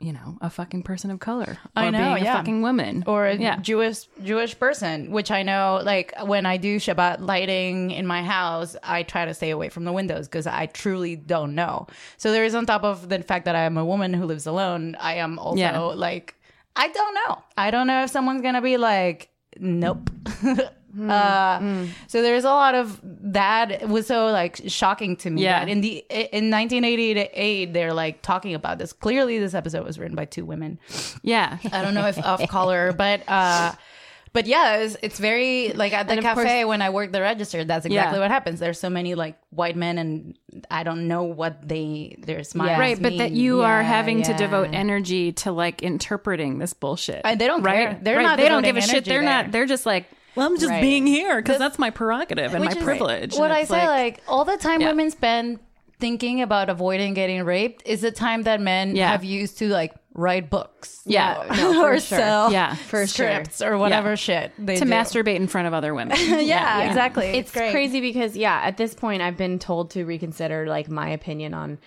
Speaker 4: you know, a fucking person of color. Or
Speaker 1: I know,
Speaker 4: being
Speaker 1: yeah.
Speaker 4: a fucking woman.
Speaker 1: or a
Speaker 4: yeah.
Speaker 1: Jewish Jewish person, which I know like when I do Shabbat lighting in my house, I try to stay away from the windows because I truly don't know. So there is on top of the fact that I am a woman who lives alone, I am also
Speaker 4: Yeah.
Speaker 1: like I don't know. I don't know if someone's gonna be like, nope.
Speaker 4: Hmm,
Speaker 1: uh, So there's a lot of that It was so like shocking to me.
Speaker 4: Yeah.
Speaker 1: that in the in 1988, they're like talking about this. Clearly, this episode was written by two women.
Speaker 4: Yeah.
Speaker 1: I don't know if off color, but uh but yeah, it's, it's very like at the
Speaker 4: And of
Speaker 1: cafe
Speaker 4: course-
Speaker 1: when I work the register. That's exactly
Speaker 4: Yeah.
Speaker 1: what happens. There's so many like white men, and I don't know what they their smiles.
Speaker 4: Right, but that
Speaker 1: mean.
Speaker 4: you are having to devote energy to like interpreting this bullshit.
Speaker 1: And they don't
Speaker 4: right?
Speaker 1: care. They're
Speaker 4: Right,
Speaker 1: not
Speaker 4: They don't give
Speaker 1: devoting
Speaker 4: a shit.
Speaker 1: energy
Speaker 4: They're
Speaker 1: there.
Speaker 4: not. They're just like. Well, I'm just
Speaker 1: Right.
Speaker 4: being here because that's my prerogative and
Speaker 1: Which
Speaker 4: my
Speaker 1: is
Speaker 4: privilege.
Speaker 1: What
Speaker 4: And
Speaker 1: I
Speaker 4: it's
Speaker 1: say, like, all the time women spend thinking about avoiding getting raped is the time that men
Speaker 4: Yeah.
Speaker 1: have used to like write books,
Speaker 4: Yeah.
Speaker 1: or,
Speaker 4: No, for
Speaker 1: or
Speaker 4: sure.
Speaker 1: sell
Speaker 4: Yeah, for sure.
Speaker 1: scripts or whatever
Speaker 4: Yeah.
Speaker 1: shit they
Speaker 4: to
Speaker 1: do.
Speaker 4: masturbate in front of other women.
Speaker 1: Yeah, exactly.
Speaker 2: It's
Speaker 1: great.
Speaker 2: crazy because yeah, at this point I've been told to reconsider like my opinion on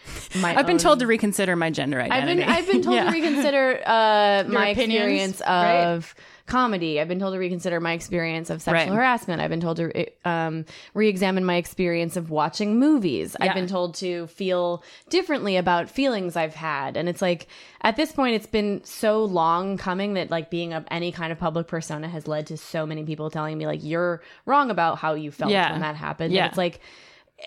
Speaker 2: my.
Speaker 4: I've been
Speaker 2: own-
Speaker 4: told to reconsider my gender
Speaker 2: I've
Speaker 4: identity.
Speaker 2: been I've been told
Speaker 4: Yeah.
Speaker 2: to reconsider uh,
Speaker 4: Your
Speaker 2: my
Speaker 4: opinions,
Speaker 2: experience
Speaker 4: right?
Speaker 2: of comedy. I've been told to reconsider my experience of sexual
Speaker 4: Right.
Speaker 2: harassment. I've been told to uh, um, re-examine my experience of watching movies.
Speaker 4: Yeah.
Speaker 2: I've been told to feel differently about feelings I've had, and it's like at this point it's been so long coming that like being of any kind of public persona has led to so many people telling me like you're wrong about how you felt
Speaker 4: Yeah.
Speaker 2: when that happened.
Speaker 4: Yeah.
Speaker 2: And it's like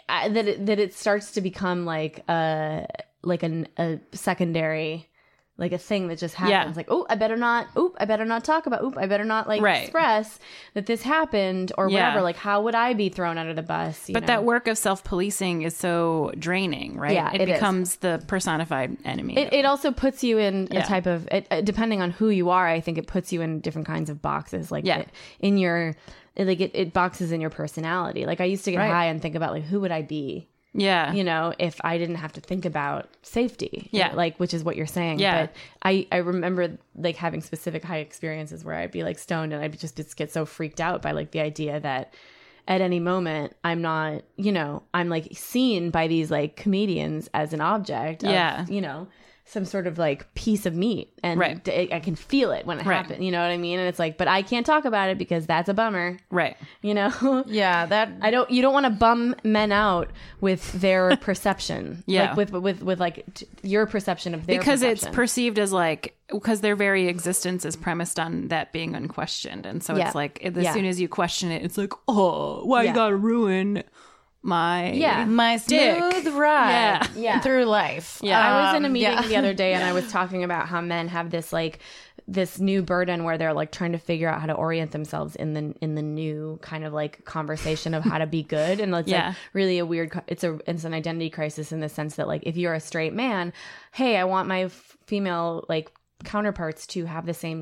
Speaker 2: I, that it, that it starts to become like uh, a like an, a secondary like a thing that just happens
Speaker 4: Yeah.
Speaker 2: like oh i better not oop i better not talk about oop i better not like
Speaker 4: Right.
Speaker 2: express that this happened or
Speaker 4: Yeah.
Speaker 2: whatever like how would i be thrown under the bus you
Speaker 4: but
Speaker 2: know?
Speaker 4: that work of self policing is so draining, right?
Speaker 2: Yeah,
Speaker 4: it,
Speaker 2: it is.
Speaker 4: becomes the personified enemy.
Speaker 2: it, it also puts you in
Speaker 4: Yeah.
Speaker 2: a type of it, uh, depending on who you are i think it puts you in different kinds of boxes like
Speaker 4: Yeah.
Speaker 2: it- in your like it, it boxes in your personality like i used to get
Speaker 4: Right.
Speaker 2: high and think about like who would i be
Speaker 4: Yeah.
Speaker 2: You know, if I didn't have to think about safety.
Speaker 4: Yeah.
Speaker 2: Like, which is what you're saying.
Speaker 4: Yeah.
Speaker 2: But I, I remember like having specific high experiences where I'd be like stoned and I'd just, just get so freaked out by like the idea that at any moment I'm not, you know, I'm like seen by these like comedians as an object. of,
Speaker 4: Yeah.
Speaker 2: you know, some sort of like piece of meat. And
Speaker 4: Right.
Speaker 2: d- I can feel it when it
Speaker 4: Right.
Speaker 2: happens. You know what I mean? And it's like, but I can't talk about it because that's a bummer.
Speaker 4: Right.
Speaker 2: You know?
Speaker 1: Yeah. That
Speaker 2: I don't, you don't want to bum men out with their perception.
Speaker 4: Yeah.
Speaker 2: Like with, with, with like t- your perception of their
Speaker 4: because it's
Speaker 2: perception.
Speaker 4: perceived as like because their very existence is premised on that being unquestioned and so
Speaker 2: Yeah.
Speaker 4: it's like as
Speaker 2: Yeah.
Speaker 4: soon as you question it it's like oh why
Speaker 2: Yeah.
Speaker 4: you gotta ruin my
Speaker 2: Yeah.
Speaker 1: my
Speaker 4: dick
Speaker 1: smooth ride
Speaker 4: yeah
Speaker 2: Yeah.
Speaker 1: through life.
Speaker 2: Yeah. I was in a
Speaker 1: Um,
Speaker 2: meeting
Speaker 1: yeah.
Speaker 2: the other day and I was talking about how men have this like this new burden where they're like trying to figure out how to orient themselves in the in the new kind of like conversation of how to be good and it's
Speaker 4: Yeah.
Speaker 2: like really a weird co- it's a it's an identity crisis in the sense that like if you're a straight man, hey, I want my f- female like counterparts to have the same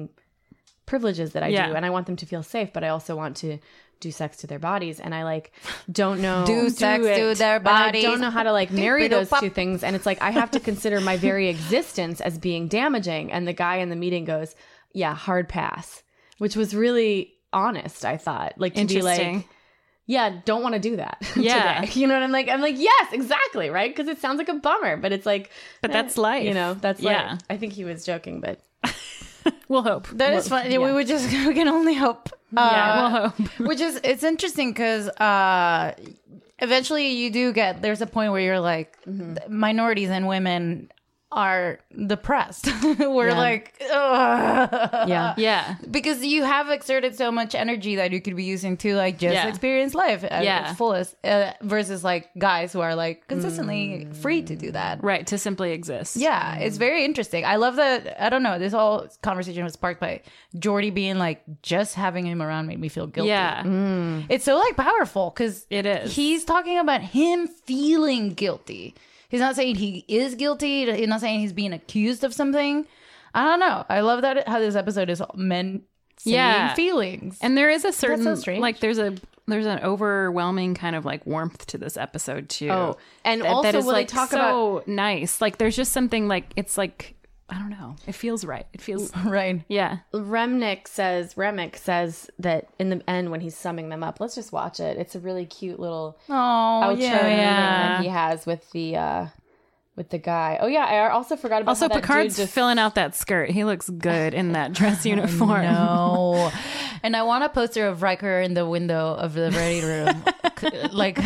Speaker 2: privileges that I
Speaker 4: Yeah.
Speaker 2: do and I want them to feel safe, but I also want to do sex to their bodies and I like don't know
Speaker 1: Do sex
Speaker 2: it.
Speaker 1: to their
Speaker 2: And I
Speaker 1: bodies.
Speaker 2: don't know how to like marry
Speaker 1: Doop-a-doop-up.
Speaker 2: those two things and it's like i have to consider my very existence as being damaging and the guy in the meeting goes yeah hard pass which was really honest i thought like to be like
Speaker 4: Interesting.
Speaker 2: yeah don't want to do that
Speaker 4: Yeah.
Speaker 2: today. you know what i'm like i'm like yes exactly right because it sounds like a bummer but it's like
Speaker 4: But
Speaker 2: eh,
Speaker 4: that's life.
Speaker 2: you know that's
Speaker 4: Yeah.
Speaker 2: life. i think he was joking but
Speaker 4: we'll hope
Speaker 1: That is fun. We would just we can only hope.
Speaker 4: Yeah,
Speaker 1: we'll hope. which is it's interesting because uh, eventually you do get there's a point where you're like
Speaker 4: Mm-hmm.
Speaker 1: th- minorities and women are depressed. We're
Speaker 4: Yeah.
Speaker 1: like, Ugh.
Speaker 4: Yeah. Yeah.
Speaker 1: because you have exerted so much energy that you could be using to like just
Speaker 4: Yeah.
Speaker 1: experience life at
Speaker 4: Yeah.
Speaker 1: its fullest, uh, versus like guys who are like consistently
Speaker 4: Mm.
Speaker 1: free to do that.
Speaker 4: right to simply exist
Speaker 1: Yeah,
Speaker 4: Mm.
Speaker 1: it's very interesting. I love that. I don't know. This whole conversation was sparked by Jordy being like, just having him around made me feel guilty.
Speaker 4: yeah
Speaker 2: Mm-hmm.
Speaker 1: It's so like powerful because it is. He's talking about him feeling guilty. He's not saying he is guilty. He's not saying he's being accused of something. I don't know. I love that how this episode is all men saying
Speaker 4: Yeah.
Speaker 1: feelings.
Speaker 4: and there is a certain
Speaker 1: so strange.
Speaker 4: like there's a there's an overwhelming kind of like warmth to this episode too
Speaker 2: Oh, and
Speaker 4: that- that
Speaker 2: also
Speaker 4: is
Speaker 2: when they
Speaker 4: like
Speaker 2: talk
Speaker 4: so nice like there's just something like it's like i don't know it feels right it feels
Speaker 1: right
Speaker 4: yeah
Speaker 2: Remnick says Remick says that in the end when he's summing them up. Let's just watch it. It's a really cute little
Speaker 1: Oh,
Speaker 2: outro
Speaker 4: yeah.
Speaker 2: meeting
Speaker 4: Yeah.
Speaker 2: that he has with the uh with the guy. Oh yeah, I also forgot about
Speaker 4: Also,
Speaker 2: how that
Speaker 4: Picard's
Speaker 2: dude just
Speaker 4: filling out that skirt. He looks good in that dress uniform.
Speaker 1: No. and I want a poster of Riker in the window of the ready room, c- like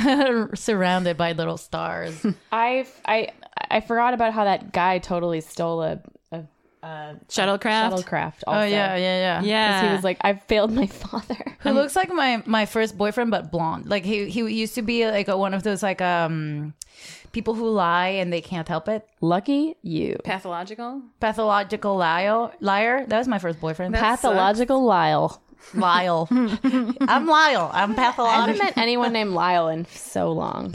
Speaker 1: surrounded by little stars.
Speaker 2: I I I forgot about how that guy totally stole a, a, a
Speaker 4: Shuttlecraft?
Speaker 2: Shuttlecraft.
Speaker 1: Oh,
Speaker 2: Also.
Speaker 1: yeah, yeah, yeah.
Speaker 2: 'Cause He was like, I failed my father.
Speaker 1: Who looks like my my first boyfriend, but blonde. Like he he used to be like a, one of those like um people who lie and they can't help it.
Speaker 2: Lucky you.
Speaker 4: Pathological?
Speaker 1: Pathological liar. Liar. That was my first boyfriend.
Speaker 2: Pathological Lyle.
Speaker 1: Lyle. I'm Lyle. I'm
Speaker 2: I haven't
Speaker 1: pathological.
Speaker 2: met anyone named Lyle in so long.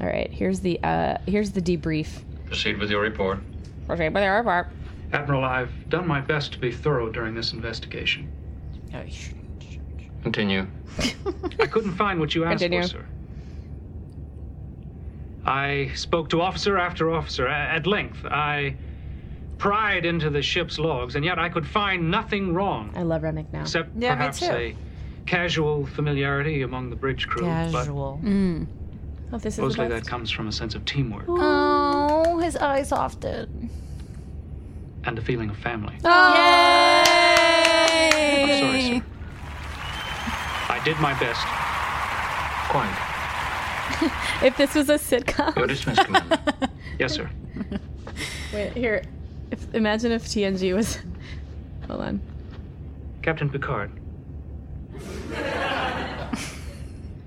Speaker 2: All right, here's the uh here's the debrief.
Speaker 6: Proceed with your report.
Speaker 2: Okay, but there are bar.
Speaker 6: Admiral, I've done my best to be thorough during this investigation.
Speaker 13: Continue.
Speaker 6: I couldn't find what you asked
Speaker 13: Continue.
Speaker 6: for, sir. I spoke to officer after officer a- at length. I pried into the ship's logs, and yet I could find nothing wrong.
Speaker 2: I love Remick now.
Speaker 6: Except
Speaker 2: Yeah, me
Speaker 6: perhaps
Speaker 2: too.
Speaker 6: a casual familiarity among the bridge crew.
Speaker 1: Casual.
Speaker 2: Oh, this
Speaker 6: But mostly that comes from a sense of teamwork
Speaker 1: Oh, his eyes softened.
Speaker 6: and a feeling of family.
Speaker 2: Oh,
Speaker 1: Yay!
Speaker 6: I'm sorry, sir. I did my best. Quiet.
Speaker 2: if this was a sitcom.
Speaker 6: You're dismissed, Commander. yes, sir.
Speaker 2: Wait, here. If, imagine if TNG was. Hold on.
Speaker 6: Captain Picard.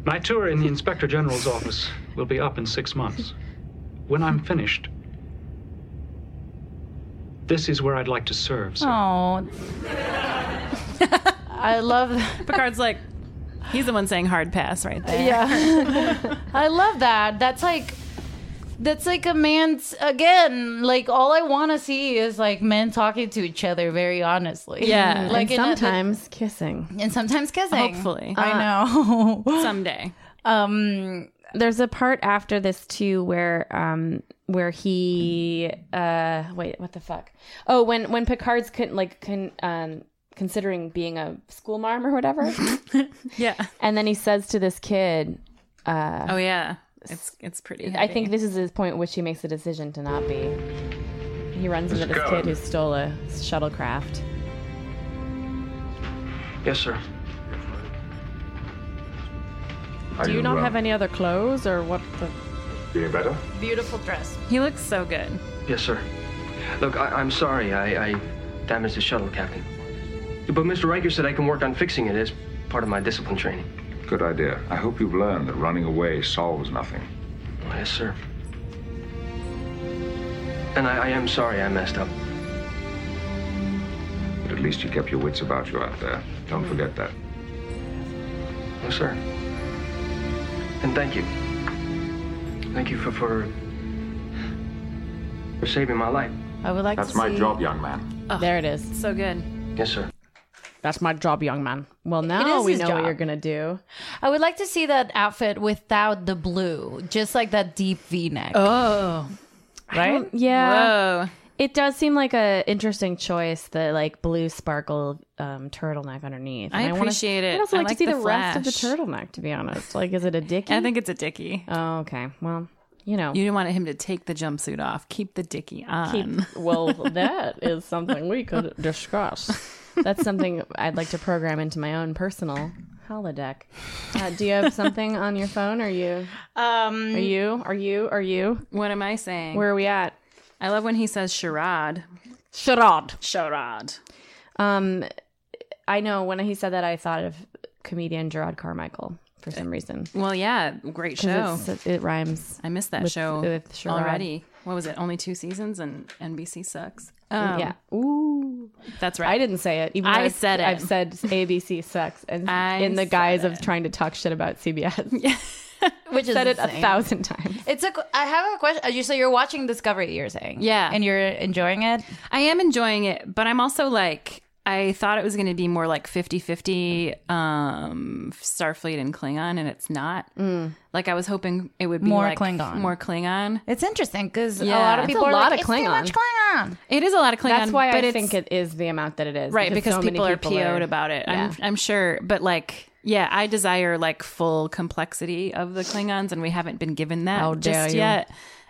Speaker 6: My tour in the Inspector General's office will be up in six months. When I'm finished, this is where I'd like to serve. sir.
Speaker 1: Oh. I love
Speaker 4: Picard's like he's the one saying hard pass right there.
Speaker 1: Yeah. I love that. That's like that's like a man's again, like all I want to see is like men talking to each other very honestly.
Speaker 4: Uh,
Speaker 2: like
Speaker 1: Like in a-
Speaker 2: sometimes kissing.
Speaker 4: Uh,
Speaker 1: and sometimes kissing.
Speaker 4: Hopefully.
Speaker 1: I know.
Speaker 4: Someday.
Speaker 1: Um
Speaker 2: there's a part after this too where um where he uh wait what the fuck oh when when Picard's couldn't like couldn't um considering being a school mom or whatever
Speaker 4: yeah
Speaker 2: and then he says to this kid uh
Speaker 4: oh yeah it's it's pretty
Speaker 2: I think this is the point at which he makes the decision to not be he runs into
Speaker 4: Let's
Speaker 2: this
Speaker 4: go.
Speaker 2: kid who stole a shuttlecraft
Speaker 6: Yes, sir.
Speaker 2: do you not
Speaker 4: uh,
Speaker 2: have any other clothes or what the
Speaker 13: Feeling better?
Speaker 1: Beautiful dress.
Speaker 4: He looks so good.
Speaker 11: Yes, sir. Look, I- I'm sorry I-, I damaged the shuttle, Captain. But Mr. Riker said I can work on fixing it as part of my discipline training.
Speaker 13: Good idea. I hope you've learned that running away solves nothing.
Speaker 11: Oh, Yes, sir. And I, I am sorry I messed up.
Speaker 13: But at least you kept your wits about you out there. Don't forget that.
Speaker 11: Yes, sir. And thank you. Thank you for for, for saving my life.
Speaker 2: I would like
Speaker 13: That's my job, young man.
Speaker 2: there it is
Speaker 4: so good
Speaker 11: Yes, sir.
Speaker 2: that's my job young man well
Speaker 1: It
Speaker 2: now
Speaker 1: is
Speaker 2: we
Speaker 1: his
Speaker 2: know what
Speaker 1: job.
Speaker 2: you're gonna do
Speaker 1: I would like to see that outfit without the blue, just like that deep V neck.
Speaker 4: Oh,
Speaker 1: right?
Speaker 2: Um, Uh, Yeah. It does seem like a interesting choice, the like blue sparkle um, turtleneck underneath.
Speaker 4: I
Speaker 2: And wanna-
Speaker 4: appreciate it.
Speaker 2: I'd also
Speaker 4: I
Speaker 2: like,
Speaker 4: like
Speaker 2: to see
Speaker 4: the
Speaker 2: the, rest of the
Speaker 4: flash.
Speaker 2: turtleneck, to be honest. Like, is it a dickie?
Speaker 4: I think it's a dicky.
Speaker 2: Oh, okay. Well, you know,
Speaker 4: You wanted him to take the jumpsuit off. Keep the dicky on.
Speaker 2: keep- well, that is something we could discuss. That's something I'd like to program into my own personal holodeck. Uh, do you have something on your phone? Are you?
Speaker 4: Um,
Speaker 2: Are you? Are you? Are you?
Speaker 4: What am I saying?
Speaker 2: Where are we at?
Speaker 4: I love when he says charade.
Speaker 2: Sherrod.
Speaker 4: Charade.
Speaker 2: Um, I know when he said that, I thought of comedian Gerard Carmichael for some reason.
Speaker 4: Well, yeah, great
Speaker 2: 'Cause
Speaker 4: show.
Speaker 2: it's- It rhymes.
Speaker 4: I missed that
Speaker 2: with-
Speaker 4: show
Speaker 2: with charade.
Speaker 4: already. What was it? Only two seasons, and NBC sucks.
Speaker 2: yeah. Ooh.
Speaker 4: that's right.
Speaker 2: Uh, I didn't say it. Even
Speaker 4: Oh. I
Speaker 2: though I've-
Speaker 4: said it.
Speaker 2: I've said ABC sucks, and
Speaker 4: I
Speaker 2: in the
Speaker 4: said
Speaker 2: guise of trying to talk shit about CBS. Yeah.
Speaker 1: Which is
Speaker 2: said it a
Speaker 1: insane.
Speaker 2: thousand times.
Speaker 1: It's a. I have a question. Uh, You so you're watching Discovery. You're saying
Speaker 4: Yeah.
Speaker 1: and you're enjoying it.
Speaker 4: I am enjoying it, but I'm also like I thought it was going to be more like 50-50 um Starfleet and Klingon and it's not.
Speaker 2: Mm.
Speaker 4: Like I was hoping it would be
Speaker 1: More
Speaker 4: like,
Speaker 1: Klingon.
Speaker 4: more Klingon.
Speaker 1: It's interesting because a
Speaker 4: Yeah.
Speaker 1: lot of
Speaker 4: It's
Speaker 1: people
Speaker 4: a
Speaker 1: are
Speaker 4: lot
Speaker 1: like,
Speaker 4: of
Speaker 1: "It's too much Klingon.
Speaker 4: It is a lot of Klingon.
Speaker 2: That's why
Speaker 4: but
Speaker 2: I
Speaker 4: it's-
Speaker 2: think it is the amount that it is.
Speaker 4: right because,
Speaker 2: so many
Speaker 4: people, are PO'd
Speaker 2: are-
Speaker 4: about it.
Speaker 2: Yeah.
Speaker 4: I'm I'm sure, but like yeah, I desire like full complexity of the Klingons and we haven't been given that
Speaker 2: How dare
Speaker 4: just
Speaker 2: you.
Speaker 4: yet.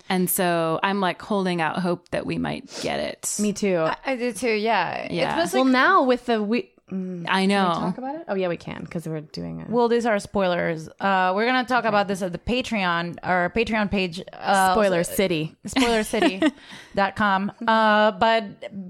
Speaker 4: And so I'm like holding out hope that we might get it.
Speaker 2: Me too.
Speaker 1: I do too. Yeah.
Speaker 4: Yeah.
Speaker 1: It's
Speaker 2: well,
Speaker 1: mostly.
Speaker 2: now with the we. Mm,
Speaker 4: I know.
Speaker 2: Can we talk about it? Oh yeah, we can because we're doing it.
Speaker 1: Well, these are spoilers. Uh, we're gonna talk about this at the Patreon our Patreon page. Uh,
Speaker 2: Spoiler City.
Speaker 1: spoilercity.com uh but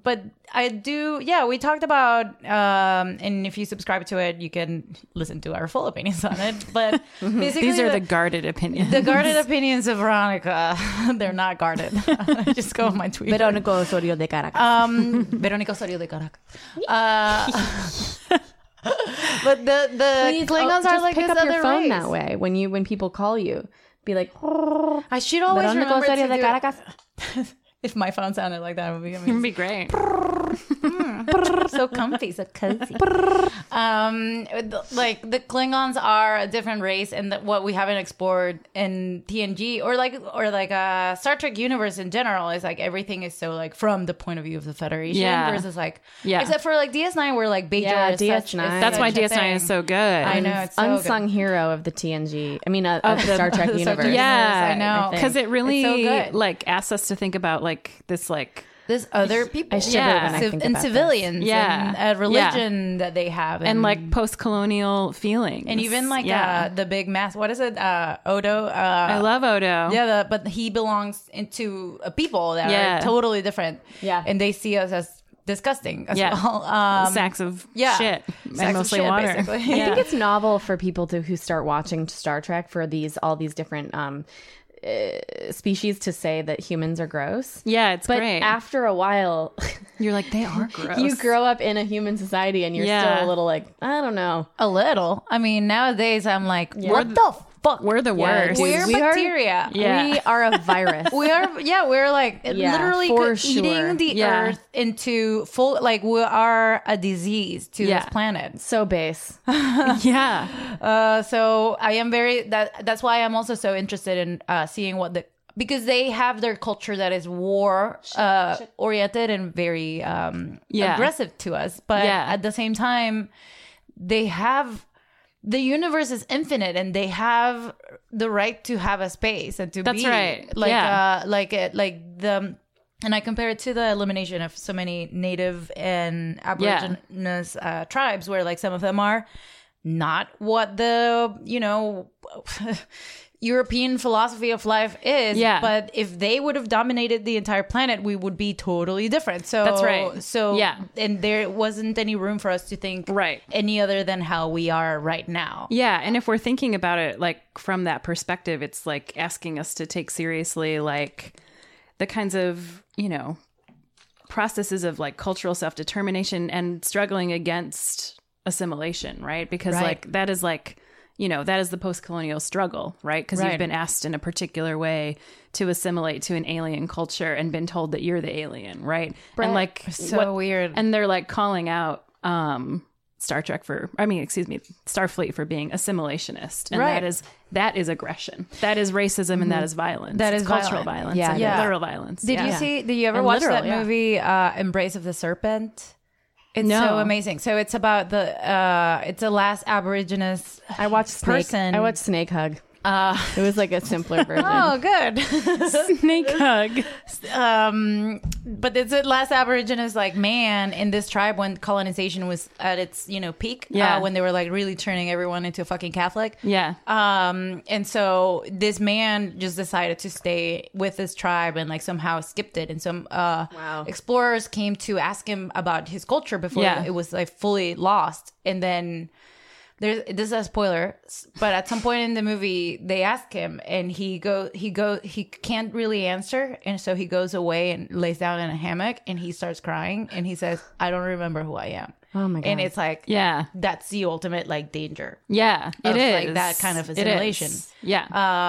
Speaker 1: but i do yeah we talked about um and if you subscribe to it you can listen to our full opinions on it but basically
Speaker 4: Mm-hmm. These are the guarded opinions.
Speaker 1: the guarded opinions of veronica they're not guarded just go on my tweet
Speaker 2: Veronica Osorio de Caracas.
Speaker 1: um veronica Osorio de Caracas. uh but the the
Speaker 2: Please,
Speaker 1: Klingons
Speaker 2: oh,
Speaker 1: are
Speaker 2: just
Speaker 1: like
Speaker 2: pick
Speaker 1: this
Speaker 2: up your
Speaker 1: other
Speaker 2: phone
Speaker 1: race.
Speaker 2: that way when you when people call you. Be like, "Oh,
Speaker 1: i should always
Speaker 2: Veronica
Speaker 1: remember
Speaker 2: Osorio
Speaker 1: to
Speaker 2: de
Speaker 1: do it.
Speaker 2: Caracas.
Speaker 1: if my phone sounded like that it would be amazing
Speaker 4: It'd be great.
Speaker 1: so comfy, so cozy. um, the- like the Klingons are a different race, and that what we haven't explored in TNG or like or like uh, Star Trek universe in general is like everything is so like from the point of view of the Federation
Speaker 4: Yeah.
Speaker 1: versus like
Speaker 4: Yeah.
Speaker 1: except for like DS9 where like Bajor
Speaker 2: Yeah,
Speaker 1: is such- is
Speaker 2: DS9.
Speaker 4: That's why
Speaker 1: such a
Speaker 4: DS9 is
Speaker 1: thing.
Speaker 4: so good.
Speaker 1: I know it's so good.
Speaker 2: unsung hero of the TNG. I mean, uh, of, the
Speaker 4: the-
Speaker 2: Star Trek
Speaker 1: of the Star
Speaker 2: universe.
Speaker 1: Trek
Speaker 4: Yeah,
Speaker 1: I know. I think.
Speaker 4: because it really
Speaker 1: It's so good.
Speaker 4: like asks us to think about like this like
Speaker 1: There's other people,
Speaker 2: I shiver when I
Speaker 1: civ-
Speaker 2: think
Speaker 1: and
Speaker 2: about this.
Speaker 1: civilians,
Speaker 4: Yeah.
Speaker 1: and uh, religion that they have,
Speaker 4: and like post colonial feelings
Speaker 1: and even like
Speaker 4: yeah.
Speaker 1: uh, the big mass. What is it? Uh, Odo. Uh,
Speaker 4: I love Odo.
Speaker 1: Yeah, the, but he belongs into a people that
Speaker 4: Yeah.
Speaker 1: are totally different.
Speaker 2: Yeah.
Speaker 1: and they see us as disgusting as
Speaker 4: Yeah.
Speaker 1: well. Um,
Speaker 4: sacks of
Speaker 1: yeah.
Speaker 4: shit and
Speaker 1: Sacks of
Speaker 4: mostly
Speaker 1: shit,
Speaker 4: water.
Speaker 1: basically.
Speaker 4: Yeah.
Speaker 2: I think it's novel for people to who start watching Star Trek for these all these different um, uh, species to say that humans are gross.
Speaker 4: yeah, it's
Speaker 2: but
Speaker 4: great.
Speaker 2: after a while,
Speaker 4: You're like they are gross.
Speaker 2: you grow up in a human society and you're
Speaker 4: Yeah.
Speaker 2: still a little like I don't know.
Speaker 1: a little. I mean, nowadays I'm like, what the fuck.
Speaker 4: We're the
Speaker 1: Yeah,
Speaker 4: worst.
Speaker 1: We're
Speaker 2: We are-
Speaker 1: bacteria.
Speaker 2: Yeah. we are a virus.
Speaker 1: we are yeah, we're like
Speaker 2: Yeah,
Speaker 1: literally
Speaker 2: for sure.
Speaker 1: eating the
Speaker 2: Yeah.
Speaker 1: earth into full like we are a disease to
Speaker 2: Yeah.
Speaker 1: this planet.
Speaker 2: So base.
Speaker 4: yeah.
Speaker 1: Uh, so I am very that that's why I'm also so interested in uh, seeing what the because they have their culture that is war uh, oriented and very um,
Speaker 4: Yeah.
Speaker 1: aggressive to us, but
Speaker 4: Yeah.
Speaker 1: at the same time, they have the universe is infinite and they have the right to have a space and to
Speaker 4: That's
Speaker 1: be
Speaker 4: right.
Speaker 1: like
Speaker 4: Yeah.
Speaker 1: uh, like it like the and I compare it to the elimination of so many native and Indigenous uh, tribes, where like some of them are not what the you know European philosophy of life is.
Speaker 4: Yeah.
Speaker 1: But if they would have dominated the entire planet, we would be totally different. So
Speaker 4: That's right.
Speaker 1: So
Speaker 4: Yeah.
Speaker 1: and there wasn't any room for us to think
Speaker 4: right
Speaker 1: any other than how we are right now.
Speaker 4: Yeah, and if we're thinking about it like from that perspective, it's like asking us to take seriously like the kinds of, you know, processes of like cultural self-determination and struggling against assimilation, right? Because
Speaker 1: Right.
Speaker 4: like that is like, you know, that is the post-colonial struggle, right? Because
Speaker 1: Right.
Speaker 4: you've been asked in a particular way to assimilate to an alien culture and been told that you're the alien, right?
Speaker 1: Brett,
Speaker 4: and like
Speaker 1: so weird.
Speaker 4: And they're like calling out um Star Trek for I mean, excuse me, Starfleet for being assimilationist. And
Speaker 1: Right. Mm-hmm.
Speaker 4: that is that is aggression. That is racism and that is violence.
Speaker 1: That
Speaker 4: It's
Speaker 1: is
Speaker 4: cultural
Speaker 1: violent.
Speaker 4: violence.
Speaker 1: Yeah,
Speaker 4: and
Speaker 1: it is.
Speaker 4: literal violence.
Speaker 1: Did you
Speaker 4: Yeah.
Speaker 1: see? Did you ever
Speaker 4: And
Speaker 1: watch
Speaker 4: literal,
Speaker 1: that
Speaker 4: yeah.
Speaker 1: movie, uh, Embrace of the Serpent? It's
Speaker 4: No.
Speaker 1: so amazing. So it's about the uh, it's the last Aboriginous. I watched
Speaker 2: Snake-
Speaker 1: person.
Speaker 2: I watched Snake Hug.
Speaker 1: Uh,
Speaker 4: Ah.
Speaker 2: it was like a simpler version.
Speaker 1: Oh, good.
Speaker 4: Snake hug.
Speaker 1: Um, but it's the last Aboriginous like man in this tribe when colonization was at its you know peak.
Speaker 4: Yeah.
Speaker 1: uh, when they were like really turning everyone into a fucking Catholic.
Speaker 4: Yeah.
Speaker 1: Um, and so this man just decided to stay with his tribe and like somehow skipped it. And some uh, explorers came to ask him about his culture before
Speaker 4: Yeah.
Speaker 1: it was like fully lost. And then there's this is a spoiler, s- but at some point in the movie, they ask him, and he go he go he can't really answer, and so he goes away and lays down in a hammock, and he starts crying, and he says, "I don't remember who I am."
Speaker 4: Oh my
Speaker 1: And
Speaker 4: God.
Speaker 1: it's like,
Speaker 4: Yeah.
Speaker 1: that's the ultimate like danger.
Speaker 4: Yeah, it
Speaker 1: of,
Speaker 4: is
Speaker 1: like that kind of
Speaker 4: It is.
Speaker 1: assimilation.
Speaker 4: Yeah.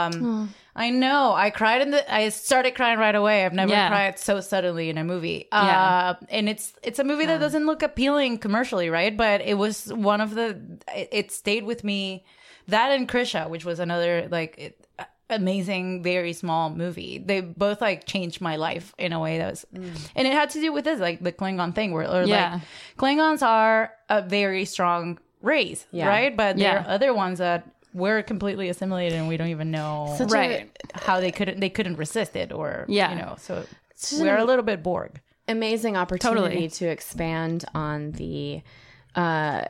Speaker 1: Um, I know. I cried in the. I started crying right away. I've never
Speaker 4: Yeah.
Speaker 1: cried so suddenly in a movie.
Speaker 4: Yeah.
Speaker 1: Uh, and it's it's a movie that doesn't look appealing commercially, right? But it was one of the. It, it stayed with me. That and Krisha, which was another like it, uh, amazing, very small movie. They both like changed my life in a way that was, and it had to do with this, like the Klingon thing, where or
Speaker 4: Mm. Yeah.
Speaker 1: like Klingons are a very strong race,
Speaker 4: Yeah.
Speaker 1: right? But there
Speaker 4: Yeah.
Speaker 1: are other ones that were completely assimilated and we don't even know
Speaker 4: Such a- Right.
Speaker 1: how they couldn't they couldn't resist it or
Speaker 2: Yeah.
Speaker 1: you know so
Speaker 2: Such an
Speaker 1: we're a
Speaker 2: am-
Speaker 1: little bit Borg.
Speaker 2: amazing opportunity
Speaker 1: Totally.
Speaker 2: to expand on the uh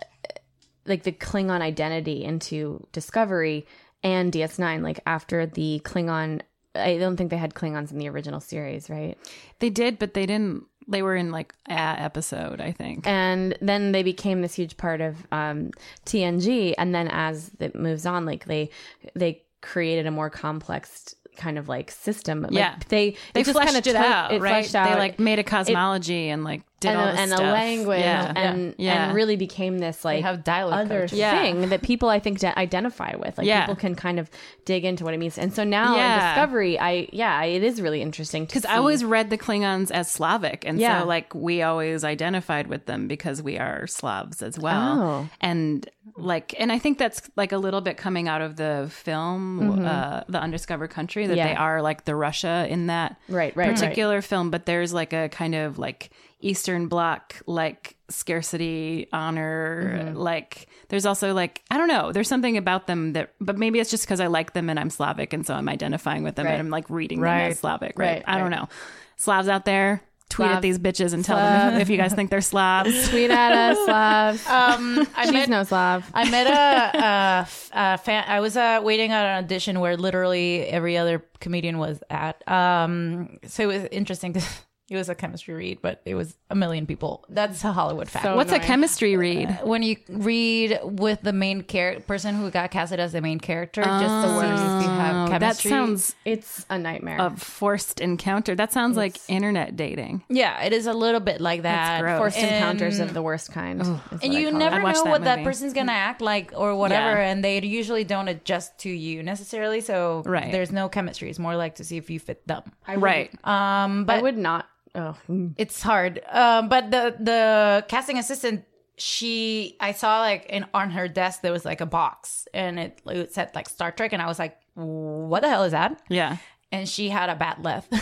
Speaker 2: like the Klingon identity into Discovery and DS9 like after the Klingon I don't think they had Klingons in the original series, right?
Speaker 4: They did, but they didn't they were in like a episode, I think.
Speaker 2: And then they became this huge part of um, TNG. And then as it moves on, like they they created a more complex kind of like system. Like,
Speaker 4: yeah.
Speaker 2: they
Speaker 4: they
Speaker 2: it just
Speaker 4: fleshed
Speaker 2: kind of
Speaker 4: it out,
Speaker 2: it
Speaker 4: right?
Speaker 2: fleshed out.
Speaker 4: They like made a
Speaker 2: It-
Speaker 4: cosmology and like did
Speaker 2: and
Speaker 4: all
Speaker 2: a,
Speaker 4: this
Speaker 2: and
Speaker 4: stuff.
Speaker 2: a language
Speaker 4: Yeah.
Speaker 2: and
Speaker 4: Yeah.
Speaker 2: and really became this like
Speaker 1: have dialect
Speaker 2: other
Speaker 1: coaches.
Speaker 4: Yeah.
Speaker 2: thing that people I think de- identify with. Like
Speaker 4: Yeah.
Speaker 2: people can kind of dig into what it means. And so now
Speaker 4: Yeah.
Speaker 2: in Discovery, I yeah, I- it is really interesting
Speaker 4: Because I always read the Klingons as Slavic, and
Speaker 2: Yeah.
Speaker 4: so like we always identified with them because we are Slavs as well.
Speaker 2: Oh.
Speaker 4: And like, and I think that's like a little bit coming out of the film,
Speaker 2: Mhm.
Speaker 4: uh, The Undiscovered Country, that
Speaker 2: Yeah.
Speaker 4: they are like the Russia in that
Speaker 2: Right, right, right.
Speaker 4: particular film. But there's like a kind of like Eastern Bloc, like scarcity, honor,
Speaker 1: Mhm.
Speaker 4: like there's also like I don't know, there's something about them that, but maybe it's just because I like them and I'm Slavic, and so I'm identifying with them
Speaker 1: Right.
Speaker 4: and I'm like reading them
Speaker 1: Right.
Speaker 4: as Slavic, right?
Speaker 1: Right,
Speaker 4: I don't
Speaker 1: right.
Speaker 4: know. Slavs out there, tweet
Speaker 1: Slav.
Speaker 4: at these bitches and tell
Speaker 1: Slav.
Speaker 4: them if you guys think they're Slavs.
Speaker 2: tweet at us, Slavs.
Speaker 1: Um, I
Speaker 2: She's
Speaker 1: met-
Speaker 2: no Slav.
Speaker 1: I met a, a f- a fan. I was uh, waiting at an audition where literally every other comedian was at. Um, so it was interesting because It was a chemistry read, but it was a million people. That's a Hollywood fact.
Speaker 4: What's a chemistry read?
Speaker 1: when you read with the main character person who got casted as the main character, just the
Speaker 4: Oh,
Speaker 1: words you have
Speaker 4: that
Speaker 1: chemistry.
Speaker 4: sounds
Speaker 2: it's a nightmare
Speaker 4: of forced encounter. That sounds like internet dating.
Speaker 1: yeah, it is a little bit like that.
Speaker 4: gross. Forced
Speaker 2: encounters of the
Speaker 1: worst.
Speaker 2: worst kind. is what
Speaker 1: and
Speaker 2: I
Speaker 1: you
Speaker 2: call it.
Speaker 1: never know what that Mm.
Speaker 2: movie.
Speaker 1: person's gonna act like or whatever,
Speaker 2: Yeah.
Speaker 1: and they usually don't adjust to you necessarily. So
Speaker 2: Right.
Speaker 1: there's no chemistry. It's more like to see if you fit them.
Speaker 2: I would- Right.
Speaker 1: Um, but I would
Speaker 2: not. oh,
Speaker 1: It's hard. Um, but the the casting assistant, she I saw like in on her desk there was like a box and it, it said like Star Trek, and I was like, what the hell is that?
Speaker 4: Yeah.
Speaker 1: And she had a bat left.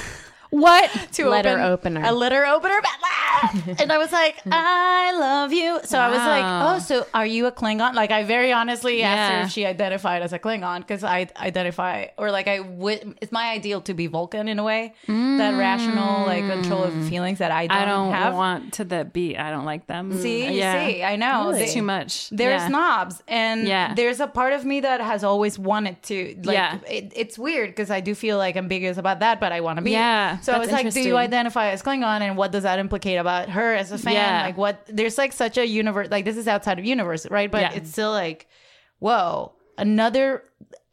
Speaker 4: What
Speaker 1: to
Speaker 2: Letter
Speaker 1: open-
Speaker 2: opener.
Speaker 1: A letter opener bat left. and I was like, I love you. So I was
Speaker 2: Wow.
Speaker 1: like, oh, so are you a Klingon? Like I very honestly asked her
Speaker 2: Yeah.
Speaker 1: if she identified as a Klingon because I identify or like I would. It's my ideal to be Vulcan in a way. That rational like control of
Speaker 2: Mm.
Speaker 1: feelings that I don't,
Speaker 4: I don't
Speaker 1: um, have.
Speaker 4: want to the beat. I don't like them. Mm,
Speaker 1: See,
Speaker 4: Yeah.
Speaker 1: see, I know
Speaker 4: It's
Speaker 1: They-
Speaker 4: too much.
Speaker 1: They're
Speaker 4: Yeah.
Speaker 1: snobs, and
Speaker 4: Yeah.
Speaker 1: there's a part of me that has always wanted to. Like,
Speaker 4: Yeah.
Speaker 1: it, it's weird because I do feel like ambiguous about that, but I want to be.
Speaker 4: Yeah,
Speaker 1: so I
Speaker 4: that's
Speaker 1: was like, do you
Speaker 4: interesting.
Speaker 1: identify as Klingon, and what does that implicate about her as a fan?
Speaker 4: Yeah.
Speaker 1: Like, what? There's like such a universe. Like, this is outside of universe, right? But
Speaker 4: Yeah.
Speaker 1: it's still like, whoa, another.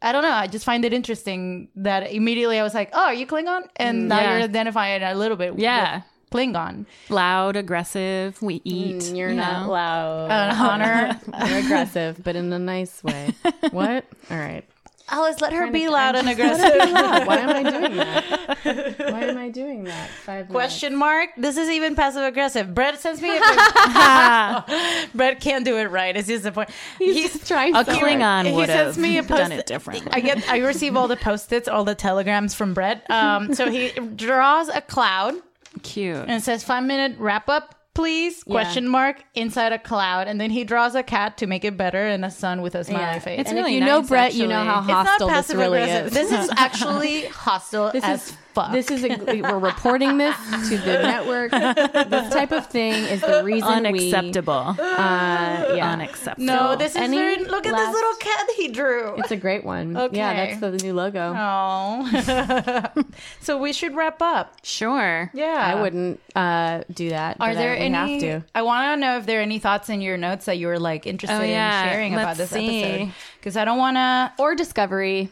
Speaker 1: I don't know. I just find it interesting that immediately I was like, "Oh, are you Klingon?" And now
Speaker 4: Mm, Yeah.
Speaker 1: you're identifying a little bit. with
Speaker 4: Yeah.
Speaker 1: Klingon.
Speaker 4: Loud, aggressive.
Speaker 1: Mm,
Speaker 4: We eat.
Speaker 2: You're
Speaker 4: you
Speaker 2: not
Speaker 4: know?
Speaker 2: loud.
Speaker 4: An honor.
Speaker 2: You're aggressive, but in a nice way. What? All right.
Speaker 1: Alice, let her
Speaker 2: Kinda-
Speaker 1: be loud and
Speaker 2: I'm just-
Speaker 1: aggressive.
Speaker 2: Why am I doing that? Why am I doing that? Five
Speaker 1: Question mark. This is even passive aggressive. Brett sends me. a Brett can't do it right. It's just the point. He's,
Speaker 2: trying.
Speaker 4: A so hard. Klingon
Speaker 1: He
Speaker 4: would've
Speaker 1: sends me a post.
Speaker 4: done it differently.
Speaker 1: I get. I receive all the post-its, all the telegrams from Brett. Um, so he draws a cloud
Speaker 4: Cute.
Speaker 1: and it says five minute wrap up. Please?
Speaker 4: Yeah.
Speaker 1: Question mark inside a cloud, and then he draws a cat to make it better, and a sun with a smiley
Speaker 2: Yeah.
Speaker 1: face.
Speaker 2: It's And if really you know nice, Brett, you know actually. how hostile
Speaker 1: it's
Speaker 2: this
Speaker 1: not passive
Speaker 2: really
Speaker 1: aggressive.
Speaker 2: is.
Speaker 1: This is actually hostile
Speaker 2: This
Speaker 1: as
Speaker 2: is
Speaker 1: fuck.
Speaker 2: This is a, we're reporting this to the network. This type of thing is the reason
Speaker 4: Unacceptable.
Speaker 2: We, uh, yeah.
Speaker 4: Unacceptable.
Speaker 1: No, this is
Speaker 2: Any
Speaker 1: very, look at
Speaker 2: last-
Speaker 1: this little cat he drew.
Speaker 2: It's a great one. Yeah,
Speaker 1: Okay.
Speaker 2: that's the new logo.
Speaker 1: Oh. so we should wrap up.
Speaker 4: Sure.
Speaker 1: Yeah.
Speaker 2: I wouldn't uh, do that.
Speaker 1: Are
Speaker 2: but
Speaker 1: there
Speaker 2: I, we
Speaker 1: any?
Speaker 2: have to.
Speaker 1: I want to know if there are any thoughts in your notes that you were like interested
Speaker 2: Oh, yeah.
Speaker 1: in sharing about
Speaker 2: Let's
Speaker 1: this
Speaker 2: see.
Speaker 1: episode because I don't want to
Speaker 2: or discovery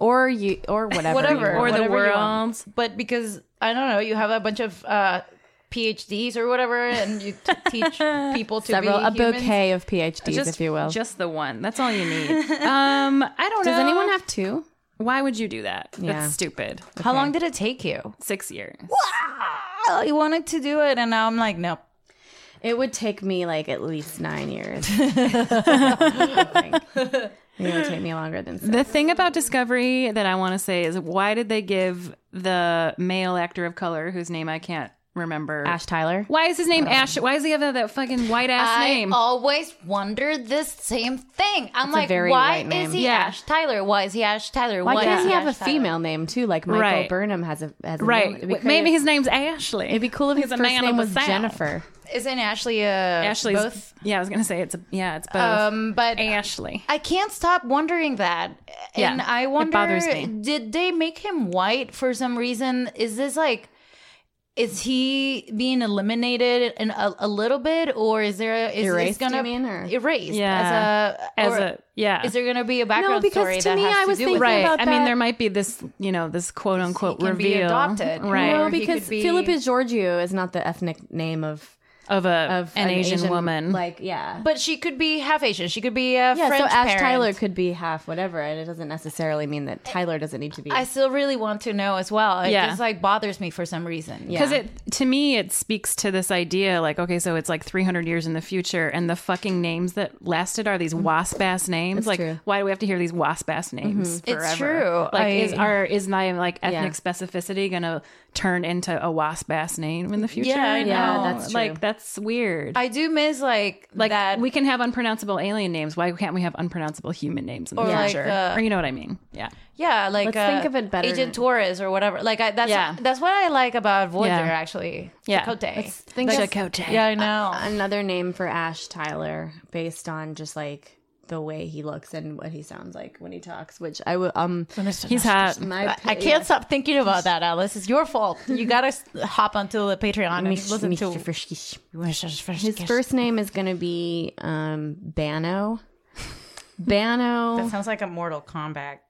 Speaker 2: or you or whatever you
Speaker 1: whatever
Speaker 2: want.
Speaker 1: whatever you want. But because I don't know, you have a bunch of uh, PhDs or whatever, and you t- teach people to
Speaker 2: Several
Speaker 1: be
Speaker 2: a
Speaker 1: humans.
Speaker 2: bouquet of PhDs,
Speaker 4: Just-
Speaker 2: if you will.
Speaker 4: Just the one. That's all you need. um, I don't know.
Speaker 2: Does anyone have two?
Speaker 4: Why would you do that?
Speaker 2: Yeah.
Speaker 4: That's stupid.
Speaker 1: How long did it take you?
Speaker 4: Six years.
Speaker 1: Oh, you wanted to do it, and now I'm like, nope.
Speaker 2: It would take me like at least nine years. it would take me longer than six.
Speaker 4: The thing about Discovery that I want to say is why did they give the male actor of color whose name I can't remember
Speaker 2: Ash Tyler.
Speaker 4: Why is his name Ash? Why does he have that, that fucking white ass
Speaker 1: I
Speaker 4: name?
Speaker 1: always wonder this same thing. I'm
Speaker 2: It's a
Speaker 1: like,
Speaker 2: very
Speaker 1: why
Speaker 2: white name.
Speaker 1: is he
Speaker 2: Yeah.
Speaker 1: Ash Tyler? Why is he Ash Tyler?
Speaker 2: Why
Speaker 1: is
Speaker 2: can't he have a
Speaker 1: Ash Tyler?
Speaker 2: female name too? Like Michael
Speaker 4: Right.
Speaker 2: Burnham has a has a
Speaker 4: right.
Speaker 2: Name. It'd be
Speaker 4: Wait,
Speaker 2: great
Speaker 4: Maybe
Speaker 2: if-
Speaker 4: his name's Ashley.
Speaker 2: It'd be cool if his first name was Jennifer.
Speaker 1: Isn't Ashley uh,
Speaker 4: Ashley's
Speaker 1: both?
Speaker 4: Yeah, I was gonna say it's a yeah, it's both.
Speaker 1: Um, but
Speaker 4: Ashley.
Speaker 1: I can't stop wondering that,
Speaker 4: Yeah.
Speaker 1: and I
Speaker 4: It
Speaker 1: wonder:
Speaker 4: bothers me.
Speaker 1: Did they make him white for some reason? Is this like? Is he being eliminated in a, a little bit, or is there is, is
Speaker 2: Erased,
Speaker 1: gonna
Speaker 2: you mean, or-
Speaker 1: erased
Speaker 4: Yeah.
Speaker 1: as a
Speaker 4: As
Speaker 1: or
Speaker 4: a- yeah.
Speaker 1: Is there gonna be a background
Speaker 2: because
Speaker 1: story
Speaker 2: to
Speaker 1: that
Speaker 2: me,
Speaker 1: has
Speaker 2: I was
Speaker 1: to do with
Speaker 2: thinking
Speaker 1: it?
Speaker 2: about
Speaker 4: I mean,
Speaker 2: that-
Speaker 4: there might be this, you know, this quote unquote
Speaker 1: can be
Speaker 4: reveal,
Speaker 1: adopted,
Speaker 4: right?
Speaker 2: No,
Speaker 1: Or he
Speaker 2: because
Speaker 1: could be-
Speaker 2: Philippa Giorgio is not the ethnic name of
Speaker 4: of a of an, Asian, woman,
Speaker 2: Like yeah.
Speaker 1: But she could be half Asian. She could be a
Speaker 2: yeah,
Speaker 1: French
Speaker 2: so Ash
Speaker 1: parent.
Speaker 2: Tyler could be half whatever, and it doesn't necessarily mean that Tyler doesn't need to be.
Speaker 1: I still really want to know as well. It
Speaker 4: Yeah.
Speaker 1: just like bothers me for some reason.
Speaker 4: because it to me it speaks to this idea like okay so it's like 300 years in the future and the fucking names that lasted are these wasp ass names
Speaker 2: That's
Speaker 4: like
Speaker 2: true.
Speaker 4: why do we have to hear these wasp ass names
Speaker 1: Mhm. It's
Speaker 4: forever?
Speaker 1: true.
Speaker 4: like
Speaker 1: I-
Speaker 4: is our is my like ethnic
Speaker 2: Yeah.
Speaker 4: specificity gonna turn into a wasp ass name in the future
Speaker 1: Yeah, I
Speaker 2: Yeah,
Speaker 1: know.
Speaker 2: that's true.
Speaker 4: like that's weird
Speaker 1: I do miss like
Speaker 4: like
Speaker 1: that.
Speaker 4: we can have unpronounceable alien names why can't we have unpronounceable human names in the
Speaker 1: Or, like,
Speaker 4: future
Speaker 1: uh,
Speaker 4: or you know what i mean yeah
Speaker 1: yeah, like
Speaker 2: Let's
Speaker 1: uh,
Speaker 2: think of it better.
Speaker 1: Agent Torres or whatever. Like I, that's
Speaker 4: Yeah.
Speaker 1: that's what I like about Voyager
Speaker 4: Yeah.
Speaker 1: actually.
Speaker 4: Yeah.
Speaker 1: Chakotay.
Speaker 4: Let's
Speaker 2: think
Speaker 1: Like,
Speaker 2: of-
Speaker 4: Chakotay.
Speaker 1: Yeah, I know.
Speaker 2: another name for Ash Tyler based on just like the way he looks and what he sounds like when he talks, which I will. Um, he's
Speaker 1: had.
Speaker 2: had my.
Speaker 1: I can't stop thinking about that, Alice. It's your fault. You gotta s- hop onto the Patreon and
Speaker 2: Mich-
Speaker 1: listen to.
Speaker 2: His first name is going to be um Bano. Bano.
Speaker 1: That sounds like a Mortal Kombat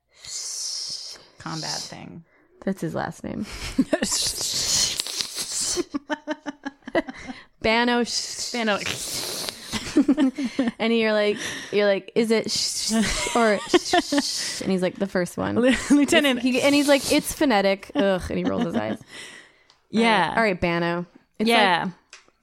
Speaker 1: combat thing.
Speaker 2: That's his last name. Bano. Bano. and you're like, you're like, is it sh- or? Sh- and he's like, the first one,
Speaker 4: Lieutenant.
Speaker 2: He, and he's like, it's phonetic. Ugh. And he rolls his eyes.
Speaker 4: Yeah.
Speaker 2: All right, Bano. It's
Speaker 4: Yeah.
Speaker 2: Like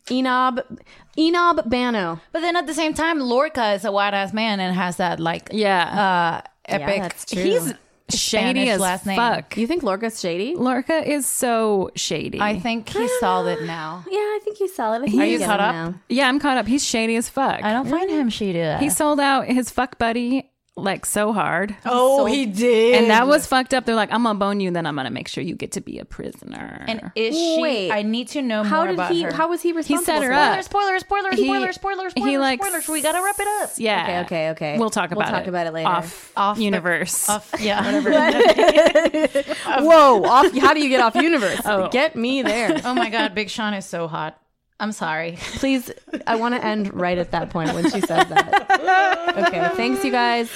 Speaker 2: Enob, Enob Bano.
Speaker 1: But then at the same time, Lorca is a white ass man and has that like
Speaker 4: yeah
Speaker 1: uh, epic.
Speaker 2: that's true.
Speaker 1: He's uh, Spanish last name.
Speaker 2: You think Lorca's shady?
Speaker 4: Lorca is so shady.
Speaker 1: I think he's solid now.
Speaker 2: Yeah, I think he's solid. I think
Speaker 4: Are
Speaker 2: I
Speaker 4: you
Speaker 2: get
Speaker 4: caught
Speaker 2: him
Speaker 4: up?
Speaker 2: now.
Speaker 4: Yeah, I'm caught up. He's shady as fuck. I
Speaker 1: don't find him shady.
Speaker 4: He sold out his fuck buddy like so hard.
Speaker 1: Oh, he did.
Speaker 4: And that was fucked up. They're like, I'm gonna bone you, then I'm gonna make sure you get to be a prisoner.
Speaker 1: And is she?
Speaker 4: Wait.
Speaker 1: I need to know
Speaker 4: How
Speaker 1: more
Speaker 4: did
Speaker 1: about
Speaker 4: he-
Speaker 1: her.
Speaker 4: how was he responsible
Speaker 1: Spoiler,
Speaker 4: for that?
Speaker 1: Spoiler, spoiler,
Speaker 4: He-
Speaker 1: spoiler, spoiler,
Speaker 4: he,
Speaker 1: spoiler,
Speaker 4: like,
Speaker 1: spoiler. We gotta wrap it up.
Speaker 4: yeah.
Speaker 2: Okay, okay, okay.
Speaker 4: We'll talk about
Speaker 2: We'll talk
Speaker 4: it.
Speaker 2: about it later.
Speaker 4: Off,
Speaker 1: off
Speaker 4: universe.
Speaker 1: off, yeah.
Speaker 2: Whoa, off. How do you get off universe? Get me there.
Speaker 1: Oh my god, Big Sean is so hot. I'm sorry.
Speaker 2: Please, I want to end right at that point when she says that. Okay, thanks, you guys.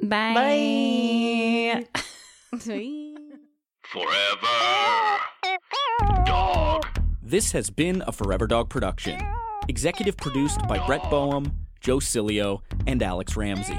Speaker 4: Bye.
Speaker 17: This has been a Forever Dog production. Executive produced by Brett Boehm, Joe Cilio, and Alex Ramsey.